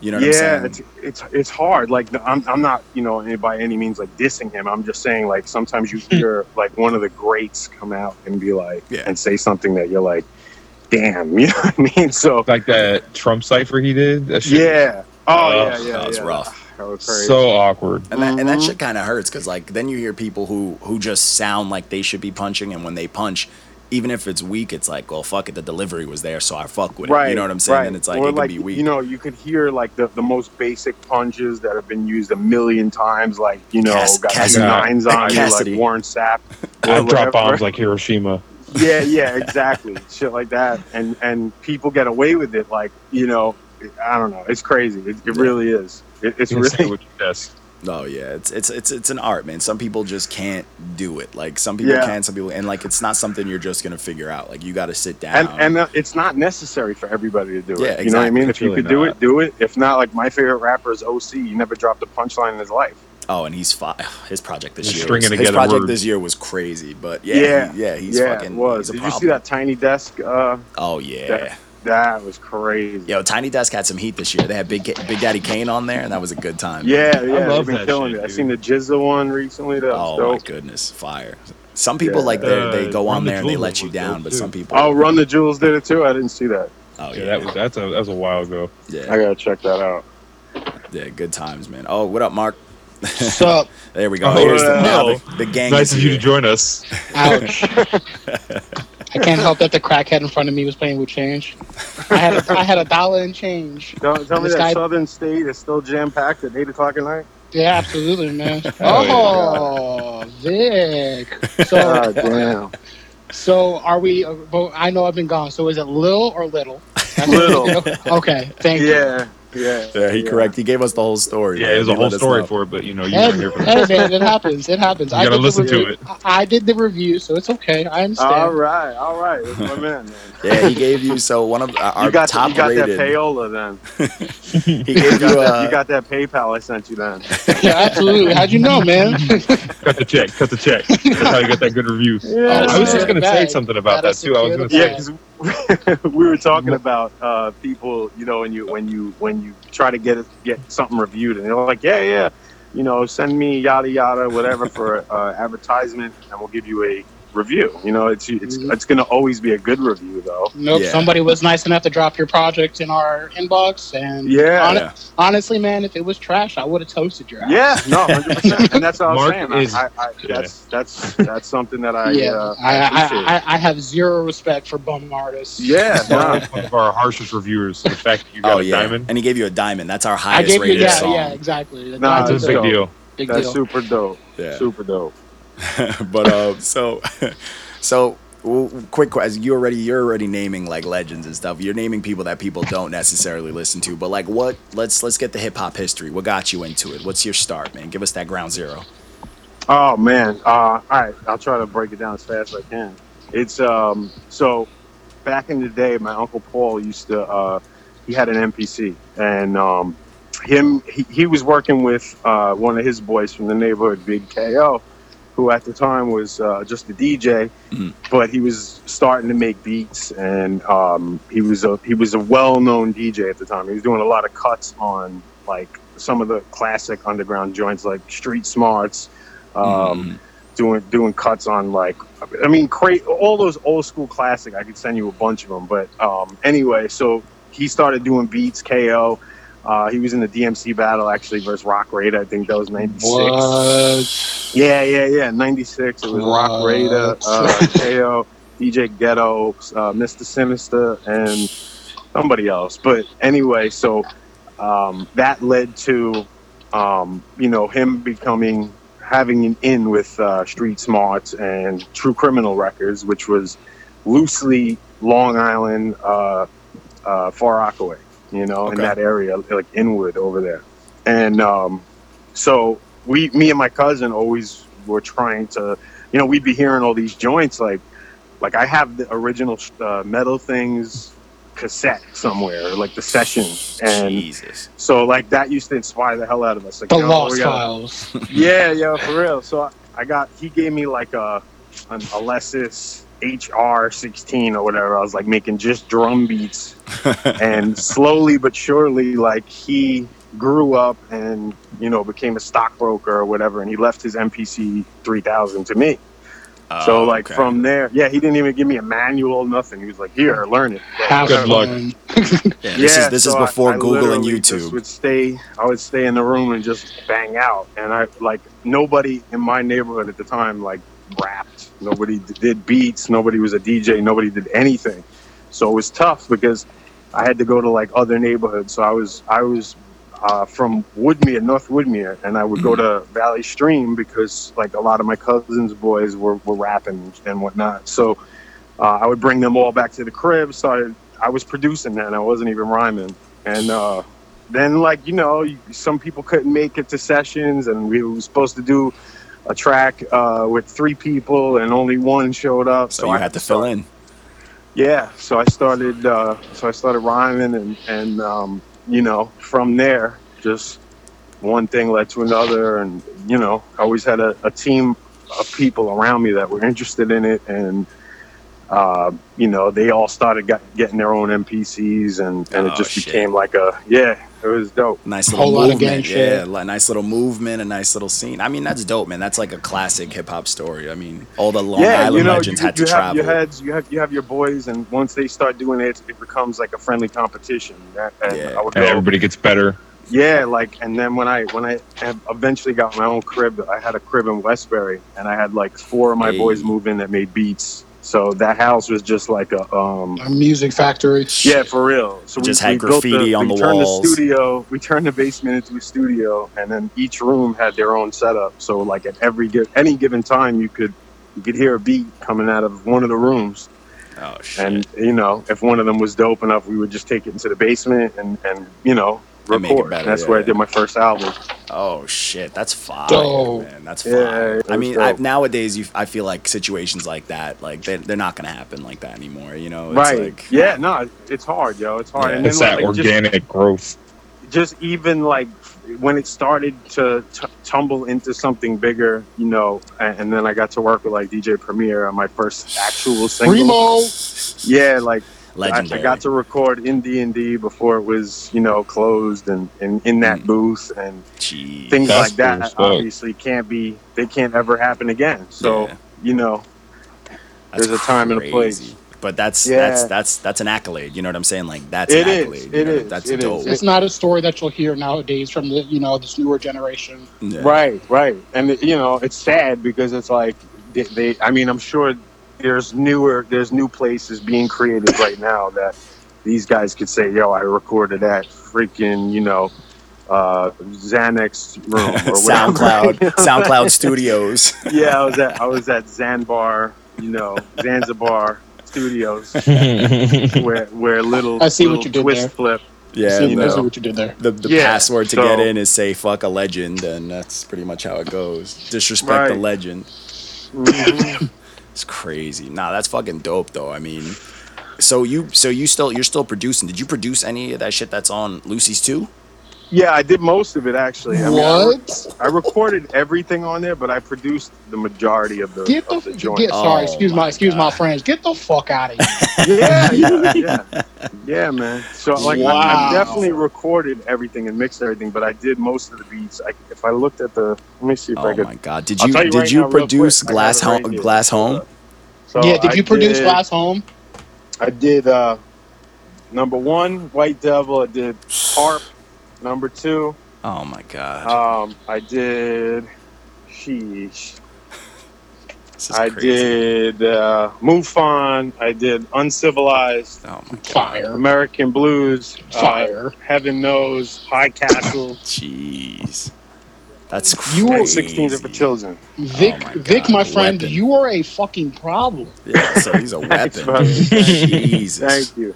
you know what yeah, I'm saying? it's, it's it's hard. Like the- I'm I'm not you know by any means like dissing him. I'm just saying like sometimes you hear like one of the greats come out and be like Yeah. and say something that you're like, damn, you know what I mean? So Like that Trump cipher he did. That shit yeah, oh yeah, Oh, yeah, that was yeah. rough. That was was crazy. So awkward. And that, and that Mhm. shit kind of hurts because like then you hear people who who just sound like they should be punching, and when they punch, even if it's weak, it's like, well, fuck it, the delivery was there, so I fuck with it. You know what I'm saying? And it's like Or it can be weak. You know, you could hear like the, the most basic punches that have been used a million times. Like you know, Cass- got Cassidy. nines on you, like Cassidy. Warren Sapp. or I drop whatever. bombs like Hiroshima. yeah yeah exactly shit like that and and people get away with it like you know i don't know it's crazy it, it really is it, it's really Sandwich desk. oh yeah, it's it's it's it's an art, man. Some people just can't do it. Like some people Yeah. can, some people, and like it's not something you're just gonna figure out. Like you got to sit down. and and uh, it's not necessary for everybody to do it Yeah, you know what i exactly. mean if It's you really could do not. it do it if not like my favorite rapper is oc he never dropped a punchline in his life oh, and he's fi- his project this Just year. stringing was- his together project words. this year was crazy, but yeah, yeah yeah, he, yeah he's yeah, fucking. it he's was a did you see problem. that tiny desk uh Oh yeah. that, that was crazy Yo, Tiny Desk had some heat this year. They had Big Big Daddy Kane on there, and that was a good time. yeah yeah love they've been that killing shit, it i dude. seen the jizza one recently that Oh was my dope goodness, fire! Some people Yeah. like they they Uh, go on Run the there and they Jewels let you was dope, down, but too. some people. oh run the jewels did it too i didn't see that Oh Yeah, that was that's a that was a while ago. yeah. i gotta check that out Yeah, good times, man. Oh, what up, Mark? Sup? There we go. Oh, Here's the, yeah. now the, the gang. nice is of you to here. join us. Ouch. I can't help that the crackhead in front of me was playing with change. I had a, I had a dollar in change. Don't tell me This that guy- Southern State is still jam packed at eight o'clock at night. Yeah, absolutely, man. Oh, Oh, Vic. God So, damn. so are we? uh, But I know I've been gone. So is it Lil or Little? That's- Little. Okay, thank you. Yeah. Yeah. Yeah, he correct. He gave us the whole story. Yeah, man. there's He a whole let us story know. for it, but you know, you Hey, weren't here for that. hey, man, it happens. It happens. You I gotta did the listen to review- it. I- I did the review, so it's okay. I understand. All right. All right. That's my man. man. Yeah, he gave you so one of our You got, top you got that rated. payola then. he gave You you, got, that, uh, you got that PayPal I sent you then. Yeah, absolutely. How'd you know, man? Cut the check. Cut the check. That's how you got that good review. Yeah. Oh, I was just gonna say Bag. something about Gotta that too. I was secure gonna the say Yeah, bag. 'cause we were talking about uh, people, you know, when you when you when you try to get it, get something reviewed, and they're like, yeah, yeah, you know, send me yada yada whatever for uh, advertisement, and we'll give you a review. You know, it's it's Mhm. it's going to always be a good review though. Nope. Yeah. Somebody was nice enough to drop your project in our inbox, and Yeah. hon- Yeah. honestly, man, if it was trash, I would have toasted your ass. Yeah, no, 100%. and that's what I was Mark saying. is- I, I, I, that's that's that's something that I yeah. uh, I, appreciate. I, I, I have zero respect for bum artists. yeah, no, one of our harshest reviewers. The fact that you got Oh a yeah, diamond. and he gave you a diamond. That's our I highest gave you rated yeah, song. yeah, exactly. The Nah, That's Dodgers a it's are big dope. deal. a big that's deal. super dope. Yeah. Super dope. but uh, so, so well, quick question. You already you're already naming like legends and stuff. You're naming people that people don't necessarily listen to. But like, what? Let's let's get the hip hop history. What got you into it? What's your start, man? Give us that ground zero. Oh man! Uh, all right, I'll try to break it down as fast as I can. It's um so back in the day, my uncle Paul used to uh, he had an MPC, and um, him he, he was working with uh, one of his boys from the neighborhood, Big Ko, who at the time was uh, just a DJ, Mhm. but he was starting to make beats, and um, he was a he was a well known DJ at the time. He was doing a lot of cuts on like some of the classic underground joints like Street Smarts. Um, doing doing cuts on like I mean cra all those old school classic. I could send you a bunch of them, but um, anyway, so he started doing beats KO. Uh, he was in the DMC battle actually versus Rock Raider. I think that was ninety six. Yeah, yeah, yeah. Ninety six. It was Rock What? Raider, uh, KO, DJ Ghetto, uh, Mr. Sinister, and somebody else. But anyway, so um, that led to um, you know him becoming having an in with uh, Street Smarts and True Criminal Records, which was loosely Long Island, uh, uh, Far Rockaway, you know, in Okay. that area, like Inwood over there. And um, so we, me and my cousin, always were trying to, you know, we'd be hearing all these joints like, like I have the original uh, metal things cassette somewhere, like the session, and Jesus. so like that used to inspire the hell out of us. Like, The you know, Lost we gotta- Files. yeah, yeah, for real. So I- I got he gave me like a an Alessis HR16 or whatever. I was like making just drum beats, and slowly but surely, like he grew up and you know became a stockbroker or whatever, and he left his MPC 3000 to me. so Oh, like okay. from there, yeah, he didn't even give me a manual, nothing. He was like, "Here, learn it." Have Good luck. fun. yeah, this Yeah, is this so I- is before I Google and literally just YouTube. Would stay, I would stay in the room and just bang out, and I like nobody in my neighborhood at the time like rapped. Nobody d- did beats. Nobody was a DJ. Nobody did anything. So it was tough because I had to go to like other neighborhoods. So I was I was uh, from Woodmere, North Woodmere, and I would go Mm-hmm. to Valley Stream because like a lot of my cousins' boys were, were rapping and whatnot. So uh, I would bring them all back to the crib. Started I was producing then. I wasn't even rhyming, and uh, then like you know, you- some people couldn't make it to sessions, and we were supposed to do a track uh, with three people, and only one showed up. so you I had to fill in. yeah so i started uh, so i started rhyming and and um, you know from there just one thing led to another and you know i always had a, a team of people around me that were interested in it and uh, you know they all started got, getting their own mpcs and Oh, and it just shit. became like a yeah it was dope Nice little Whole lot of gang movement, shit. yeah. Like, nice little movement, a nice little scene. I mean, that's dope, man. That's like a classic hip hop story. I mean, all the Long yeah, Island you know, legends you, had to you have travel. your heads, you have you have your boys, and once they start doing it, it becomes like a friendly competition. That, and Yeah. I would And go, everybody gets better. yeah, like, and then when I when I ev- eventually got my own crib, I had a crib in Westbury, and I had like four of my Hey. boys move in that made beats. So that house was just like a um, A music factory. yeah, for real. So Just we, had we built graffiti the, on we the turned walls. The studio, we turned the basement into a studio, and then each room had their own setup. So like at every gi- any given time, you could you could hear a beat coming out of one of the rooms, Oh shit! and you know if one of them was dope enough, we would just take it into the basement and and you know And make it record. better, That's yeah, where I yeah. did my first album. oh shit! That's fire, Dope. man. That's Yeah, fire. it I was mean, I, dope. nowadays you, I feel like situations like that, like they, they're not gonna happen like that anymore. You know? It's right. Like, yeah. No, it's hard, yo. It's hard. Yeah. And then, It's that like, just- organic growth. just even like when it started to t- tumble into something bigger, you know, and, and then I got to work with like DJ Premier on my first actual single. Primo. Yeah, like I, Legendary. I got to record in D and D before it was you know closed and, and in that Mm. booth and Jeez. things That's like that. cool stuff. Obviously, can't be they can't ever happen again. So Yeah. you know, That's There's a time and a place. crazy. But that's Yeah. that's that's that's an accolade. You know what I'm saying? Like that's It an is, accolade. you it know? is, That's it is. dope. It's not a story that you'll hear nowadays from the you know this newer generation. Yeah. Right, right, and you know it's sad because it's like they, they. I mean, I'm sure there's newer, there's new places being created right now that these guys could say, "Yo, I recorded that freaking, you know, uh, Xanax room or SoundCloud, whatever." SoundCloud Studios. yeah, I was at I was at Zanbar, you know, Zanzibar Studios, where where little I see what little you did twist there. flip. Yeah, See, you I see know. what you did there. the, the Yeah, password to so- get in is say fuck a legend, and that's pretty much how it goes. Disrespect the Right. legend. Mm-hmm. It's crazy. Nah, that's fucking dope though. I mean, so you so you still you're still producing. Did you produce any of that shit that's on Lucy's too? Yeah, I did most of it actually. I mean, I re- What? I recorded everything on there, but I produced the majority of the, Get the, of the joint. get, sorry, Oh excuse my, my excuse my friends. Get the fuck out of here. yeah, yeah, yeah, yeah, man. So like, I, Wow. I definitely recorded everything and mixed everything, but I did most of the beats. I, if I looked at the, let me see if I Oh could. my god! Did I'll you tell you did right you now real produce quick, I Glass got it Home? right here. Glass Home? So yeah, did you I produce did- Glass Home? I did uh, number one, White Devil. I did Harp. Number two, Oh my god! um, I did. Sheesh. This is I crazy. did uh, Mufon. I did Uncivilized, Oh my Um, Fire. American Blues, uh, Fire. Heaven Knows, High Castle, jeez. That's crazy. You were 16 for Children. Vic, my Vic, God, my a friend, weapon. you are a fucking problem. Yeah, so he's a weapon. bro. dude. Jesus. Thank you.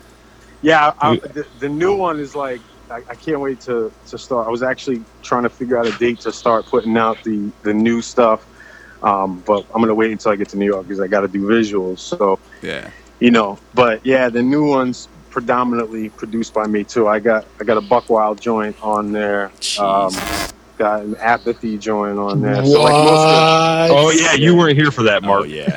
Yeah, I, I- the, the new one is like, I, I can't wait to, to start. I was actually trying to figure out a date to start putting out the, the new stuff. Um, but I'm going to wait until I get to New York because I got to do visuals. So, Yeah. you know, but yeah, the new one's predominantly produced by me too. I got I got a Buckwild joint on there. Um, got an Apathy joint on there. what? So like most of, oh yeah, you weren't here for that, Oh Mark. yeah.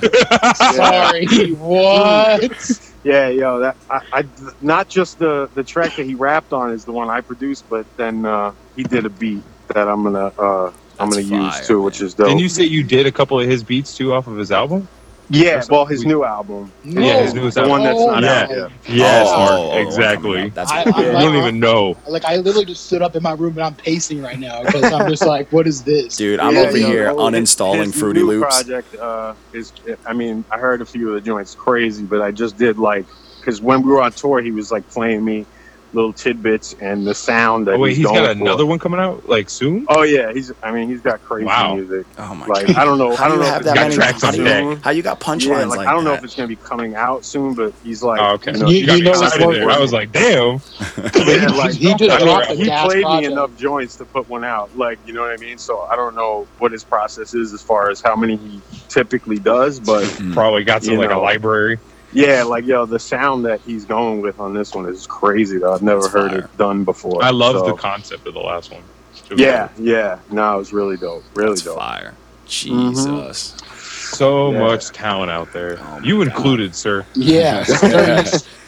Sorry. what? Yeah, yo, that I, I not just the the track that he rapped on is the one I produced, but then uh, he did a beat that I'm gonna uh, I'm That's gonna fire, use too, which man. is dope. Didn't you say you did a couple of his beats too off of his album? Oh, yeah, That's- well, his new album, No. Yeah, his newest the album. one that's Oh, not no. out yet. Yes, Oh, oh, oh, Mark. coming Exactly. up. That's I- I You like- don't even know. Like I literally just stood up in my room and I'm pacing right now because I'm just like, what is this? Dude, I'm Yeah, over yo, here that was- uninstalling his Fruity new Loops. Project uh, is, I mean, I heard a few of the joints, crazy, but I just did like because when we were on tour, he was like playing me little tidbits and the sound that Oh wait, he's he's going got for. another one coming out like soon. Oh yeah, he's. I mean, he's got crazy Wow. music. Oh my Like god. I don't know. How I do you don't know have if that got it's many tracks on how you- deck. How you got punchlines Yeah, like, I don't know that? if it's gonna be coming out soon, but he's like, Oh, okay. you know, You- he got you me know what's excited. working. I was like, damn. Yeah, he, like, he just I mean, dropped the he gas played me project. enough joints to put one out. Like, you know what I mean? So I don't know what his process is as far as how many he typically does, but Probably got to Hmm. You like a know. library. yeah, like yo, the sound that he's going with on this one is crazy. Though I've never That's heard fire. it done before. I love So, the concept of the last one. It was yeah, yeah. No, it was really dope. Really That's dope. Mm-hmm. fire. Jesus. so Yeah. much talent out there. Oh my you God. included, sir. Yeah.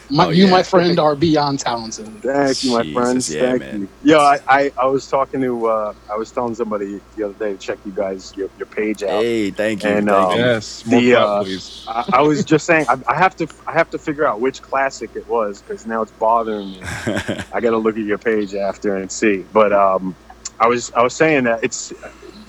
My, Oh, you, yeah. my friend, are beyond talented. Thank you, my Jesus, friends. yeah, Thank man. you. Yeah, I, I, I was talking to uh, I was telling somebody the other day to check you guys your, your page out. Hey, thank you. And, thank um, you. Yes, more The, clout, uh, please. I, I was just saying I, I have to I have to figure out which classic it was because now it's bothering me. I got to look at your page after and see. But um, I was I was saying that it's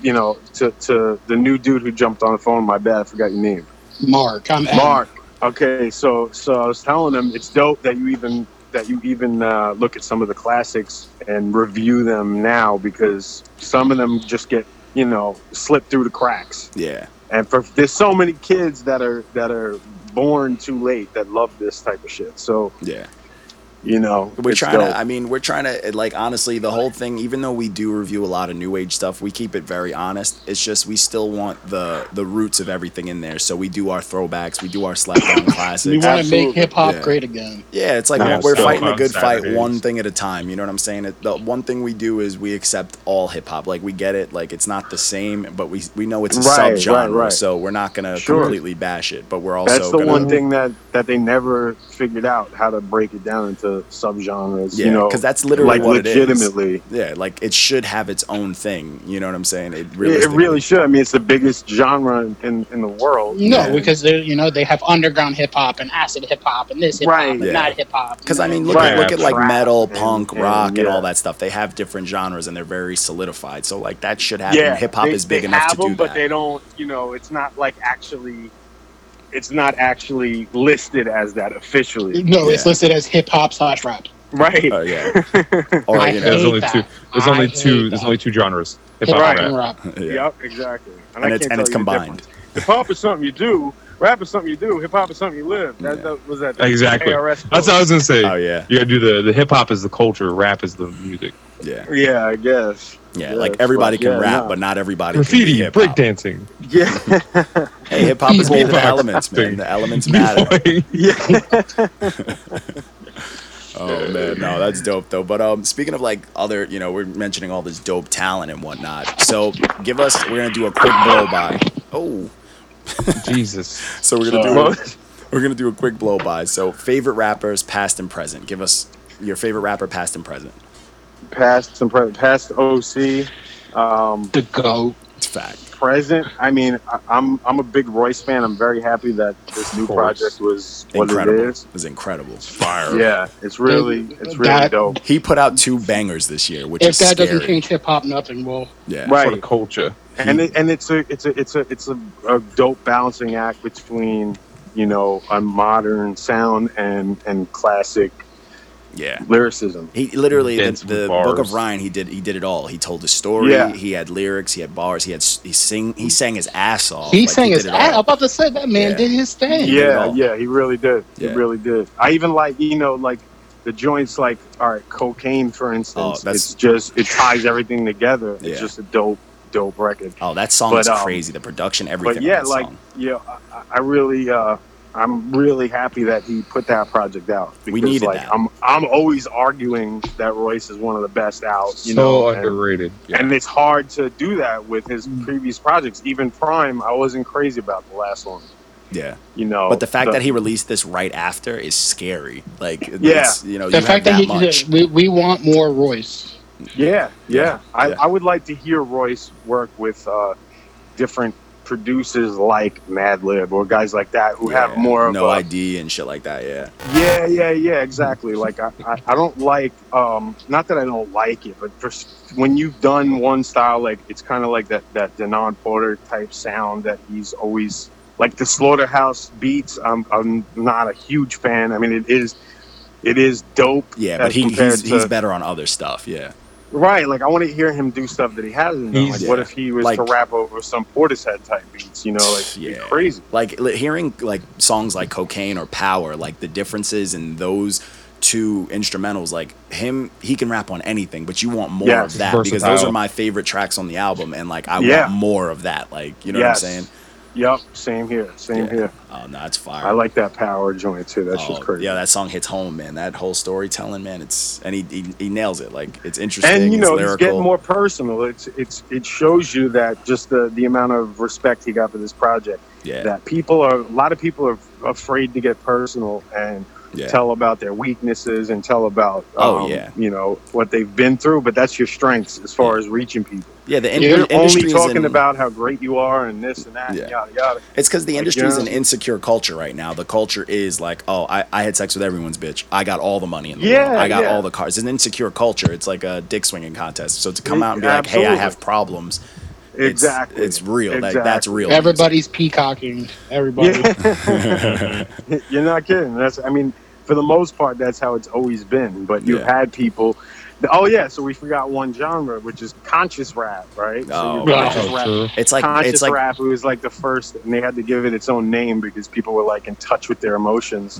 you know to to the new dude who jumped on the phone. My bad, I forgot your name. Mark, I'm Mark. Okay, so so I was telling him it's dope that you even that you even uh, look at some of the classics and review them now because some of them just get you know slip through the cracks. yeah. And for there's so many kids that are that are born too late that love this type of shit. So Yeah. you know We're it's trying dope. to, I mean, we're trying to, like, honestly, the whole thing, even though we do review a lot of new age stuff, we keep it very honest. It's just we still want the the roots of everything in there. So we do our throwbacks, we do our slapdown We classics. want to make Absolutely. hip hop Yeah. great again. Yeah, it's like Nah, we're, we're so fighting a on good fight Saturdays. one thing at a time. You know what I'm saying? It, the one thing we do is we accept all hip hop. Like we get it. Like it's not the same, but we we know it's a Right, right, subgenre. right. So we're not gonna Sure. completely bash it, but we're also That's the gonna, one thing that that they never figured out how to break it down into subgenres. Yeah, you know, 'cause that's literally like what it is. legitimately. Yeah, like it should have its own thing. You know what I'm saying? It Yeah, really, it really should. I mean, it's the biggest genre in, in, in the world. No, Yeah. because they you know they have underground hip hop and acid hip hop and this hip hop Right. and Yeah. that hip hop. Because you I know. mean, look Right. at look at like Trap metal, and- punk, and, rock, and, yeah. all that stuff. They have different genres and they're very solidified. So like that should happen. Yeah, Hip hop they- is big they enough to have do 'em, but that. they don't. You know, it's not like actually, it's not actually listed as that officially. No, it's Yeah. listed as hip hop slash rap. Right. Oh yeah. or I you There's hate only that. two. There's I only hate two. There's that. only two genres. Hip Hip hop hop Right. and and rap. rap. know, yeah. Yep. Exactly. And, And it's and it's combined. Hip hop is something you do. Rap is something you do. Hip hop is something you live. That, Yeah. that was that. Exactly. ARS That's what I was gonna say. Oh yeah, You gotta do the the hip hop is the culture, rap is the music. yeah, Yeah, I guess. yeah. Yeah, like it's everybody like- can yeah, rap, nah. but not everybody can Graffiti, be hip hop. breakdancing. Yeah. Hey, hip hop is made of the Beatbox. elements, man. The elements matter. B-boy. yeah. Oh man, no, that's dope though. But um, speaking of like other, you know, we're mentioning all this dope talent and whatnot. So give us, we're gonna do a quick blow by. Oh, Jesus. so we're gonna do we're gonna do a quick blow by. So favorite rappers, past and present. Give us your favorite rapper, past and present. Past some pre- past OC. Um, The go. It's fact. present. I mean, I, I'm I'm a big Royce fan. I'm very happy that this new Of course. project was what Incredible. it It is. was incredible. Fire. Yeah, it's really it's really That- dope. He put out two bangers this year, which If is that scary. doesn't change hip hop, nothing will. Yeah. For the Right, culture. and it, and it's a it's a it's a it's a, a dope balancing act between you know a modern sound and and classic Yeah. lyricism. He literally the, Dense with the book of bars. Ryan. He did he did it all. He told the story. Yeah. He had lyrics. He had bars. He had s- he sing he sang his ass off. He Oh, Like, sang his did it all. ass. I'm about to say that man Yeah. did his thing. did it Yeah, all. yeah, he really did. Yeah. He really did. I even like you know like the joints like all right, cocaine for instance. Oh, that's- it's just it ties everything together. Yeah. It's just a dope dope record. Oh, that song But, is um, crazy. The production, everything. but yeah, on that like song. yeah, I, I really, uh, I'm really happy that he put that project out. Because, We needed like, that. I'm I'm always arguing that Royce is one of the best out. You so know, and, underrated. Mm. and it's hard to do that with his previous projects. Even Prime, I wasn't crazy about the last one. yeah. You know, But the fact So- that he released this right after is scary. Like, it's, you know, The you fact have that, that, he much. we, we want more Royce. yeah, yeah, Yeah, I, yeah. I would like to hear Royce work with uh, different producers like Madlib or guys like that who have Yeah, more of no a, ID and shit like that. Yeah, Yeah, yeah, yeah, exactly. Like I, I, I don't like um not that I don't like it, but for, s- when you've done one style like it's kind of like that that Denon Porter type sound that he's always like the Slaughterhouse beats. I'm I'm not a huge fan. I mean it is it is dope. yeah. as But he, compared he's to- he's better on other stuff. Yeah, right. Like I want to hear him do stuff that he hasn't done. Like He's- what yeah. if he was Like- to rap over some Portishead type beats? You know, like it'd be Yeah. crazy. like li- hearing like songs like "Cocaine" or "Power," like the differences in those two instrumentals. Like him, he can rap on anything, but you want more Yes. of that because those Versatile. are my favorite tracks on the album, and like I Yeah. want more of that. Like, you know Yes. what I'm saying? Yep. Same here. Same Yeah. here. Oh no, it's fire. I like that power joint too. That's Oh, just crazy. Yeah, that song hits home, man. That whole storytelling, man. It's and he he, he nails it. Like it's interesting. and you know it's it's lyrical. getting more personal it's it's it shows you that just the the amount of respect he got for this project yeah, that people are a lot of people are afraid to get personal and Yeah. tell about their weaknesses and tell about Oh, oh yeah. yeah you know what they've been through but that's your strengths as far as reaching people yeah, the in- you're only industry is talking in- about how great you are and this and that Yeah. and yada yada It's because the Like, industry is yeah. an insecure culture right now. The culture is like, oh, I, I had sex with everyone's bitch. I got all the money in the Yeah, world. I got yeah. all the cars. It's an insecure culture. It's like a dick swinging contest. So to come out and be like, hey, I Absolutely. have problems. it's- exactly It's, real. That, that's Exactly. real. Everybody's peacocking. Everybody. You're not kidding. That's I mean, for the most part, that's how it's always been. But you've Yeah. had people. Oh yeah, so we forgot one genre, which is conscious rap, right? Oh, so you've wow. conscious Oh, rap. It's like conscious it's like rap. It was like the first, and they had to give it its own name because people were like in touch with their emotions.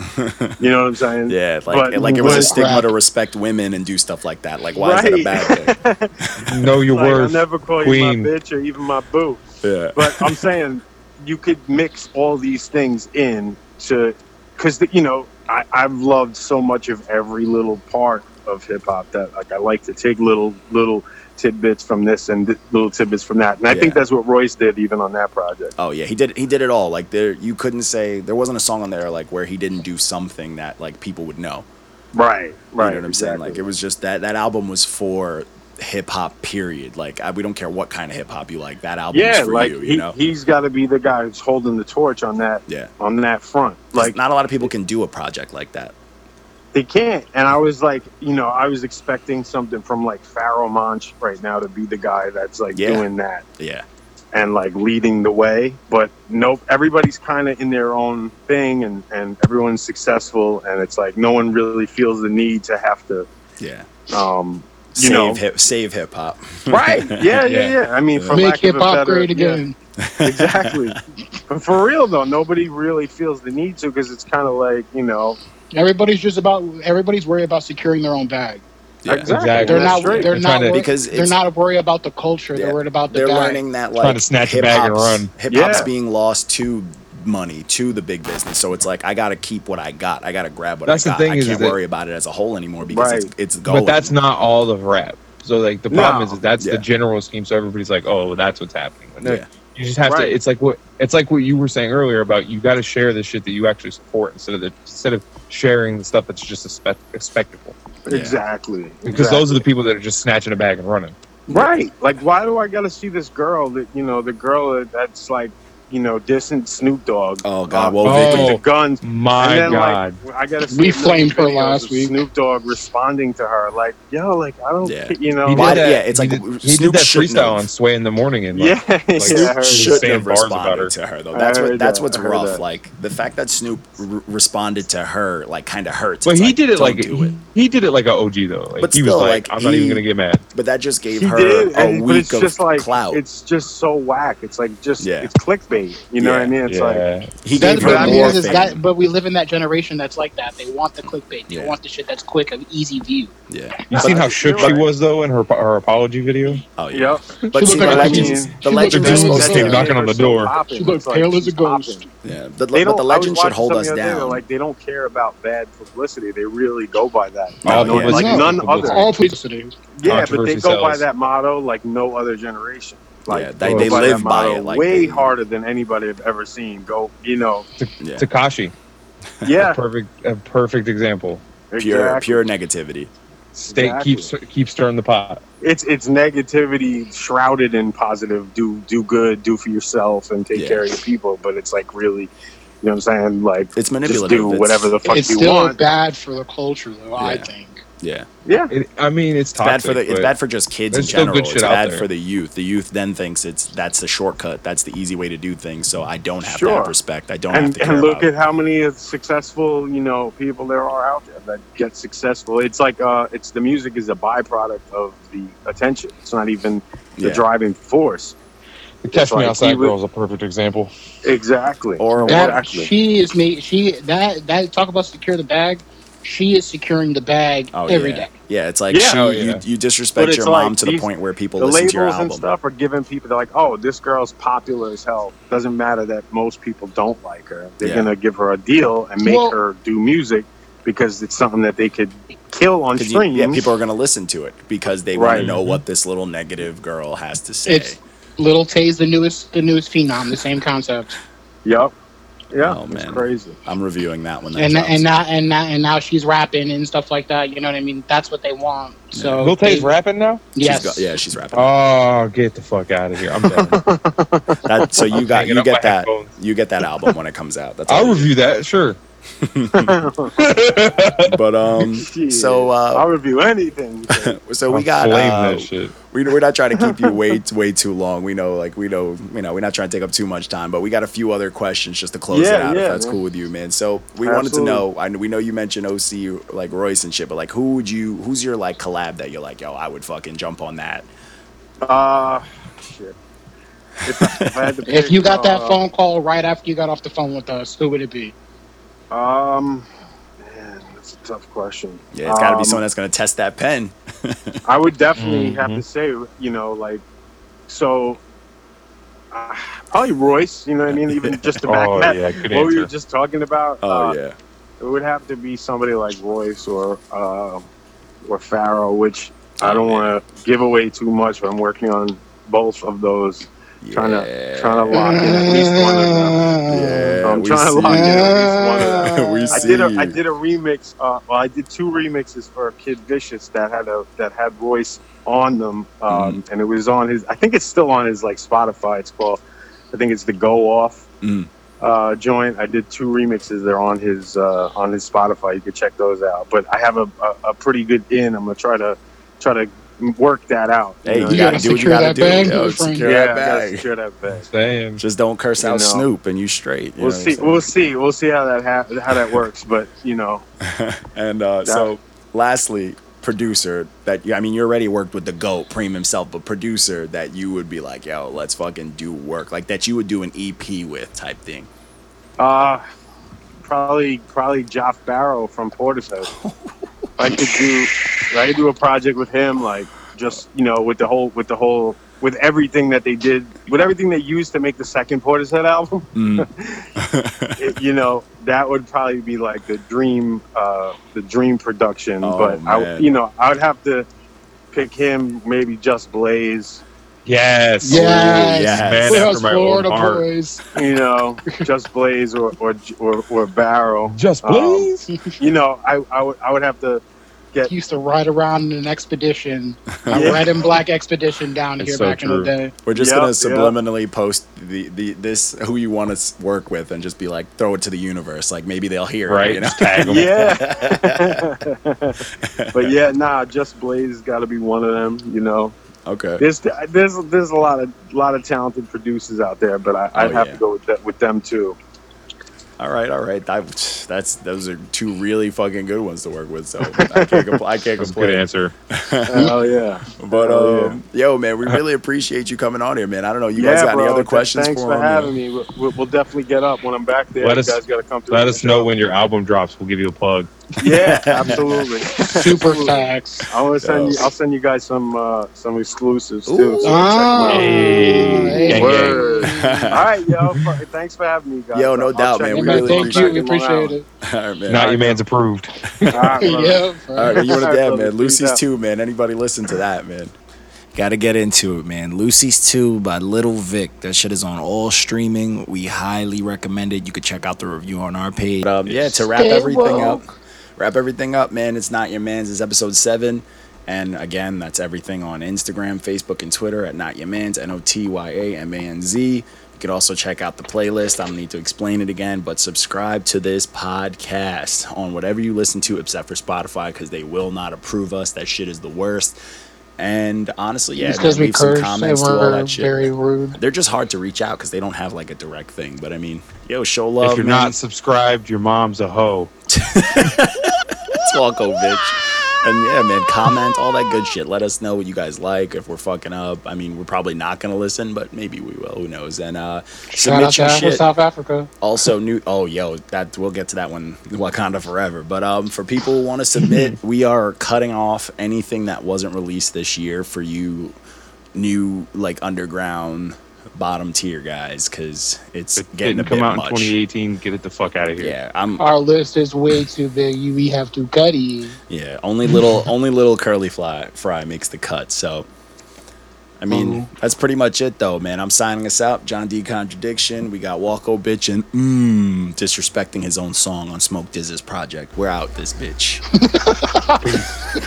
you know what I'm saying? yeah, like But like it was a what- stigma rap. to respect women and do stuff like that. Like why is that a Right. bad thing? Know your Like, I'll worth. never call queen. you my bitch or even my boo. Yeah. But I'm saying you could mix all these things in to, because you know I, I've loved so much of every little part of hip hop that like I like to take little little tidbits from this and th- little tidbits from that, and I think Yeah. that's what Royce did even on that project. Oh yeah, he did he did it all. Like there you couldn't say there wasn't a song on there like where he didn't do something that like people would know. Right, right. you know what I'm saying? Like it was just that that album was for hip hop. Period. Like I, we don't care what kind of hip hop you like. That album yeah, is for like you. he, You know? he's got to be the guy who's holding the torch on that yeah. on that front. Like Like not a lot of people can do a project like that. they can't. And I was like, you know, I was expecting something from like Pharaoh Monch right now to be the guy that's like Yeah. doing that Yeah. and like leading the way. But nope, everybody's kind of in their own thing and, and everyone's successful. And it's like no one really feels the need to have to, Yeah. um, you save know, hip, save hip hop. right? Yeah, yeah, yeah, I mean, for Make lack of hip a hop better- great yeah. again. exactly. but for real though, nobody really feels the need to because it's kind of like you know, Everybody's just about. Everybody's worried about securing their own bag. Yeah. Exactly. They're That's not. right. They're They're not. trying to- wor- Because they're it's- not worried about the culture. Yeah. They're worried about the They're bag. learning that like Trying to snatch a bag and hip-hop's- run. Hip-hop's Yeah. being lost to money to the big business so it's like i gotta keep what i got i gotta grab what That's i the got thing i is- can't is that- worry about it as a whole anymore because Right. it's, it's going But that's not all of rap. So like the No. problem is, is that's Yeah. the general scheme. So everybody's like, oh, that's what's happening. But no, Yeah. You just have Right. to. It's like what it's like what you were saying earlier about you got to share the shit that you actually support instead of the instead of sharing the stuff that's just a, spe- a spectacle. Yeah. exactly. Because those are the people that are just snatching a bag and running. Right. Like, why do I got to see this girl that, you know, the girl that's like, you know, distant Snoop Dogg? oh god Uh, well oh, Vicky. the guns. My and then, God. like, I got to We flamed her last week. Snoop Dogg responding to her, like, yo, like, I don't, Yeah. ca- you know, He did Why- like, that- yeah, it's he like did, he Snoop did that shouldn't freestyle have. on Sway in the morning and like, yeah, yeah, I heard. Snoop- shouldn't saying have bars about responded her. to her though. I That's what heard that's that. what's I heard rough. that. Like the fact that Snoop r- responded to her like kind of hurts. But It's he like, did it don't like do it. he did it like a OG though. Like But he was still, like, like, I'm not he- even gonna get mad. But that just gave He her did, a and, but week it's of just like clout. it's just so whack. It's like just Yeah. it's clickbait. You know Yeah. what I mean? It's yeah. like he That's gave her what I mean. more Is fame. that, but we live in that generation that's like that. They want the clickbait. They Yeah. want the shit that's quick and easy view. yeah. you seen how But- shook she was though in her her apology video? Oh yeah. yep. But She see, the looked like a legends, meme. the She looked legends like are a meme. supposed She to. looked knocking on the door. She looked pale as a ghost. Yeah, but, but They don't, the I was legend should watching hold us something the other day, down. Like they don't care about bad publicity. They really go by that. Oh, no, yeah. Like No. none It's other. all publicity. yeah, but they Controversy go sells. by that motto like no other generation. Like Yeah, they- go they by that live by motto it, like way they- harder than anybody I've ever seen. Go, you know, yeah. Takashi, yeah, perfect a perfect example. pure, exactly, pure negativity. Stay exactly. keep keep stirring the pot. it's it's negativity shrouded in positive. Do do good, do for yourself, and take Yeah. care of your people. But it's like really, you know, what I'm saying like It's just manipulative. do It's- whatever the fuck It's you still want. bad for the culture, though. I Yeah. think. yeah. Yeah, It, I mean, it's It's toxic, bad for the. It's but- bad for just kids in there's still general. good It's shit out bad there. for the youth. The youth then thinks it's that's the shortcut. That's the easy way to do things. So I don't have to Sure. have respect. I don't have and, to care and look about at how many successful you know people there are out there that get successful it's like uh it's the music is a byproduct of the attention it's not even the Yeah. driving force Catch me like outside, he would- girl is a perfect example. exactly Or That Exactly. she is made. She that that talk about secure the bag. She is securing the bag Oh, every day. yeah. Yeah, it's like Yeah. she, Oh, yeah. you, you disrespect But your it's like mom to the these- point where people the listen labels to your and album. stuff are giving people they're like oh this girl's popular as hell doesn't matter that most people don't like her they're Yeah. gonna give her a deal and make Well- her do music because it's something that they could kill on 'Cause you- streams yeah, people are going to listen to it because they want to Right. know what this little negative girl has to say. It's Little Tay's the newest the newest phenom. The same concept. yep Yeah, Oh, it's man. crazy. I'm reviewing that one. That and drops. and now and now and now she's rapping and stuff like that. You know what I mean? That's what they want. So Lil Tay's they- rapping now. She's Yes. got- yeah, she's rapping. Oh, get the fuck out of here! I'm done. That, so you got hanging you up my get that headphones. you get that album when it comes out. That's all I'll you review that. Sure. get. But um, so uh, I'll review anything. so we I'll got flame uh, that shit. we, we're not trying to keep you way way too long. We know like we know you know we're not trying to take up too much time, but we got a few other questions just to close it Yeah, out. yeah, if that's man. cool with you, man. So we wanted to Absolutely. know. I know we know you mentioned OC like Royce and shit, but like who would you who's your like collab that you're like yo I would fucking jump on that. Uh, shit. If, I- if I had to If pick, you got that uh, phone call right after you got off the phone with us, who would it be? Um, man, that's a tough question. Yeah, it's got to be Um, someone that's gonna test that pen. I would definitely have Mhm. to say, Mm-hmm. you know, like, so uh, probably Royce. You know what I mean? Even just to back Oh that, yeah, good what we were answer. just talking about. Oh uh, yeah, it would have to be somebody like Royce or uh, or Farrow, which I don't want to give away too much. But I'm working on both of those, trying to Yeah. trying to lock in at least one of them. Yeah, I'm we trying to see lock you. in at least one of them. we I see did a I you. did a remix. Uh, well, I did two remixes for Kid Vicious that had a that had Royce on them, um, Mm. and it was on his. I think it's still on his like Spotify. It's called. I think it's the Go Off Mm. uh, joint. I did two remixes. They're on his uh, on his Spotify. You could check those out. But I have a, a, a pretty good in. I'm gonna try to try to work that out. you Hey, know? you gotta gotta do what you secure gotta that do. bag, yo. my friend. Secure yeah, that I gotta bag. secure that bag. Damn. Just don't curse You out know. Snoop, and you straight. you We'll know what see. I'm We'll see. We'll see how that ha- how that works. But you know, saying? And uh, so, lastly, producer that you, I mean, you already worked with the goat, Preem himself, but producer that you would be like, yo, let's fucking do work, like that you would do an EP with type thing. Uh, probably probably Joff Barrow from Portishead. If I could do if I could do a project with him, like just you know with the whole with the whole with everything that they did with everything they used to make the second Portishead album. Mm. it- you know that would probably be like the dream uh, the dream production. Oh, but I man. you know I would have to pick him, maybe just Blaze. Yes. Yes. Man, Who after else? my own Florida heart. boys. You know, just Blaze or or or, or Barrow. Just Um, please. You know, I I would I would have to He used to ride around in an expedition, a Yeah. red and black expedition down It's here so back in true. the day. We're just Yep, gonna yep. subliminally post the, the this who you want to work with, and just be like, throw it to the universe, like maybe they'll hear, it, right. You know? Just tag 'em. yeah. but yeah, nah, just Blaze got to be one of them. You know, Okay. there's there's there's a lot of lot of talented producers out there, but I, I'd Oh, have yeah. to go with that, with them too. All right, all right. That, that's those are two really fucking good ones to work with. So I can't, compl- I can't That's a good complain. answer. Hell yeah! But Oh, um, yo, man, we really appreciate you coming on here, man. I don't know. You yeah, guys got bro, any other th- questions Thanks for for him? having me. We'll- We'll, we'll definitely get up when I'm back there. Let you us- guys got to come through. Let us know when your album drops. We'll give you a plug. Yeah, absolutely. Super facts. I want to send you. I'll send you guys some uh, some exclusives too. Ooh. so check 'em Oh, out. hey, Gang, Word. gang. All right, yo. fu- Thanks for having me, guys. Yo, no I'll doubt, check man. Hey, We it man, out. really thank you. We Long appreciate Island. it. all right, man. Not your man's approved. All right, brother. Yeah, All right, man, you want All to right, yeah, brother, man. peace Lucy's out. two, man. Anybody listen to that, man? Got to get into it, man. Lucy's Two by Little Vic. That shit is on all streaming. We highly recommend it. You could check out the review on our page. But, um, yeah, to wrap Stay everything woke. up, wrap everything up, man. It's not your man's. It's episode seven, and again, that's everything on Instagram, Facebook, and Twitter at Not Your Man's. N O T Y A M A N Z. You could also check out the playlist. I don't need to explain it again, but subscribe to this podcast on whatever you listen to, except for Spotify, because they will not approve us. That shit is the worst. And honestly, yeah, It's because man, we curse and to all we're that shit. very rude. They're just hard to reach out because they don't have like a direct thing. But I mean, yo, show love. If you're man. not subscribed, your mom's a hoe. Twalco, bitch. And yeah, man, comment, all that good shit. Let us know what you guys like, if we're fucking up. I mean, we're probably not going to listen, but maybe we will. Who knows? And uh, Shout submit out to your Afro shit. South Africa. also new oh yo that we'll get to that one wakanda forever but um for people who want to submit we are cutting off anything that wasn't released this year for you new like underground bottom tier guys because it's If it getting didn't a come bit out in much 2018, get it the fuck out of here. yeah i'm Our list is way too big. You- We have to cut it. yeah only little only little curly fly fry makes the cut so I mean, that's pretty much it, though, man. I'm signing us out. John D. Contradiction. We got Walko Bitch and Mmm disrespecting his own song on Smoke Diz's project. We're out, this bitch.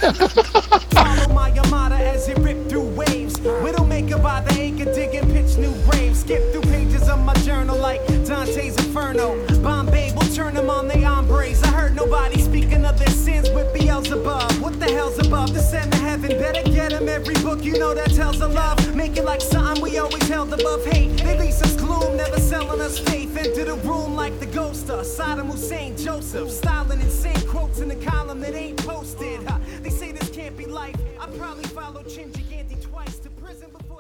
Follow my Yamada as it ripped through waves. Widowmaker by the anchor, digging pitch new graves. Skip through pages of my journal like Dante's Inferno. Bombay will turn them on they hombres. I heard nobody speaking of their sins with Beelzebub. What the hell's above? Descend to heaven, better get them every book you know that tells of love. Make it like something we always held above hate. They lease us gloom, never selling us faith. Enter the room like the ghost of Saddam Hussein Joseph. Styling insane quotes in the column that ain't posted. Huh, They say this can't be life. I probably followed Chin Gigante twice to prison before.